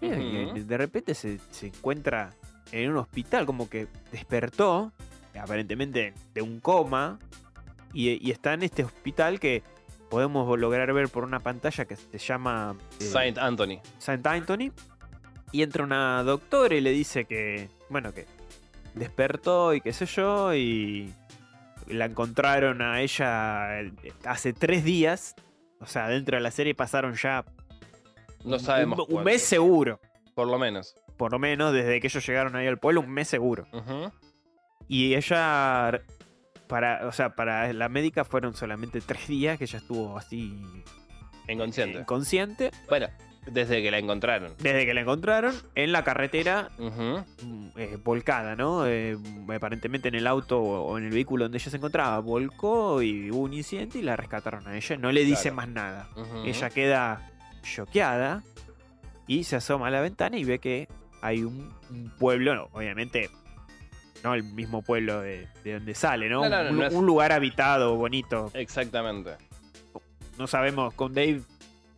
S1: Mira que
S3: Ujú.
S1: de repente se, se encuentra en un hospital, como que despertó, aparentemente de un coma, y, y está en este hospital que podemos lograr ver por una pantalla que se llama eh,
S3: Saint Anthony.
S1: Saint Anthony. Y entra una doctora y le dice que, bueno, que despertó y qué sé yo, y la encontraron a ella eh, hace tres días. O sea, dentro de la serie pasaron ya
S3: No sabemos.
S1: un- un
S3: cuánto,
S1: mes seguro
S3: Por lo menos.
S1: por lo menos desde que ellos llegaron ahí al pueblo, un mes seguro.
S3: Ujú.
S1: Y ella, para, o sea, para la médica fueron solamente tres días que ella estuvo así
S3: Inconsciente.
S1: inconsciente.
S3: Bueno, desde que la encontraron.
S1: Desde que la encontraron en la carretera
S3: Ujú.
S1: mm, eh, volcada, ¿no? Eh, aparentemente en el auto o o en el vehículo donde ella se encontraba, volcó y hubo un incidente y la rescataron a ella. No le dice
S3: Claro.
S1: más nada.
S3: Ujú.
S1: Ella queda choqueada y se asoma a la ventana y ve que hay un, un pueblo, no, obviamente no el mismo pueblo de, de donde sale, ¿no?
S3: No, no, no,
S1: un,
S3: no es-
S1: un lugar habitado, bonito.
S3: Exactamente.
S1: No sabemos, con Dave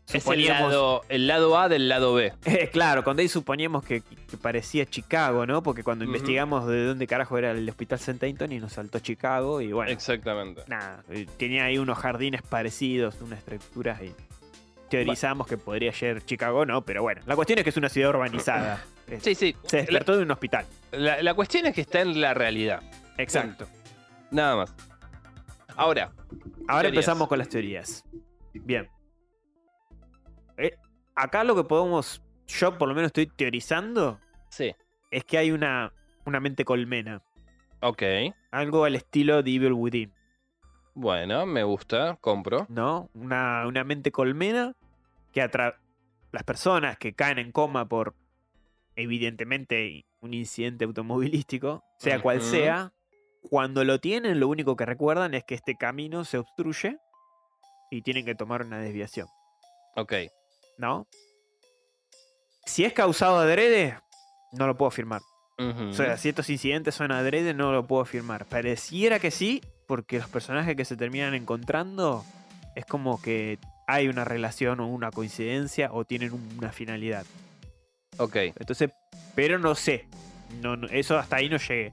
S3: Es el
S1: suponíamos-
S3: lado, el lado A del lado B.
S1: Eh, claro, con Dave suponíamos que, que parecía Chicago, ¿no? Porque cuando
S3: Ujú.
S1: investigamos de dónde carajo era el hospital St. Anthony nos saltó Chicago y bueno,
S3: Exactamente.
S1: nada, eh, tenía ahí unos jardines parecidos, unas estructuras y teorizamos que podría ser Chicago, no, pero bueno, la cuestión es que es una ciudad urbanizada. Es-
S3: Sí, sí.
S1: Se despertó de un hospital.
S3: La, la cuestión es que está en la realidad.
S1: Exacto.
S3: Nada más. Ahora,
S1: Ahora
S3: Teorías.
S1: empezamos con las teorías. Bien. Eh, acá lo que podemos, yo por lo menos estoy teorizando,
S3: sí.
S1: es que hay una, una mente colmena.
S3: Ok.
S1: Algo al estilo de Evil Within,
S3: Bueno, me gusta. Compro.
S1: ¿no? Una, una mente colmena que atra las personas que caen en coma por, evidentemente, un incidente automovilístico, sea cual
S3: Ujú.
S1: sea, cuando lo tienen, lo único que recuerdan es que este camino se obstruye y tienen que tomar una desviación,
S3: Ok.
S1: ¿no? Si es causado adrede, no lo puedo afirmar.
S3: Ujú.
S1: O sea, si estos incidentes son adrede, no lo puedo afirmar. Pareciera que sí, porque los personajes que se terminan encontrando es como que hay una relación o una coincidencia o tienen un- una finalidad.
S3: Ok.
S1: Entonces, pero no sé. No, no- eso hasta ahí no llegué.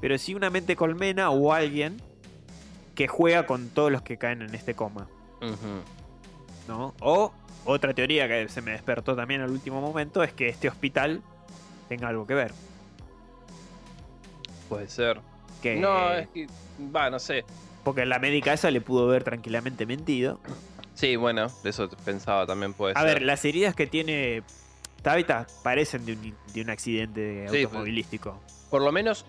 S1: Pero sí una mente colmena o alguien que juega con todos los que caen en este coma,
S3: Ujú.
S1: ¿no? O otra teoría que se me despertó también al último momento es que este hospital tenga algo que ver.
S3: Puede ser.
S1: Que
S3: No, es que. Va, no sé.
S1: Porque la médica esa le pudo ver tranquilamente mentido.
S3: Sí, bueno, de eso pensaba también puede
S1: A
S3: ser.
S1: ver, las heridas que tiene Tabitha parecen de un, de un accidente
S3: Sí,
S1: automovilístico.
S3: Por lo menos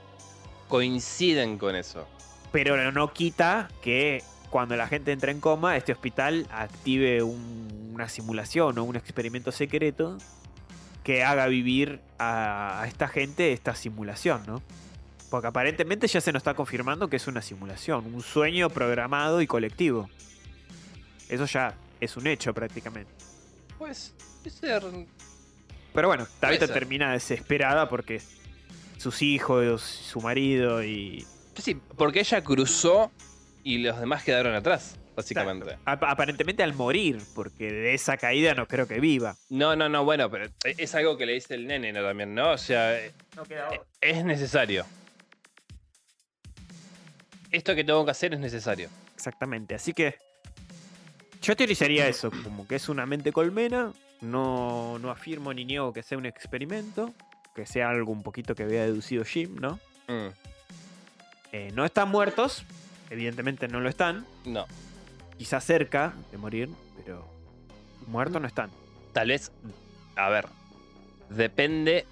S3: coinciden con eso.
S1: Pero no quita que cuando la gente entra en coma, este hospital active un- una simulación o un experimento secreto que haga vivir a, a esta gente esta simulación, ¿no? Porque aparentemente ya se nos está confirmando que es una simulación, un sueño programado y colectivo. Eso ya es un hecho prácticamente.
S3: Pues, puede ser.
S1: Pero bueno, Tabitha
S3: ser.
S1: termina desesperada porque sus hijos, su marido y.
S3: Sí, porque ella cruzó y los demás quedaron atrás, básicamente.
S1: Ap- aparentemente al morir, porque de esa caída no creo que viva.
S3: No, no, no, bueno, pero e, es algo que le dice el nene ¿no? también, ¿no? O sea, eh, es necesario. Esto que tengo que hacer es necesario.
S1: Exactamente. Así que. Yo teorizaría eso, como que es una mente colmena. No, no afirmo ni niego que sea un experimento. Que sea algo un poquito que había deducido Jim, ¿no?
S3: Mm,
S1: Eh, no están muertos. Evidentemente no lo están.
S3: no.
S1: Quizás cerca de morir, pero. Muertos no están.
S3: Tal vez, a ver, depende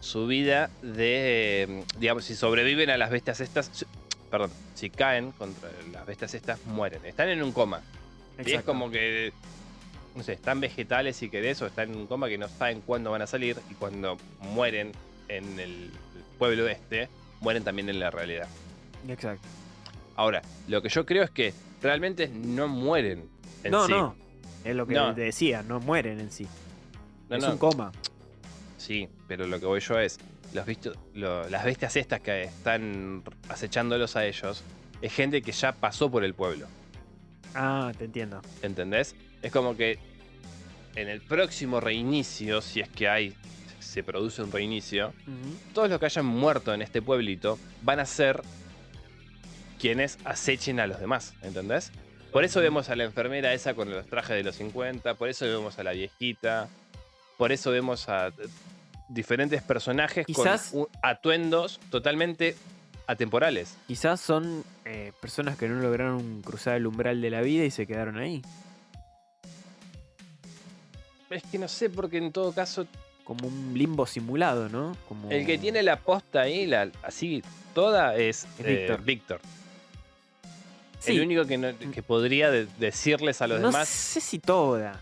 S3: su vida de, digamos, si sobreviven a las bestias estas, si- perdón, si caen contra las bestias estas, mueren. Están en un coma. Y es
S1: Exacto.
S3: como que, no sé, están vegetales si querés o están en un coma que no saben cuándo van a salir y cuando mueren en el pueblo este, mueren también en la realidad.
S1: Exacto.
S3: Ahora, lo que yo creo es que realmente no mueren. En
S1: No,
S3: sí.
S1: no. Es lo que
S3: No.
S1: decía, no mueren en sí.
S3: No,
S1: es
S3: no.
S1: un coma.
S3: Sí, pero lo que voy yo es, los visto- lo- las bestias estas que están acechándolos a ellos, es gente que ya pasó por el pueblo,
S1: Ah, te entiendo.
S3: ¿entendés? Es como que en el próximo reinicio, si es que hay, se produce un reinicio,
S1: Ujú.
S3: todos los que hayan muerto en este pueblito van a ser quienes acechen a los demás, ¿entendés? Por eso vemos a la enfermera esa con los trajes de los 50, por eso vemos a la viejita, por eso vemos a eh, diferentes personajes
S1: Quizás-
S3: con u- atuendos totalmente atemporales.
S1: Quizás son eh, personas que no lograron cruzar el umbral de la vida y se quedaron ahí.
S3: Es que no sé, porque en todo caso,
S1: Como un limbo simulado, ¿no? Como...
S3: el que tiene la posta ahí, la, así toda, es
S1: Es
S3: eh,
S1: Víctor.
S3: Víctor.
S1: Sí,
S3: El único que, no- que podría de- decirles a los
S1: no
S3: demás
S1: sé si toda.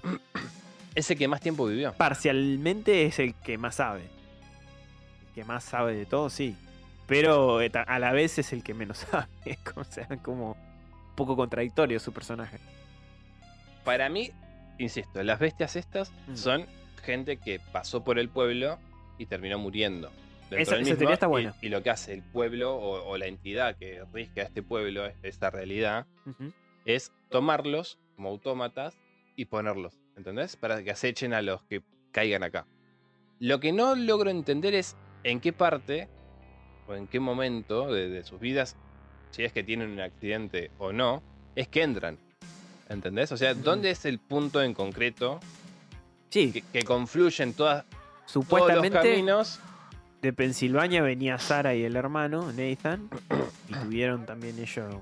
S3: es el que más tiempo vivió.
S1: Parcialmente es el que más sabe. El que más sabe de todo, sí. Pero eh, ta- a la vez es el que menos sabe. o sea, como un poco contradictorio su personaje.
S3: Para mí, insisto, las bestias estas
S1: Mm.
S3: son gente que pasó por el pueblo y terminó muriendo. dentro
S1: Esa-
S3: del
S1: esa teoría
S3: mismo,
S1: está
S3: y-
S1: buena.
S3: Y, lo que hace el pueblo o, o la entidad que rige a este pueblo, esta realidad,
S1: Ujú.
S3: es tomarlos como autómatas y ponerlos, ¿entendés? Para que acechen a los que caigan acá. Lo que no logro entender es en qué parte o en qué momento de, de sus vidas, si es que tienen un accidente o no, es que entran. ¿Entendés? O sea,
S1: Ujú.
S3: ¿dónde es el punto en concreto
S1: Sí,
S3: que, que confluyen todas, todos los
S1: supuestamente
S3: caminos?
S1: de Pensilvania venía Sara y el hermano, Nathan, y tuvieron también ellos...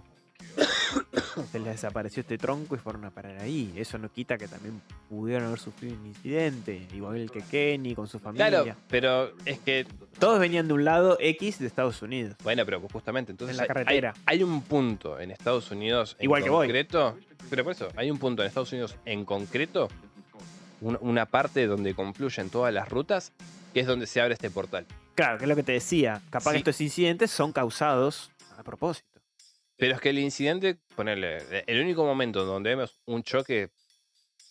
S1: Se les desapareció este tronco y fueron a parar ahí. Eso no quita que también pudieron haber sufrido un incidente, igual que Kenny con su familia.
S3: Claro, pero es que,
S1: Todos venían de un lado X de Estados Unidos.
S3: bueno, pero justamente entonces
S1: En la
S3: hay- hay-
S1: carretera.
S3: Hay, un punto en Estados Unidos en
S1: Igual que voy.
S3: concreto, pero por eso, hay un punto en Estados Unidos en concreto, un- una parte donde confluyen todas las rutas, que es donde se abre este portal.
S1: Claro, que es lo que te decía. Capaz
S3: Sí.
S1: que estos incidentes son causados a propósito.
S3: Pero es que el incidente, ponerle, el único momento donde vemos un choque,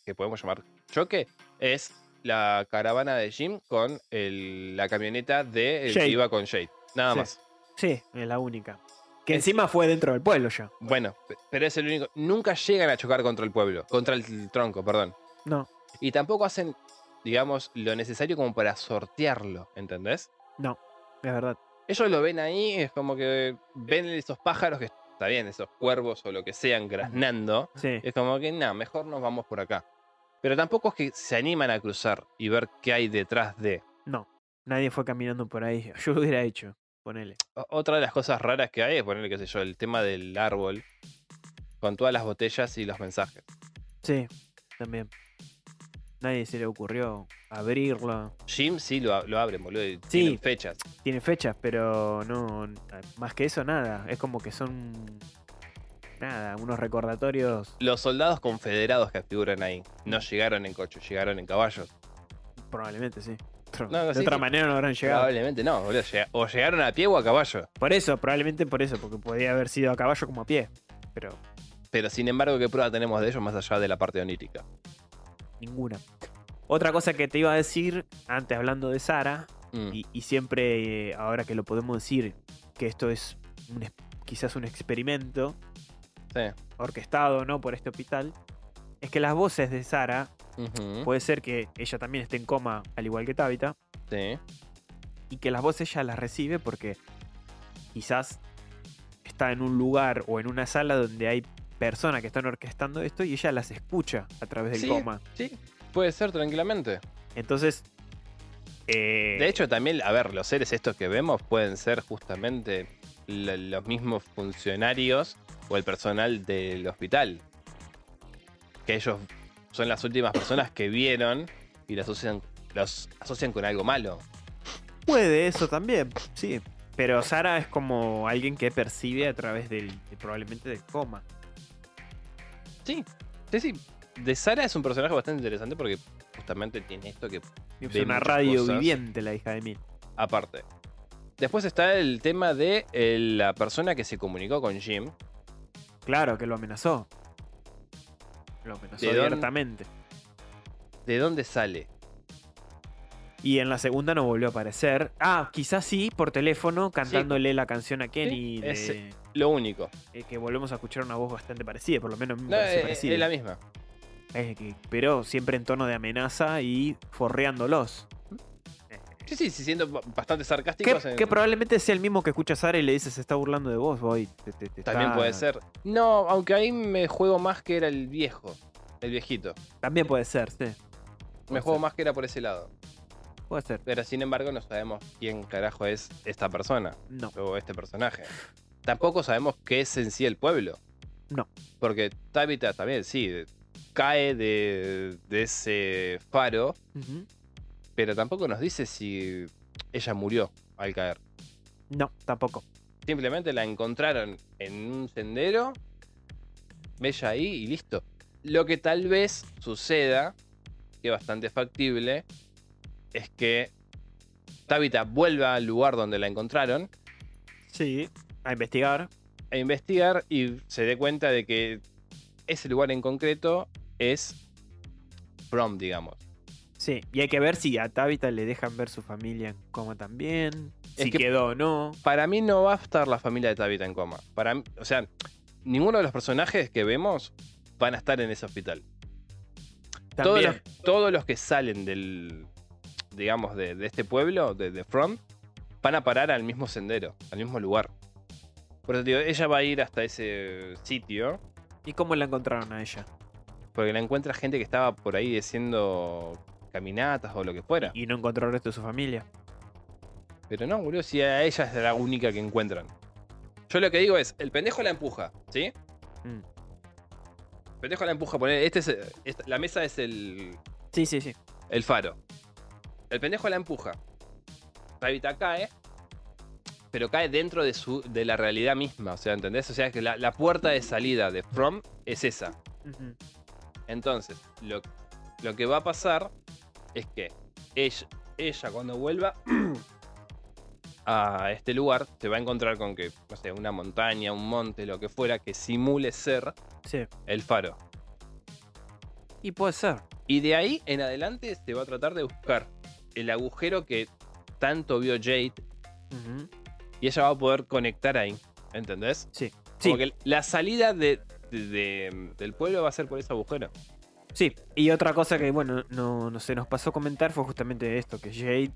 S3: que podemos llamar choque, es la caravana de Jim con el- la camioneta de el que
S1: Jade.
S3: iba con Jade. Nada
S1: Sí.
S3: más.
S1: Sí, es la única. Que
S3: Es-
S1: encima fue dentro del pueblo ya.
S3: Bueno, pe- pero es el único. Nunca llegan a chocar contra el pueblo, contra el tronco, perdón.
S1: No,
S3: Y tampoco hacen, digamos, lo necesario como para sortearlo, ¿entendés?
S1: es verdad.
S3: Ellos lo ven ahí, es como que ven esos pájaros que está bien, esos cuervos o lo que sean, graznando.
S1: Sí.
S3: Es como que, nada, mejor nos vamos por acá. Pero tampoco es que se animan a cruzar y ver qué hay detrás de.
S1: No, nadie fue caminando por ahí. Yo lo hubiera hecho. Ponele.
S3: O- Otra de las cosas raras que hay es poner, qué sé yo, el tema del árbol con todas las botellas y los mensajes.
S1: Sí, también. Nadie se le ocurrió abrirlo.
S3: Jim sí lo, a- lo abren, boludo, y
S1: Sí.
S3: tienen fechas.
S1: Tiene fechas, pero no. Más que eso, nada. Es como que son. Nada, unos recordatorios
S3: Los soldados confederados que figuran ahí no llegaron en coche, llegaron en caballos.
S1: Probablemente sí. Tro-
S3: No, no,
S1: de
S3: sí,
S1: otra
S3: sí.
S1: manera no habrán llegado.
S3: Probablemente no, boludo. llega- O llegaron a pie o a caballo.
S1: Por eso, probablemente por eso, porque podía haber sido a caballo como a pie. Pero
S3: Pero sin embargo, ¿qué prueba tenemos de ellos más allá de la parte onírica?
S1: ninguna. Otra cosa que te iba a decir, antes hablando de Sara,
S3: Mm.
S1: y, y siempre eh, ahora que lo podemos decir, que esto es un es- quizás un experimento
S3: Sí.
S1: orquestado no por este hospital, es que las voces de Sara,
S3: Ujú.
S1: puede ser que ella también esté en coma, al igual que Tabitha,
S3: Sí.
S1: y que las voces ella las recibe porque quizás está en un lugar o en una sala donde hay personas que están orquestando esto y ella las escucha a través del
S3: Sí.
S1: coma.
S3: Sí, puede ser tranquilamente.
S1: Entonces, eh,
S3: De hecho, también, a ver, los seres estos que vemos pueden ser justamente lo- los mismos funcionarios o el personal del hospital. Que ellos son las últimas personas que vieron y los asocian, los asocian con algo malo.
S1: Puede eso también, sí. Pero Sara es como alguien que percibe a través del de- probablemente del coma.
S3: Sí, sí, sí. De Sara es un personaje bastante interesante porque justamente tiene esto que
S1: Es
S3: Ve
S1: una
S3: muchas
S1: radio
S3: cosas.
S1: viviente la hija de Mil.
S3: aparte. Después está el tema de eh, la persona que se comunicó con Jim.
S1: Claro que lo amenazó. Lo amenazó
S3: ¿De dónde?
S1: abiertamente.
S3: ¿De dónde sale?
S1: Y en la segunda no volvió a aparecer. Ah, quizás sí, por teléfono, cantándole la canción a Kenny. de-
S3: ese. Lo único.
S1: eh, que volvemos a escuchar una voz bastante parecida, por lo menos a mí me
S3: No,
S1: pareció
S3: eh, eh,
S1: parecida.
S3: es la misma.
S1: Eh, que- pero siempre en tono de amenaza y forreándolos.
S3: Sí, sí, sí, siendo ba- bastante
S1: Que,
S3: sarcásticos. en-
S1: que probablemente sea el mismo que escucha Sara y le dice se está burlando de vos, boy. Te- te- te
S3: También
S1: está-
S3: puede ser. No, aunque ahí me juego más que era el viejo, el viejito.
S1: También puede ser, sí.
S3: Me
S1: Puede
S3: juego
S1: ser.
S3: más que era por ese lado.
S1: Puede ser.
S3: Pero sin embargo no sabemos quién carajo es esta persona
S1: No.
S3: o este personaje. Tampoco sabemos qué es en sí el pueblo.
S1: No.
S3: Porque Tabitha también, sí, cae de, de ese faro,
S1: Ujú.
S3: pero tampoco nos dice si ella murió al caer.
S1: No, tampoco.
S3: Simplemente la encontraron en un sendero, bella ahí y listo. Lo que tal vez suceda, que bastante factible, es que Tabitha vuelva al lugar donde la encontraron
S1: Sí. A investigar.
S3: a investigar y se dé cuenta de que ese lugar en concreto es Prom, digamos.
S1: Sí. Y hay que ver si a Tabitha le dejan ver su familia en coma también.
S3: Es
S1: si
S3: que-
S1: quedó o no.
S3: Para mí no va a estar la familia de Tabitha en coma. Para mí- o sea, ninguno de los personajes que vemos van a estar en ese hospital. todos
S1: También.
S3: los, todos los que salen del, digamos, de, de este pueblo, de, de From, van a parar al mismo sendero, al mismo lugar. Por eso te digo, ella va a ir hasta ese sitio,
S1: ¿Y cómo la encontraron a ella?
S3: porque la encuentra gente que estaba por ahí haciendo caminatas o lo que fuera.
S1: Y no encontró el resto de su familia.
S3: Pero no, boludo, si a ella es la única que encuentran. Yo lo que digo es, el pendejo la empuja, ¿sí?
S1: Mm.
S3: El pendejo la empuja, poner, este es, esta- la mesa es el,
S1: Sí, sí, sí.
S3: El faro. El pendejo la empuja. Tabitha cae, pero cae dentro de, su, de la realidad misma. O sea, ¿entendés? O sea, que la, la puerta de salida de From es esa.
S1: Ujú.
S3: Entonces, lo, lo que va a pasar es que ella, ella cuando vuelva a este lugar se va a encontrar con que, no sé, una montaña, un monte, lo que fuera, que simule ser
S1: Sí.
S3: el faro.
S1: Y puede ser.
S3: Y de ahí en adelante se va a tratar de buscar el agujero que tanto vio Jade
S1: Ujú.
S3: y ella va a poder conectar ahí. ¿Entendés?
S1: Sí. Sí.
S3: Como que la salida de- de- de- del pueblo va a ser por ese agujero.
S1: Sí, y otra cosa que, bueno, no, no se nos pasó a comentar fue justamente esto, que Jade,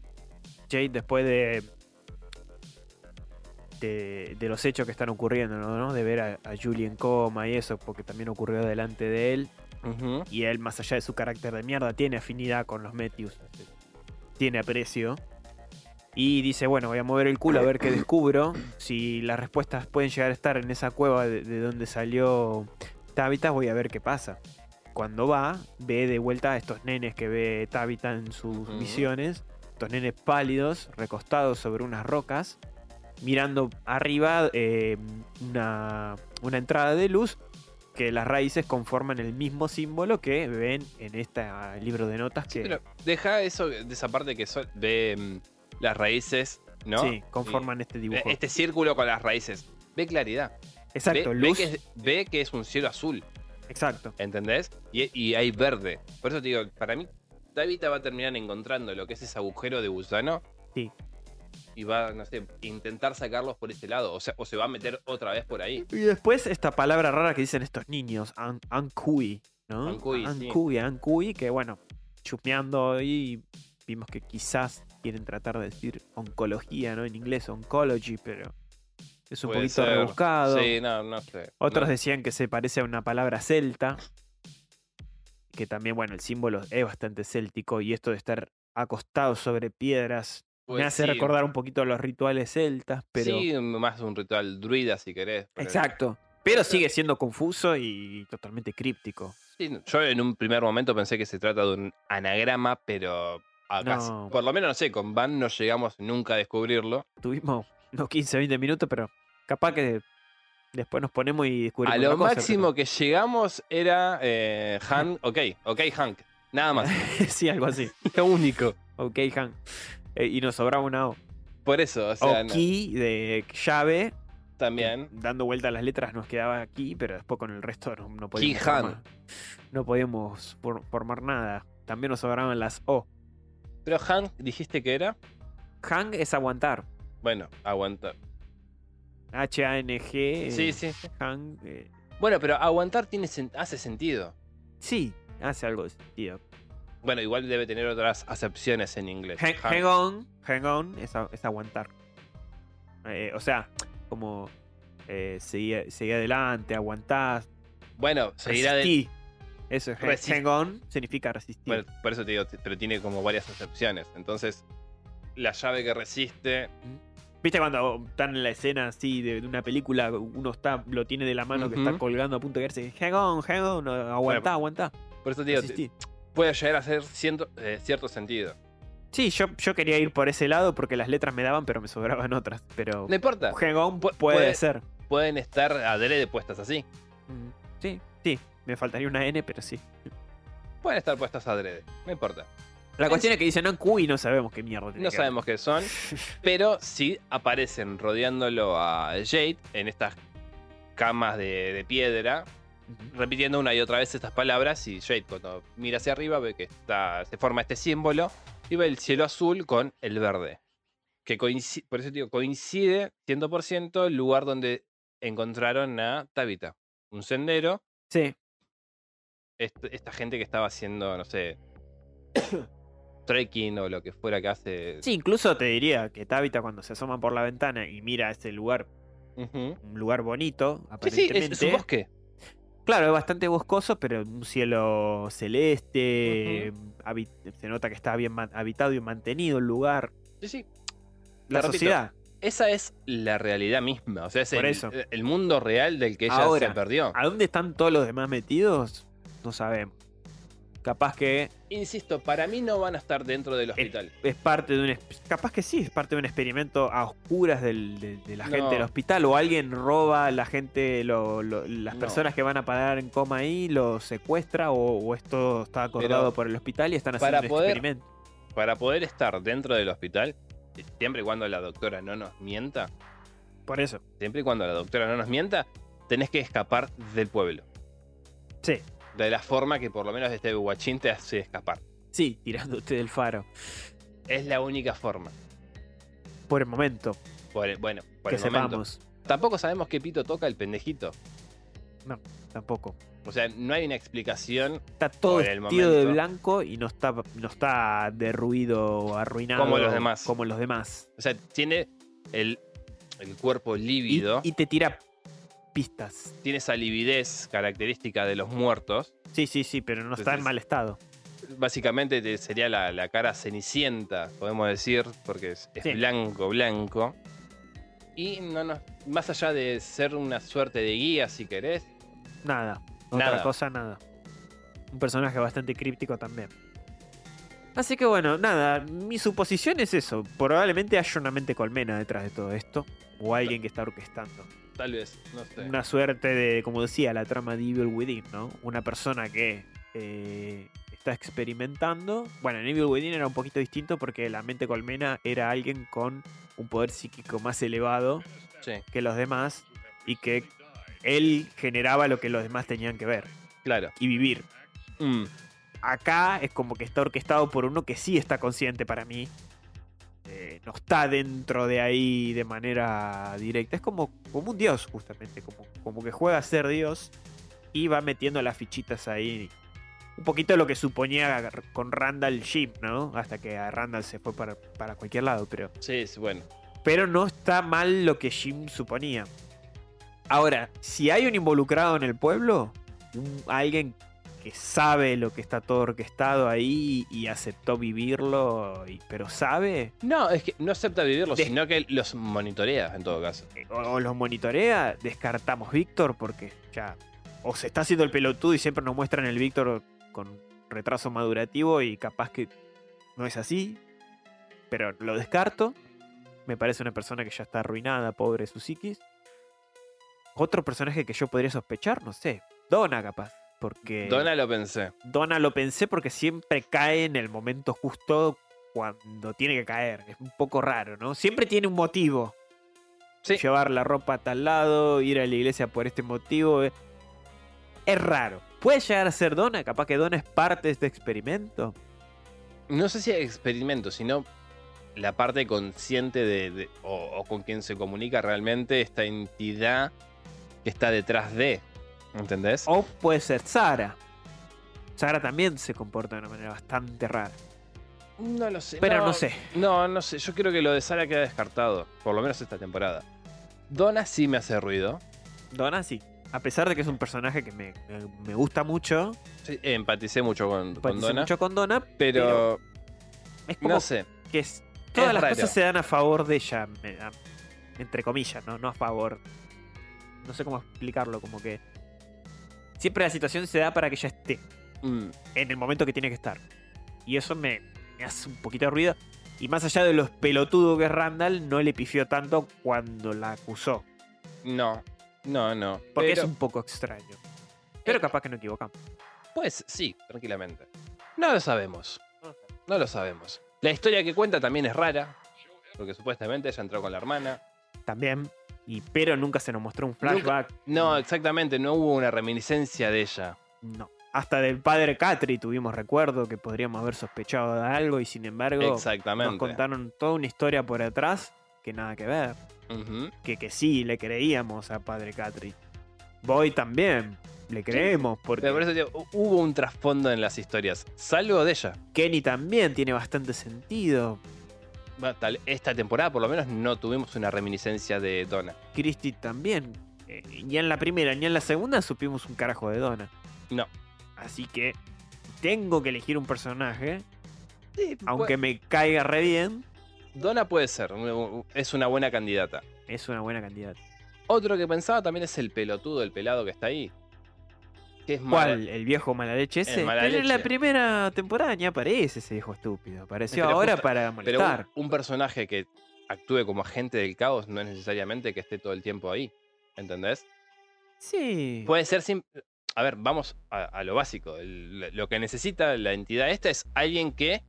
S1: Jade después de, de, de los hechos que están ocurriendo, ¿no? ¿no? De ver a, a Julie en coma y eso, porque también ocurrió delante de él, y él, más allá de su carácter de mierda, tiene afinidad con los Matthews, tiene aprecio. Y dice, bueno, voy a mover el culo a ver qué descubro. Si las respuestas pueden llegar a estar en esa cueva de, de donde salió Tabitha, voy a ver qué pasa. Cuando va, ve de vuelta a estos nenes que ve Tabitha en sus
S3: Ujú.
S1: visiones. Estos nenes pálidos, recostados sobre unas rocas, mirando arriba eh, una, una entrada de luz que las raíces conforman el mismo símbolo que ven en este libro de notas que
S3: Pero deja eso de esa parte que so- de mm, las raíces, ¿no?
S1: sí, conforman este
S3: Y-
S1: dibujo.
S3: Este círculo con las raíces. Ve claridad.
S1: exacto,
S3: ve, ve
S1: luz.
S3: que es, ve que es un cielo azul,
S1: Exacto.
S3: ¿entendés? Y, y hay verde. Por eso te digo, para mí, Tabitha va a terminar encontrando lo que es ese agujero de gusano.
S1: Sí.
S3: Y va, no sé, intentar sacarlos por ese lado. O sea, o se va a meter otra vez por ahí.
S1: Y después esta palabra rara que dicen estos niños, an- Ankui, ¿no?
S3: Ankui, sí.
S1: Ankui, Ankui, que bueno, chusmeando y vimos que quizás quieren tratar de decir oncología, ¿no? En inglés, oncology, pero es un
S3: Puede
S1: poquito
S3: ser.
S1: rebuscado.
S3: Sí, no, no sé.
S1: Otros
S3: No.
S1: decían que se parece a una palabra celta. Que también, bueno, el símbolo es bastante céltico y esto de estar acostado sobre piedras
S3: Pues
S1: me hace
S3: sí,
S1: recordar un poquito a los rituales celtas, pero.
S3: Sí, más un ritual druida, si querés. pero-
S1: Exacto. Pero sigue siendo confuso y totalmente críptico.
S3: Sí, yo en un primer momento pensé que se trata de un anagrama, pero a
S1: No.
S3: casi- Por lo menos, no sé, con Van no llegamos nunca a descubrirlo.
S1: Tuvimos unos 15, 20 minutos, pero capaz que después nos ponemos y descubrimos.
S3: a lo
S1: una cosa,
S3: máximo que llegamos era eh, Hank. Ok, ok, Hank. Nada más.
S1: pero- sí, algo así.
S3: lo único.
S1: Ok, Han. Eh, y nos sobraba una O.
S3: Por eso, o sea,
S1: O
S3: no-
S1: key de llave.
S3: también.
S1: Dando vuelta a las letras nos quedaba aquí, pero después con el resto no, no podíamos.
S3: Key Han.
S1: formar- No podíamos for- formar nada. También nos sobraban las O.
S3: Pero Hank, dijiste que era.
S1: Hang es aguantar.
S3: Bueno, aguantar.
S1: H-A-N-G.
S3: Sí,
S1: eh,
S3: sí.
S1: Hang. eh,
S3: Bueno, pero aguantar tiene sen- hace sentido.
S1: sí, hace algo de sentido.
S3: Bueno, igual debe tener otras acepciones en inglés.
S1: Hang,
S3: Hank.
S1: hang on, hang on es, a- es aguantar. Eh, o sea, como eh, seguí, seguí adelante, aguantás,
S3: Bueno, seguir adelante.
S1: resistí. Eso es hang-
S3: Resist-
S1: hang on, significa resistir.
S3: Por, por eso te digo, te- pero tiene como varias acepciones. Entonces, la llave que resiste.
S1: ¿Viste cuando están en la escena así de, de una película, uno está, lo tiene de la mano que
S3: Ujú.
S1: está colgando a punto de caerse? Hang on, hang on, aguantá, aguantá,
S3: Por eso te digo, te-
S1: resistí.
S3: puede llegar a ser ciento- eh, cierto sentido.
S1: Sí, yo, yo quería ir por ese lado porque las letras me daban, pero me sobraban otras. Pero
S3: No importa,
S1: hang on
S3: Pu-
S1: puede,
S3: puede-
S1: ser.
S3: pueden estar adrede puestas así.
S1: Mm, Sí, sí, me faltaría una N, pero sí.
S3: Pueden estar puestas adrede, no importa.
S1: La cuestión es que dicen Anku y no sabemos qué mierda. tiene
S3: No
S1: que
S3: sabemos qué son,
S1: ver.
S3: pero sí aparecen rodeándolo a Jade en estas camas de, de piedra,
S1: Ujú.
S3: repitiendo una y otra vez estas palabras. Y Jade, cuando mira hacia arriba, ve que está, se forma este símbolo y ve el cielo azul con el verde. Que coincide, por eso te digo, coincide 100% el lugar donde encontraron a Tabitha. Un sendero
S1: Sí,
S3: est- esta gente que estaba haciendo, no sé, trekking o lo que fuera que hace.
S1: sí, incluso te diría que Tabitha cuando se asoma por la ventana y mira ese lugar,
S3: Ujú.
S1: un lugar bonito,
S3: Sí, sí,
S1: aparentemente.
S3: es, es un bosque.
S1: Claro, es bastante boscoso, pero un cielo celeste, habi- se nota que está bien man- habitado y mantenido el lugar,
S3: Sí, sí.
S1: la
S3: repito,
S1: sociedad.
S3: Esa es la realidad misma. O sea, es
S1: Por
S3: el, eh,
S1: eso.
S3: el mundo real del que ella se
S1: Ahora.
S3: perdió.
S1: ¿A dónde están todos los demás metidos? No sabemos. Capaz que
S3: Insisto, para mí no van a estar dentro del hospital.
S1: es parte de un. ex- Capaz que sí, es parte de un experimento a oscuras del- de, de la
S3: No.
S1: gente del hospital. O alguien roba a la gente, lo- lo- las
S3: No.
S1: personas que van a parar en coma ahí, lo secuestra. O, o esto está acordado
S3: Pero
S1: por el hospital y están
S3: para
S1: haciendo un
S3: poder-
S1: experimento.
S3: Para poder estar dentro del hospital, eh, siempre y cuando la doctora no nos mienta,
S1: Por eso.
S3: siempre y cuando la doctora no nos mienta, tenés que escapar del pueblo.
S1: Sí,
S3: De la forma que por lo menos este guachín te hace escapar.
S1: sí, tirándote del faro.
S3: Es la única forma.
S1: Por el momento,
S3: Por el- bueno, por
S1: que
S3: el momento.
S1: sepamos.
S3: Tampoco sabemos qué pito toca el pendejito.
S1: Tampoco.
S3: O sea, no hay una explicación
S1: Está todo
S3: Por el
S1: vestido de
S3: momento.
S1: blanco y no está, no está derruido o arruinado.
S3: Como los demás.
S1: Como los demás.
S3: O sea, tiene el, el cuerpo
S1: Y-
S3: lívido,
S1: y te tira pistas.
S3: tiene esa lividez característica de los muertos.
S1: Sí, sí, sí, pero no está en
S3: Entonces-
S1: mal estado.
S3: Básicamente te- sería la, la cara cenicienta, podemos decir, porque es, es
S1: Sí.
S3: blanco, blanco. Y no nos, más allá de ser una suerte de guía, si querés,
S1: Nada.
S3: Nada.
S1: Otra cosa, nada. Un personaje bastante críptico también. Así que bueno, nada, mi suposición es eso. Probablemente haya una mente colmena detrás de todo esto. O alguien que está orquestando.
S3: tal vez, no sé.
S1: Una suerte de, como decía, la trama de Evil Within, ¿no? Una persona que eh, está experimentando. Bueno, en Evil Within era un poquito distinto porque la mente colmena era alguien con un poder psíquico más elevado
S3: Sí,
S1: que los demás y que él generaba lo que los demás tenían que ver
S3: claro.
S1: y vivir.
S3: Mm,
S1: Acá es como que está orquestado por uno que sí está consciente para mí. Eh, no está dentro de ahí de manera directa. Es como, como un dios, justamente. Como, como que juega a ser dios y va metiendo las fichitas ahí. Un poquito lo que suponía con Randall Jeep, ¿no? Hasta que a Randall se fue para, para cualquier lado, pero.
S3: sí, es bueno.
S1: Pero no está mal lo que Jim suponía. Ahora, si hay un involucrado en el pueblo, un- alguien que sabe lo que está todo orquestado ahí y aceptó vivirlo, y- pero sabe,
S3: No, es que no acepta vivirlo,
S1: De-
S3: sino que los monitorea en todo caso.
S1: eh, o, o los monitorea, descartamos Víctor porque ya. O se está haciendo el pelotudo y siempre nos muestran el Víctor con retraso madurativo y capaz que no es así, pero lo descarto. Me parece una persona que ya está arruinada, pobre su psiquis. Otro personaje que yo podría sospechar, no sé, Donna capaz, porque
S3: Donna lo pensé.
S1: Donna lo pensé porque siempre cae en el momento justo cuando tiene que caer. Es un poco raro, ¿no? Siempre tiene un motivo.
S3: Sí.
S1: Llevar la ropa a tal lado, ir a la iglesia por este motivo. Es, es raro. Puede llegar a ser Donna, capaz que Donna es parte de este experimento.
S3: No sé si experimento, sino la parte consciente de, de- o, o con quien se comunica realmente esta entidad que está detrás de. ¿Entendés?
S1: O puede ser Sara. Sara también se comporta de una manera bastante rara.
S3: No lo sé.
S1: Pero no, sé.
S3: No, no sé. Yo creo que lo de Sara queda descartado. Por lo menos esta temporada. Donna sí me hace ruido.
S1: Donna sí. A pesar de que es un personaje que me, me- me gusta mucho,
S3: Sí, empaticé mucho con, con
S1: empaticé
S3: Donna.
S1: mucho con Donna,
S3: pero,
S1: es como
S3: no sé.
S1: que es- todas las
S3: raro.
S1: cosas se dan a favor de ella, me- a- entre comillas, ¿no? No a favor. No sé cómo explicarlo, como que siempre la situación se da para que ella esté
S3: Mm,
S1: en el momento que tiene que estar. Y eso me, me hace un poquito de ruido. Y más allá de los pelotudo que es Randall, no le pifió tanto cuando la acusó.
S3: no, no, no.
S1: Porque
S3: Pero-
S1: es un poco extraño. Pero capaz que no equivocamos.
S3: Pues sí, tranquilamente. No lo sabemos. No lo sabemos. La historia que cuenta también es rara. Porque supuestamente ella entró con la hermana.
S1: También. Y pero nunca se nos mostró un flashback.
S3: No, exactamente, no hubo una reminiscencia de ella.
S1: No. Hasta del padre Catri tuvimos recuerdo que podríamos haber sospechado de algo y sin embargo nos
S3: Exactamente.
S1: contaron toda una historia por atrás que nada que ver.
S3: Ujú.
S1: Que, que sí, le creíamos a padre Catri. Boy también. Le creemos porque
S3: Pero por eso digo, hu- hubo un trasfondo en las historias. Salvo de ella.
S1: Kenny también tiene bastante sentido.
S3: Va, tal- Esta temporada por lo menos no tuvimos una reminiscencia de Donna.
S1: Christie también. Eh, ni en la primera ni en la segunda supimos un carajo de Donna.
S3: No.
S1: Así que tengo que elegir un personaje, aunque
S3: aunque
S1: me caiga re bien,
S3: Donna puede ser, u- u- es una buena candidata.
S1: es una buena candidata.
S3: Otro que pensaba también es el pelotudo, el pelado que está ahí. Que es mala-
S1: ¿Cuál? ¿El viejo mala leche ese?
S3: mala
S1: Pero en la
S3: leche.
S1: primera temporada ni aparece ese viejo estúpido. Apareció
S3: Pero
S1: ahora
S3: justa-
S1: para
S3: Pero un-
S1: molestar.
S3: un, personaje que actúe como agente del caos no es necesariamente que esté todo el tiempo ahí. ¿Entendés?
S1: Sí.
S3: Puede ser sin. A ver, vamos a, a lo básico. El- lo que necesita la entidad esta es alguien que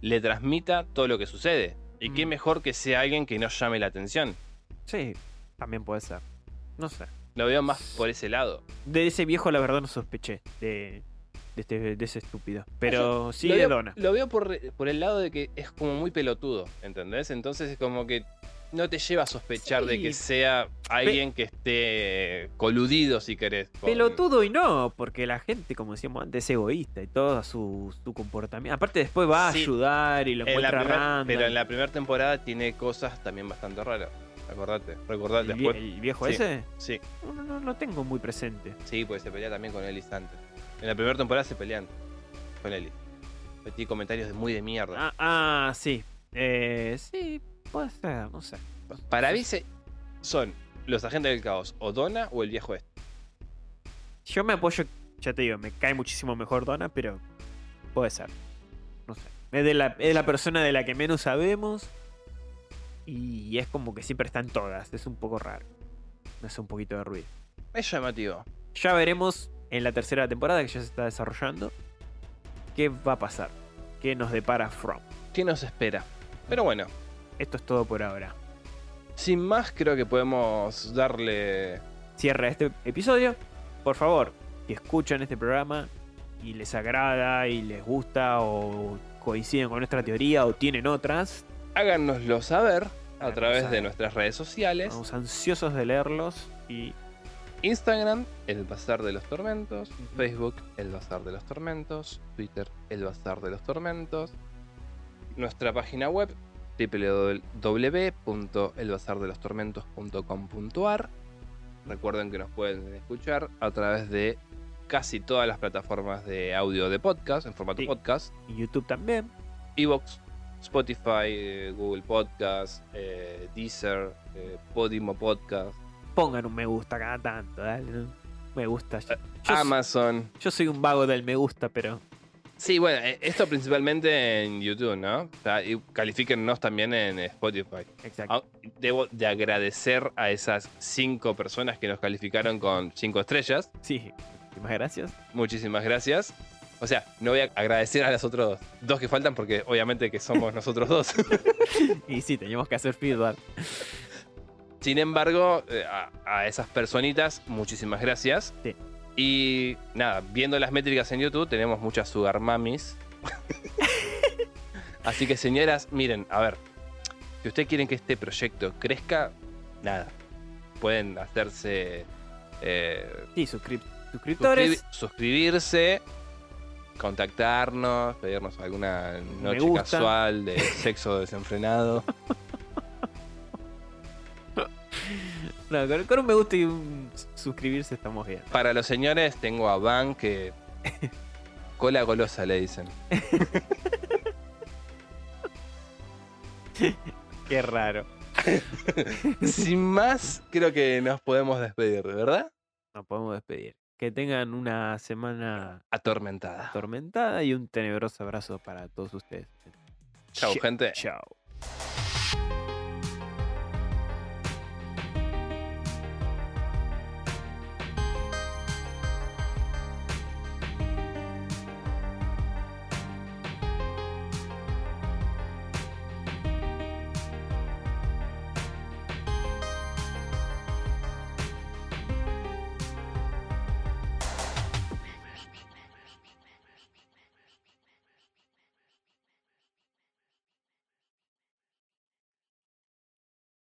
S3: le transmita todo lo que sucede. Y qué
S1: Mm.
S3: mejor que sea alguien que no llame la atención.
S1: Sí, también puede ser. No sé.
S3: Lo veo más por ese lado.
S1: De ese viejo la verdad no sospeché. De, de este- de ese estúpido. Pero sí
S3: lo
S1: de
S3: veo,
S1: Donna.
S3: Lo veo por, por el lado de que es como muy pelotudo, ¿entendés? Entonces es como que no te lleva a sospechar de que
S1: Sí.
S3: sea alguien que esté coludido, si querés. con-
S1: Pelotudo y no, porque la gente, como decíamos antes, es egoísta y todo su, su comportamiento. Aparte, después va a
S3: Sí.
S1: ayudar y lo
S3: En la
S1: encuentra
S3: primer-
S1: Randall.
S3: pero en la primera temporada tiene cosas también bastante raras. Acordate, recordate
S1: ¿El, vie-
S3: después.
S1: el viejo
S3: Sí.
S1: ese?
S3: Sí,
S1: No, no, no lo tengo muy presente.
S3: sí, porque se pelea también con Ellie Santos. En la primera temporada se pelean con Ellie. Pero Tiene comentarios de- muy de mierda.
S1: Ah, ah, sí. Eh, sí, puede ser, no sé.
S3: Para mí se- son los agentes del caos, o Donna o el viejo este.
S1: Yo me apoyo, ya te digo, me cae muchísimo mejor Donna, pero puede ser. No sé. Es, de la, es la persona de la que menos sabemos y es como que siempre están todas. Es un poco raro. Me hace un poquito de ruido.
S3: Es llamativo.
S1: Ya veremos en la tercera temporada que ya se está desarrollando qué va a pasar, qué nos depara From.
S3: ¿Qué nos espera? Pero bueno,
S1: Esto es todo por ahora.
S3: sin más creo que podemos darle...
S1: Cierra este episodio. Por favor, si escuchan este programa y les agrada y les gusta o coinciden con nuestra teoría o tienen otras,
S3: Háganoslo saber a
S1: Háganos
S3: través de
S1: saber.
S3: nuestras redes sociales.
S1: estamos ansiosos de leerlos y
S3: Instagram, El Bazar de los Tormentos. Facebook, El Bazar de los Tormentos. Twitter, El Bazar de los Tormentos. Nuestra página web, www.elbazardelostormentos.com.ar. Recuerden que nos pueden escuchar a través de casi todas las plataformas de audio de podcast, en formato
S1: Sí.
S3: podcast.
S1: y YouTube también.
S3: Evox, Spotify, eh, Google Podcast, eh, Deezer, eh, Podimo Podcast,
S1: Pongan un me gusta cada
S3: Ah,
S1: tanto, dale. ¿no? Me gusta. Yo, yo-
S3: Amazon.
S1: yo soy un vago del me gusta, pero
S3: Sí, bueno, eh, esto principalmente en YouTube, ¿no? O sea, Y califíquennos también en Spotify.
S1: Exacto.
S3: Ah, Debo de agradecer a esas cinco personas que nos calificaron con cinco estrellas.
S1: Sí, muchísimas gracias.
S3: Muchísimas gracias. O sea, no voy a agradecer a los otros dos que faltan porque obviamente que somos nosotros dos.
S1: Y sí, teníamos que hacer feedback.
S3: Sin embargo, eh, a, a esas personitas, muchísimas gracias.
S1: Sí.
S3: Y nada, viendo las métricas en YouTube, tenemos muchas sugar mamis. Así que señoras, miren, a ver, si ustedes quieren que este proyecto crezca, nada, pueden hacerse... eh,
S1: Sí, suscrip-
S3: Suscribi-
S1: suscriptores.
S3: suscribirse, contactarnos, pedirnos alguna noche
S1: gusta.
S3: casual de sexo desenfrenado.
S1: No, con, con un me gusta y un s- suscribirse estamos bien.
S3: Para los señores tengo a Van que cola golosa le dicen.
S1: Qué raro.
S3: Sin más, creo que nos podemos despedir, ¿verdad?
S1: Nos podemos despedir. Que tengan una semana
S3: Atormentada.
S1: atormentada y un tenebroso abrazo para todos ustedes.
S3: Chau,
S1: Che-
S3: gente.
S1: Chao.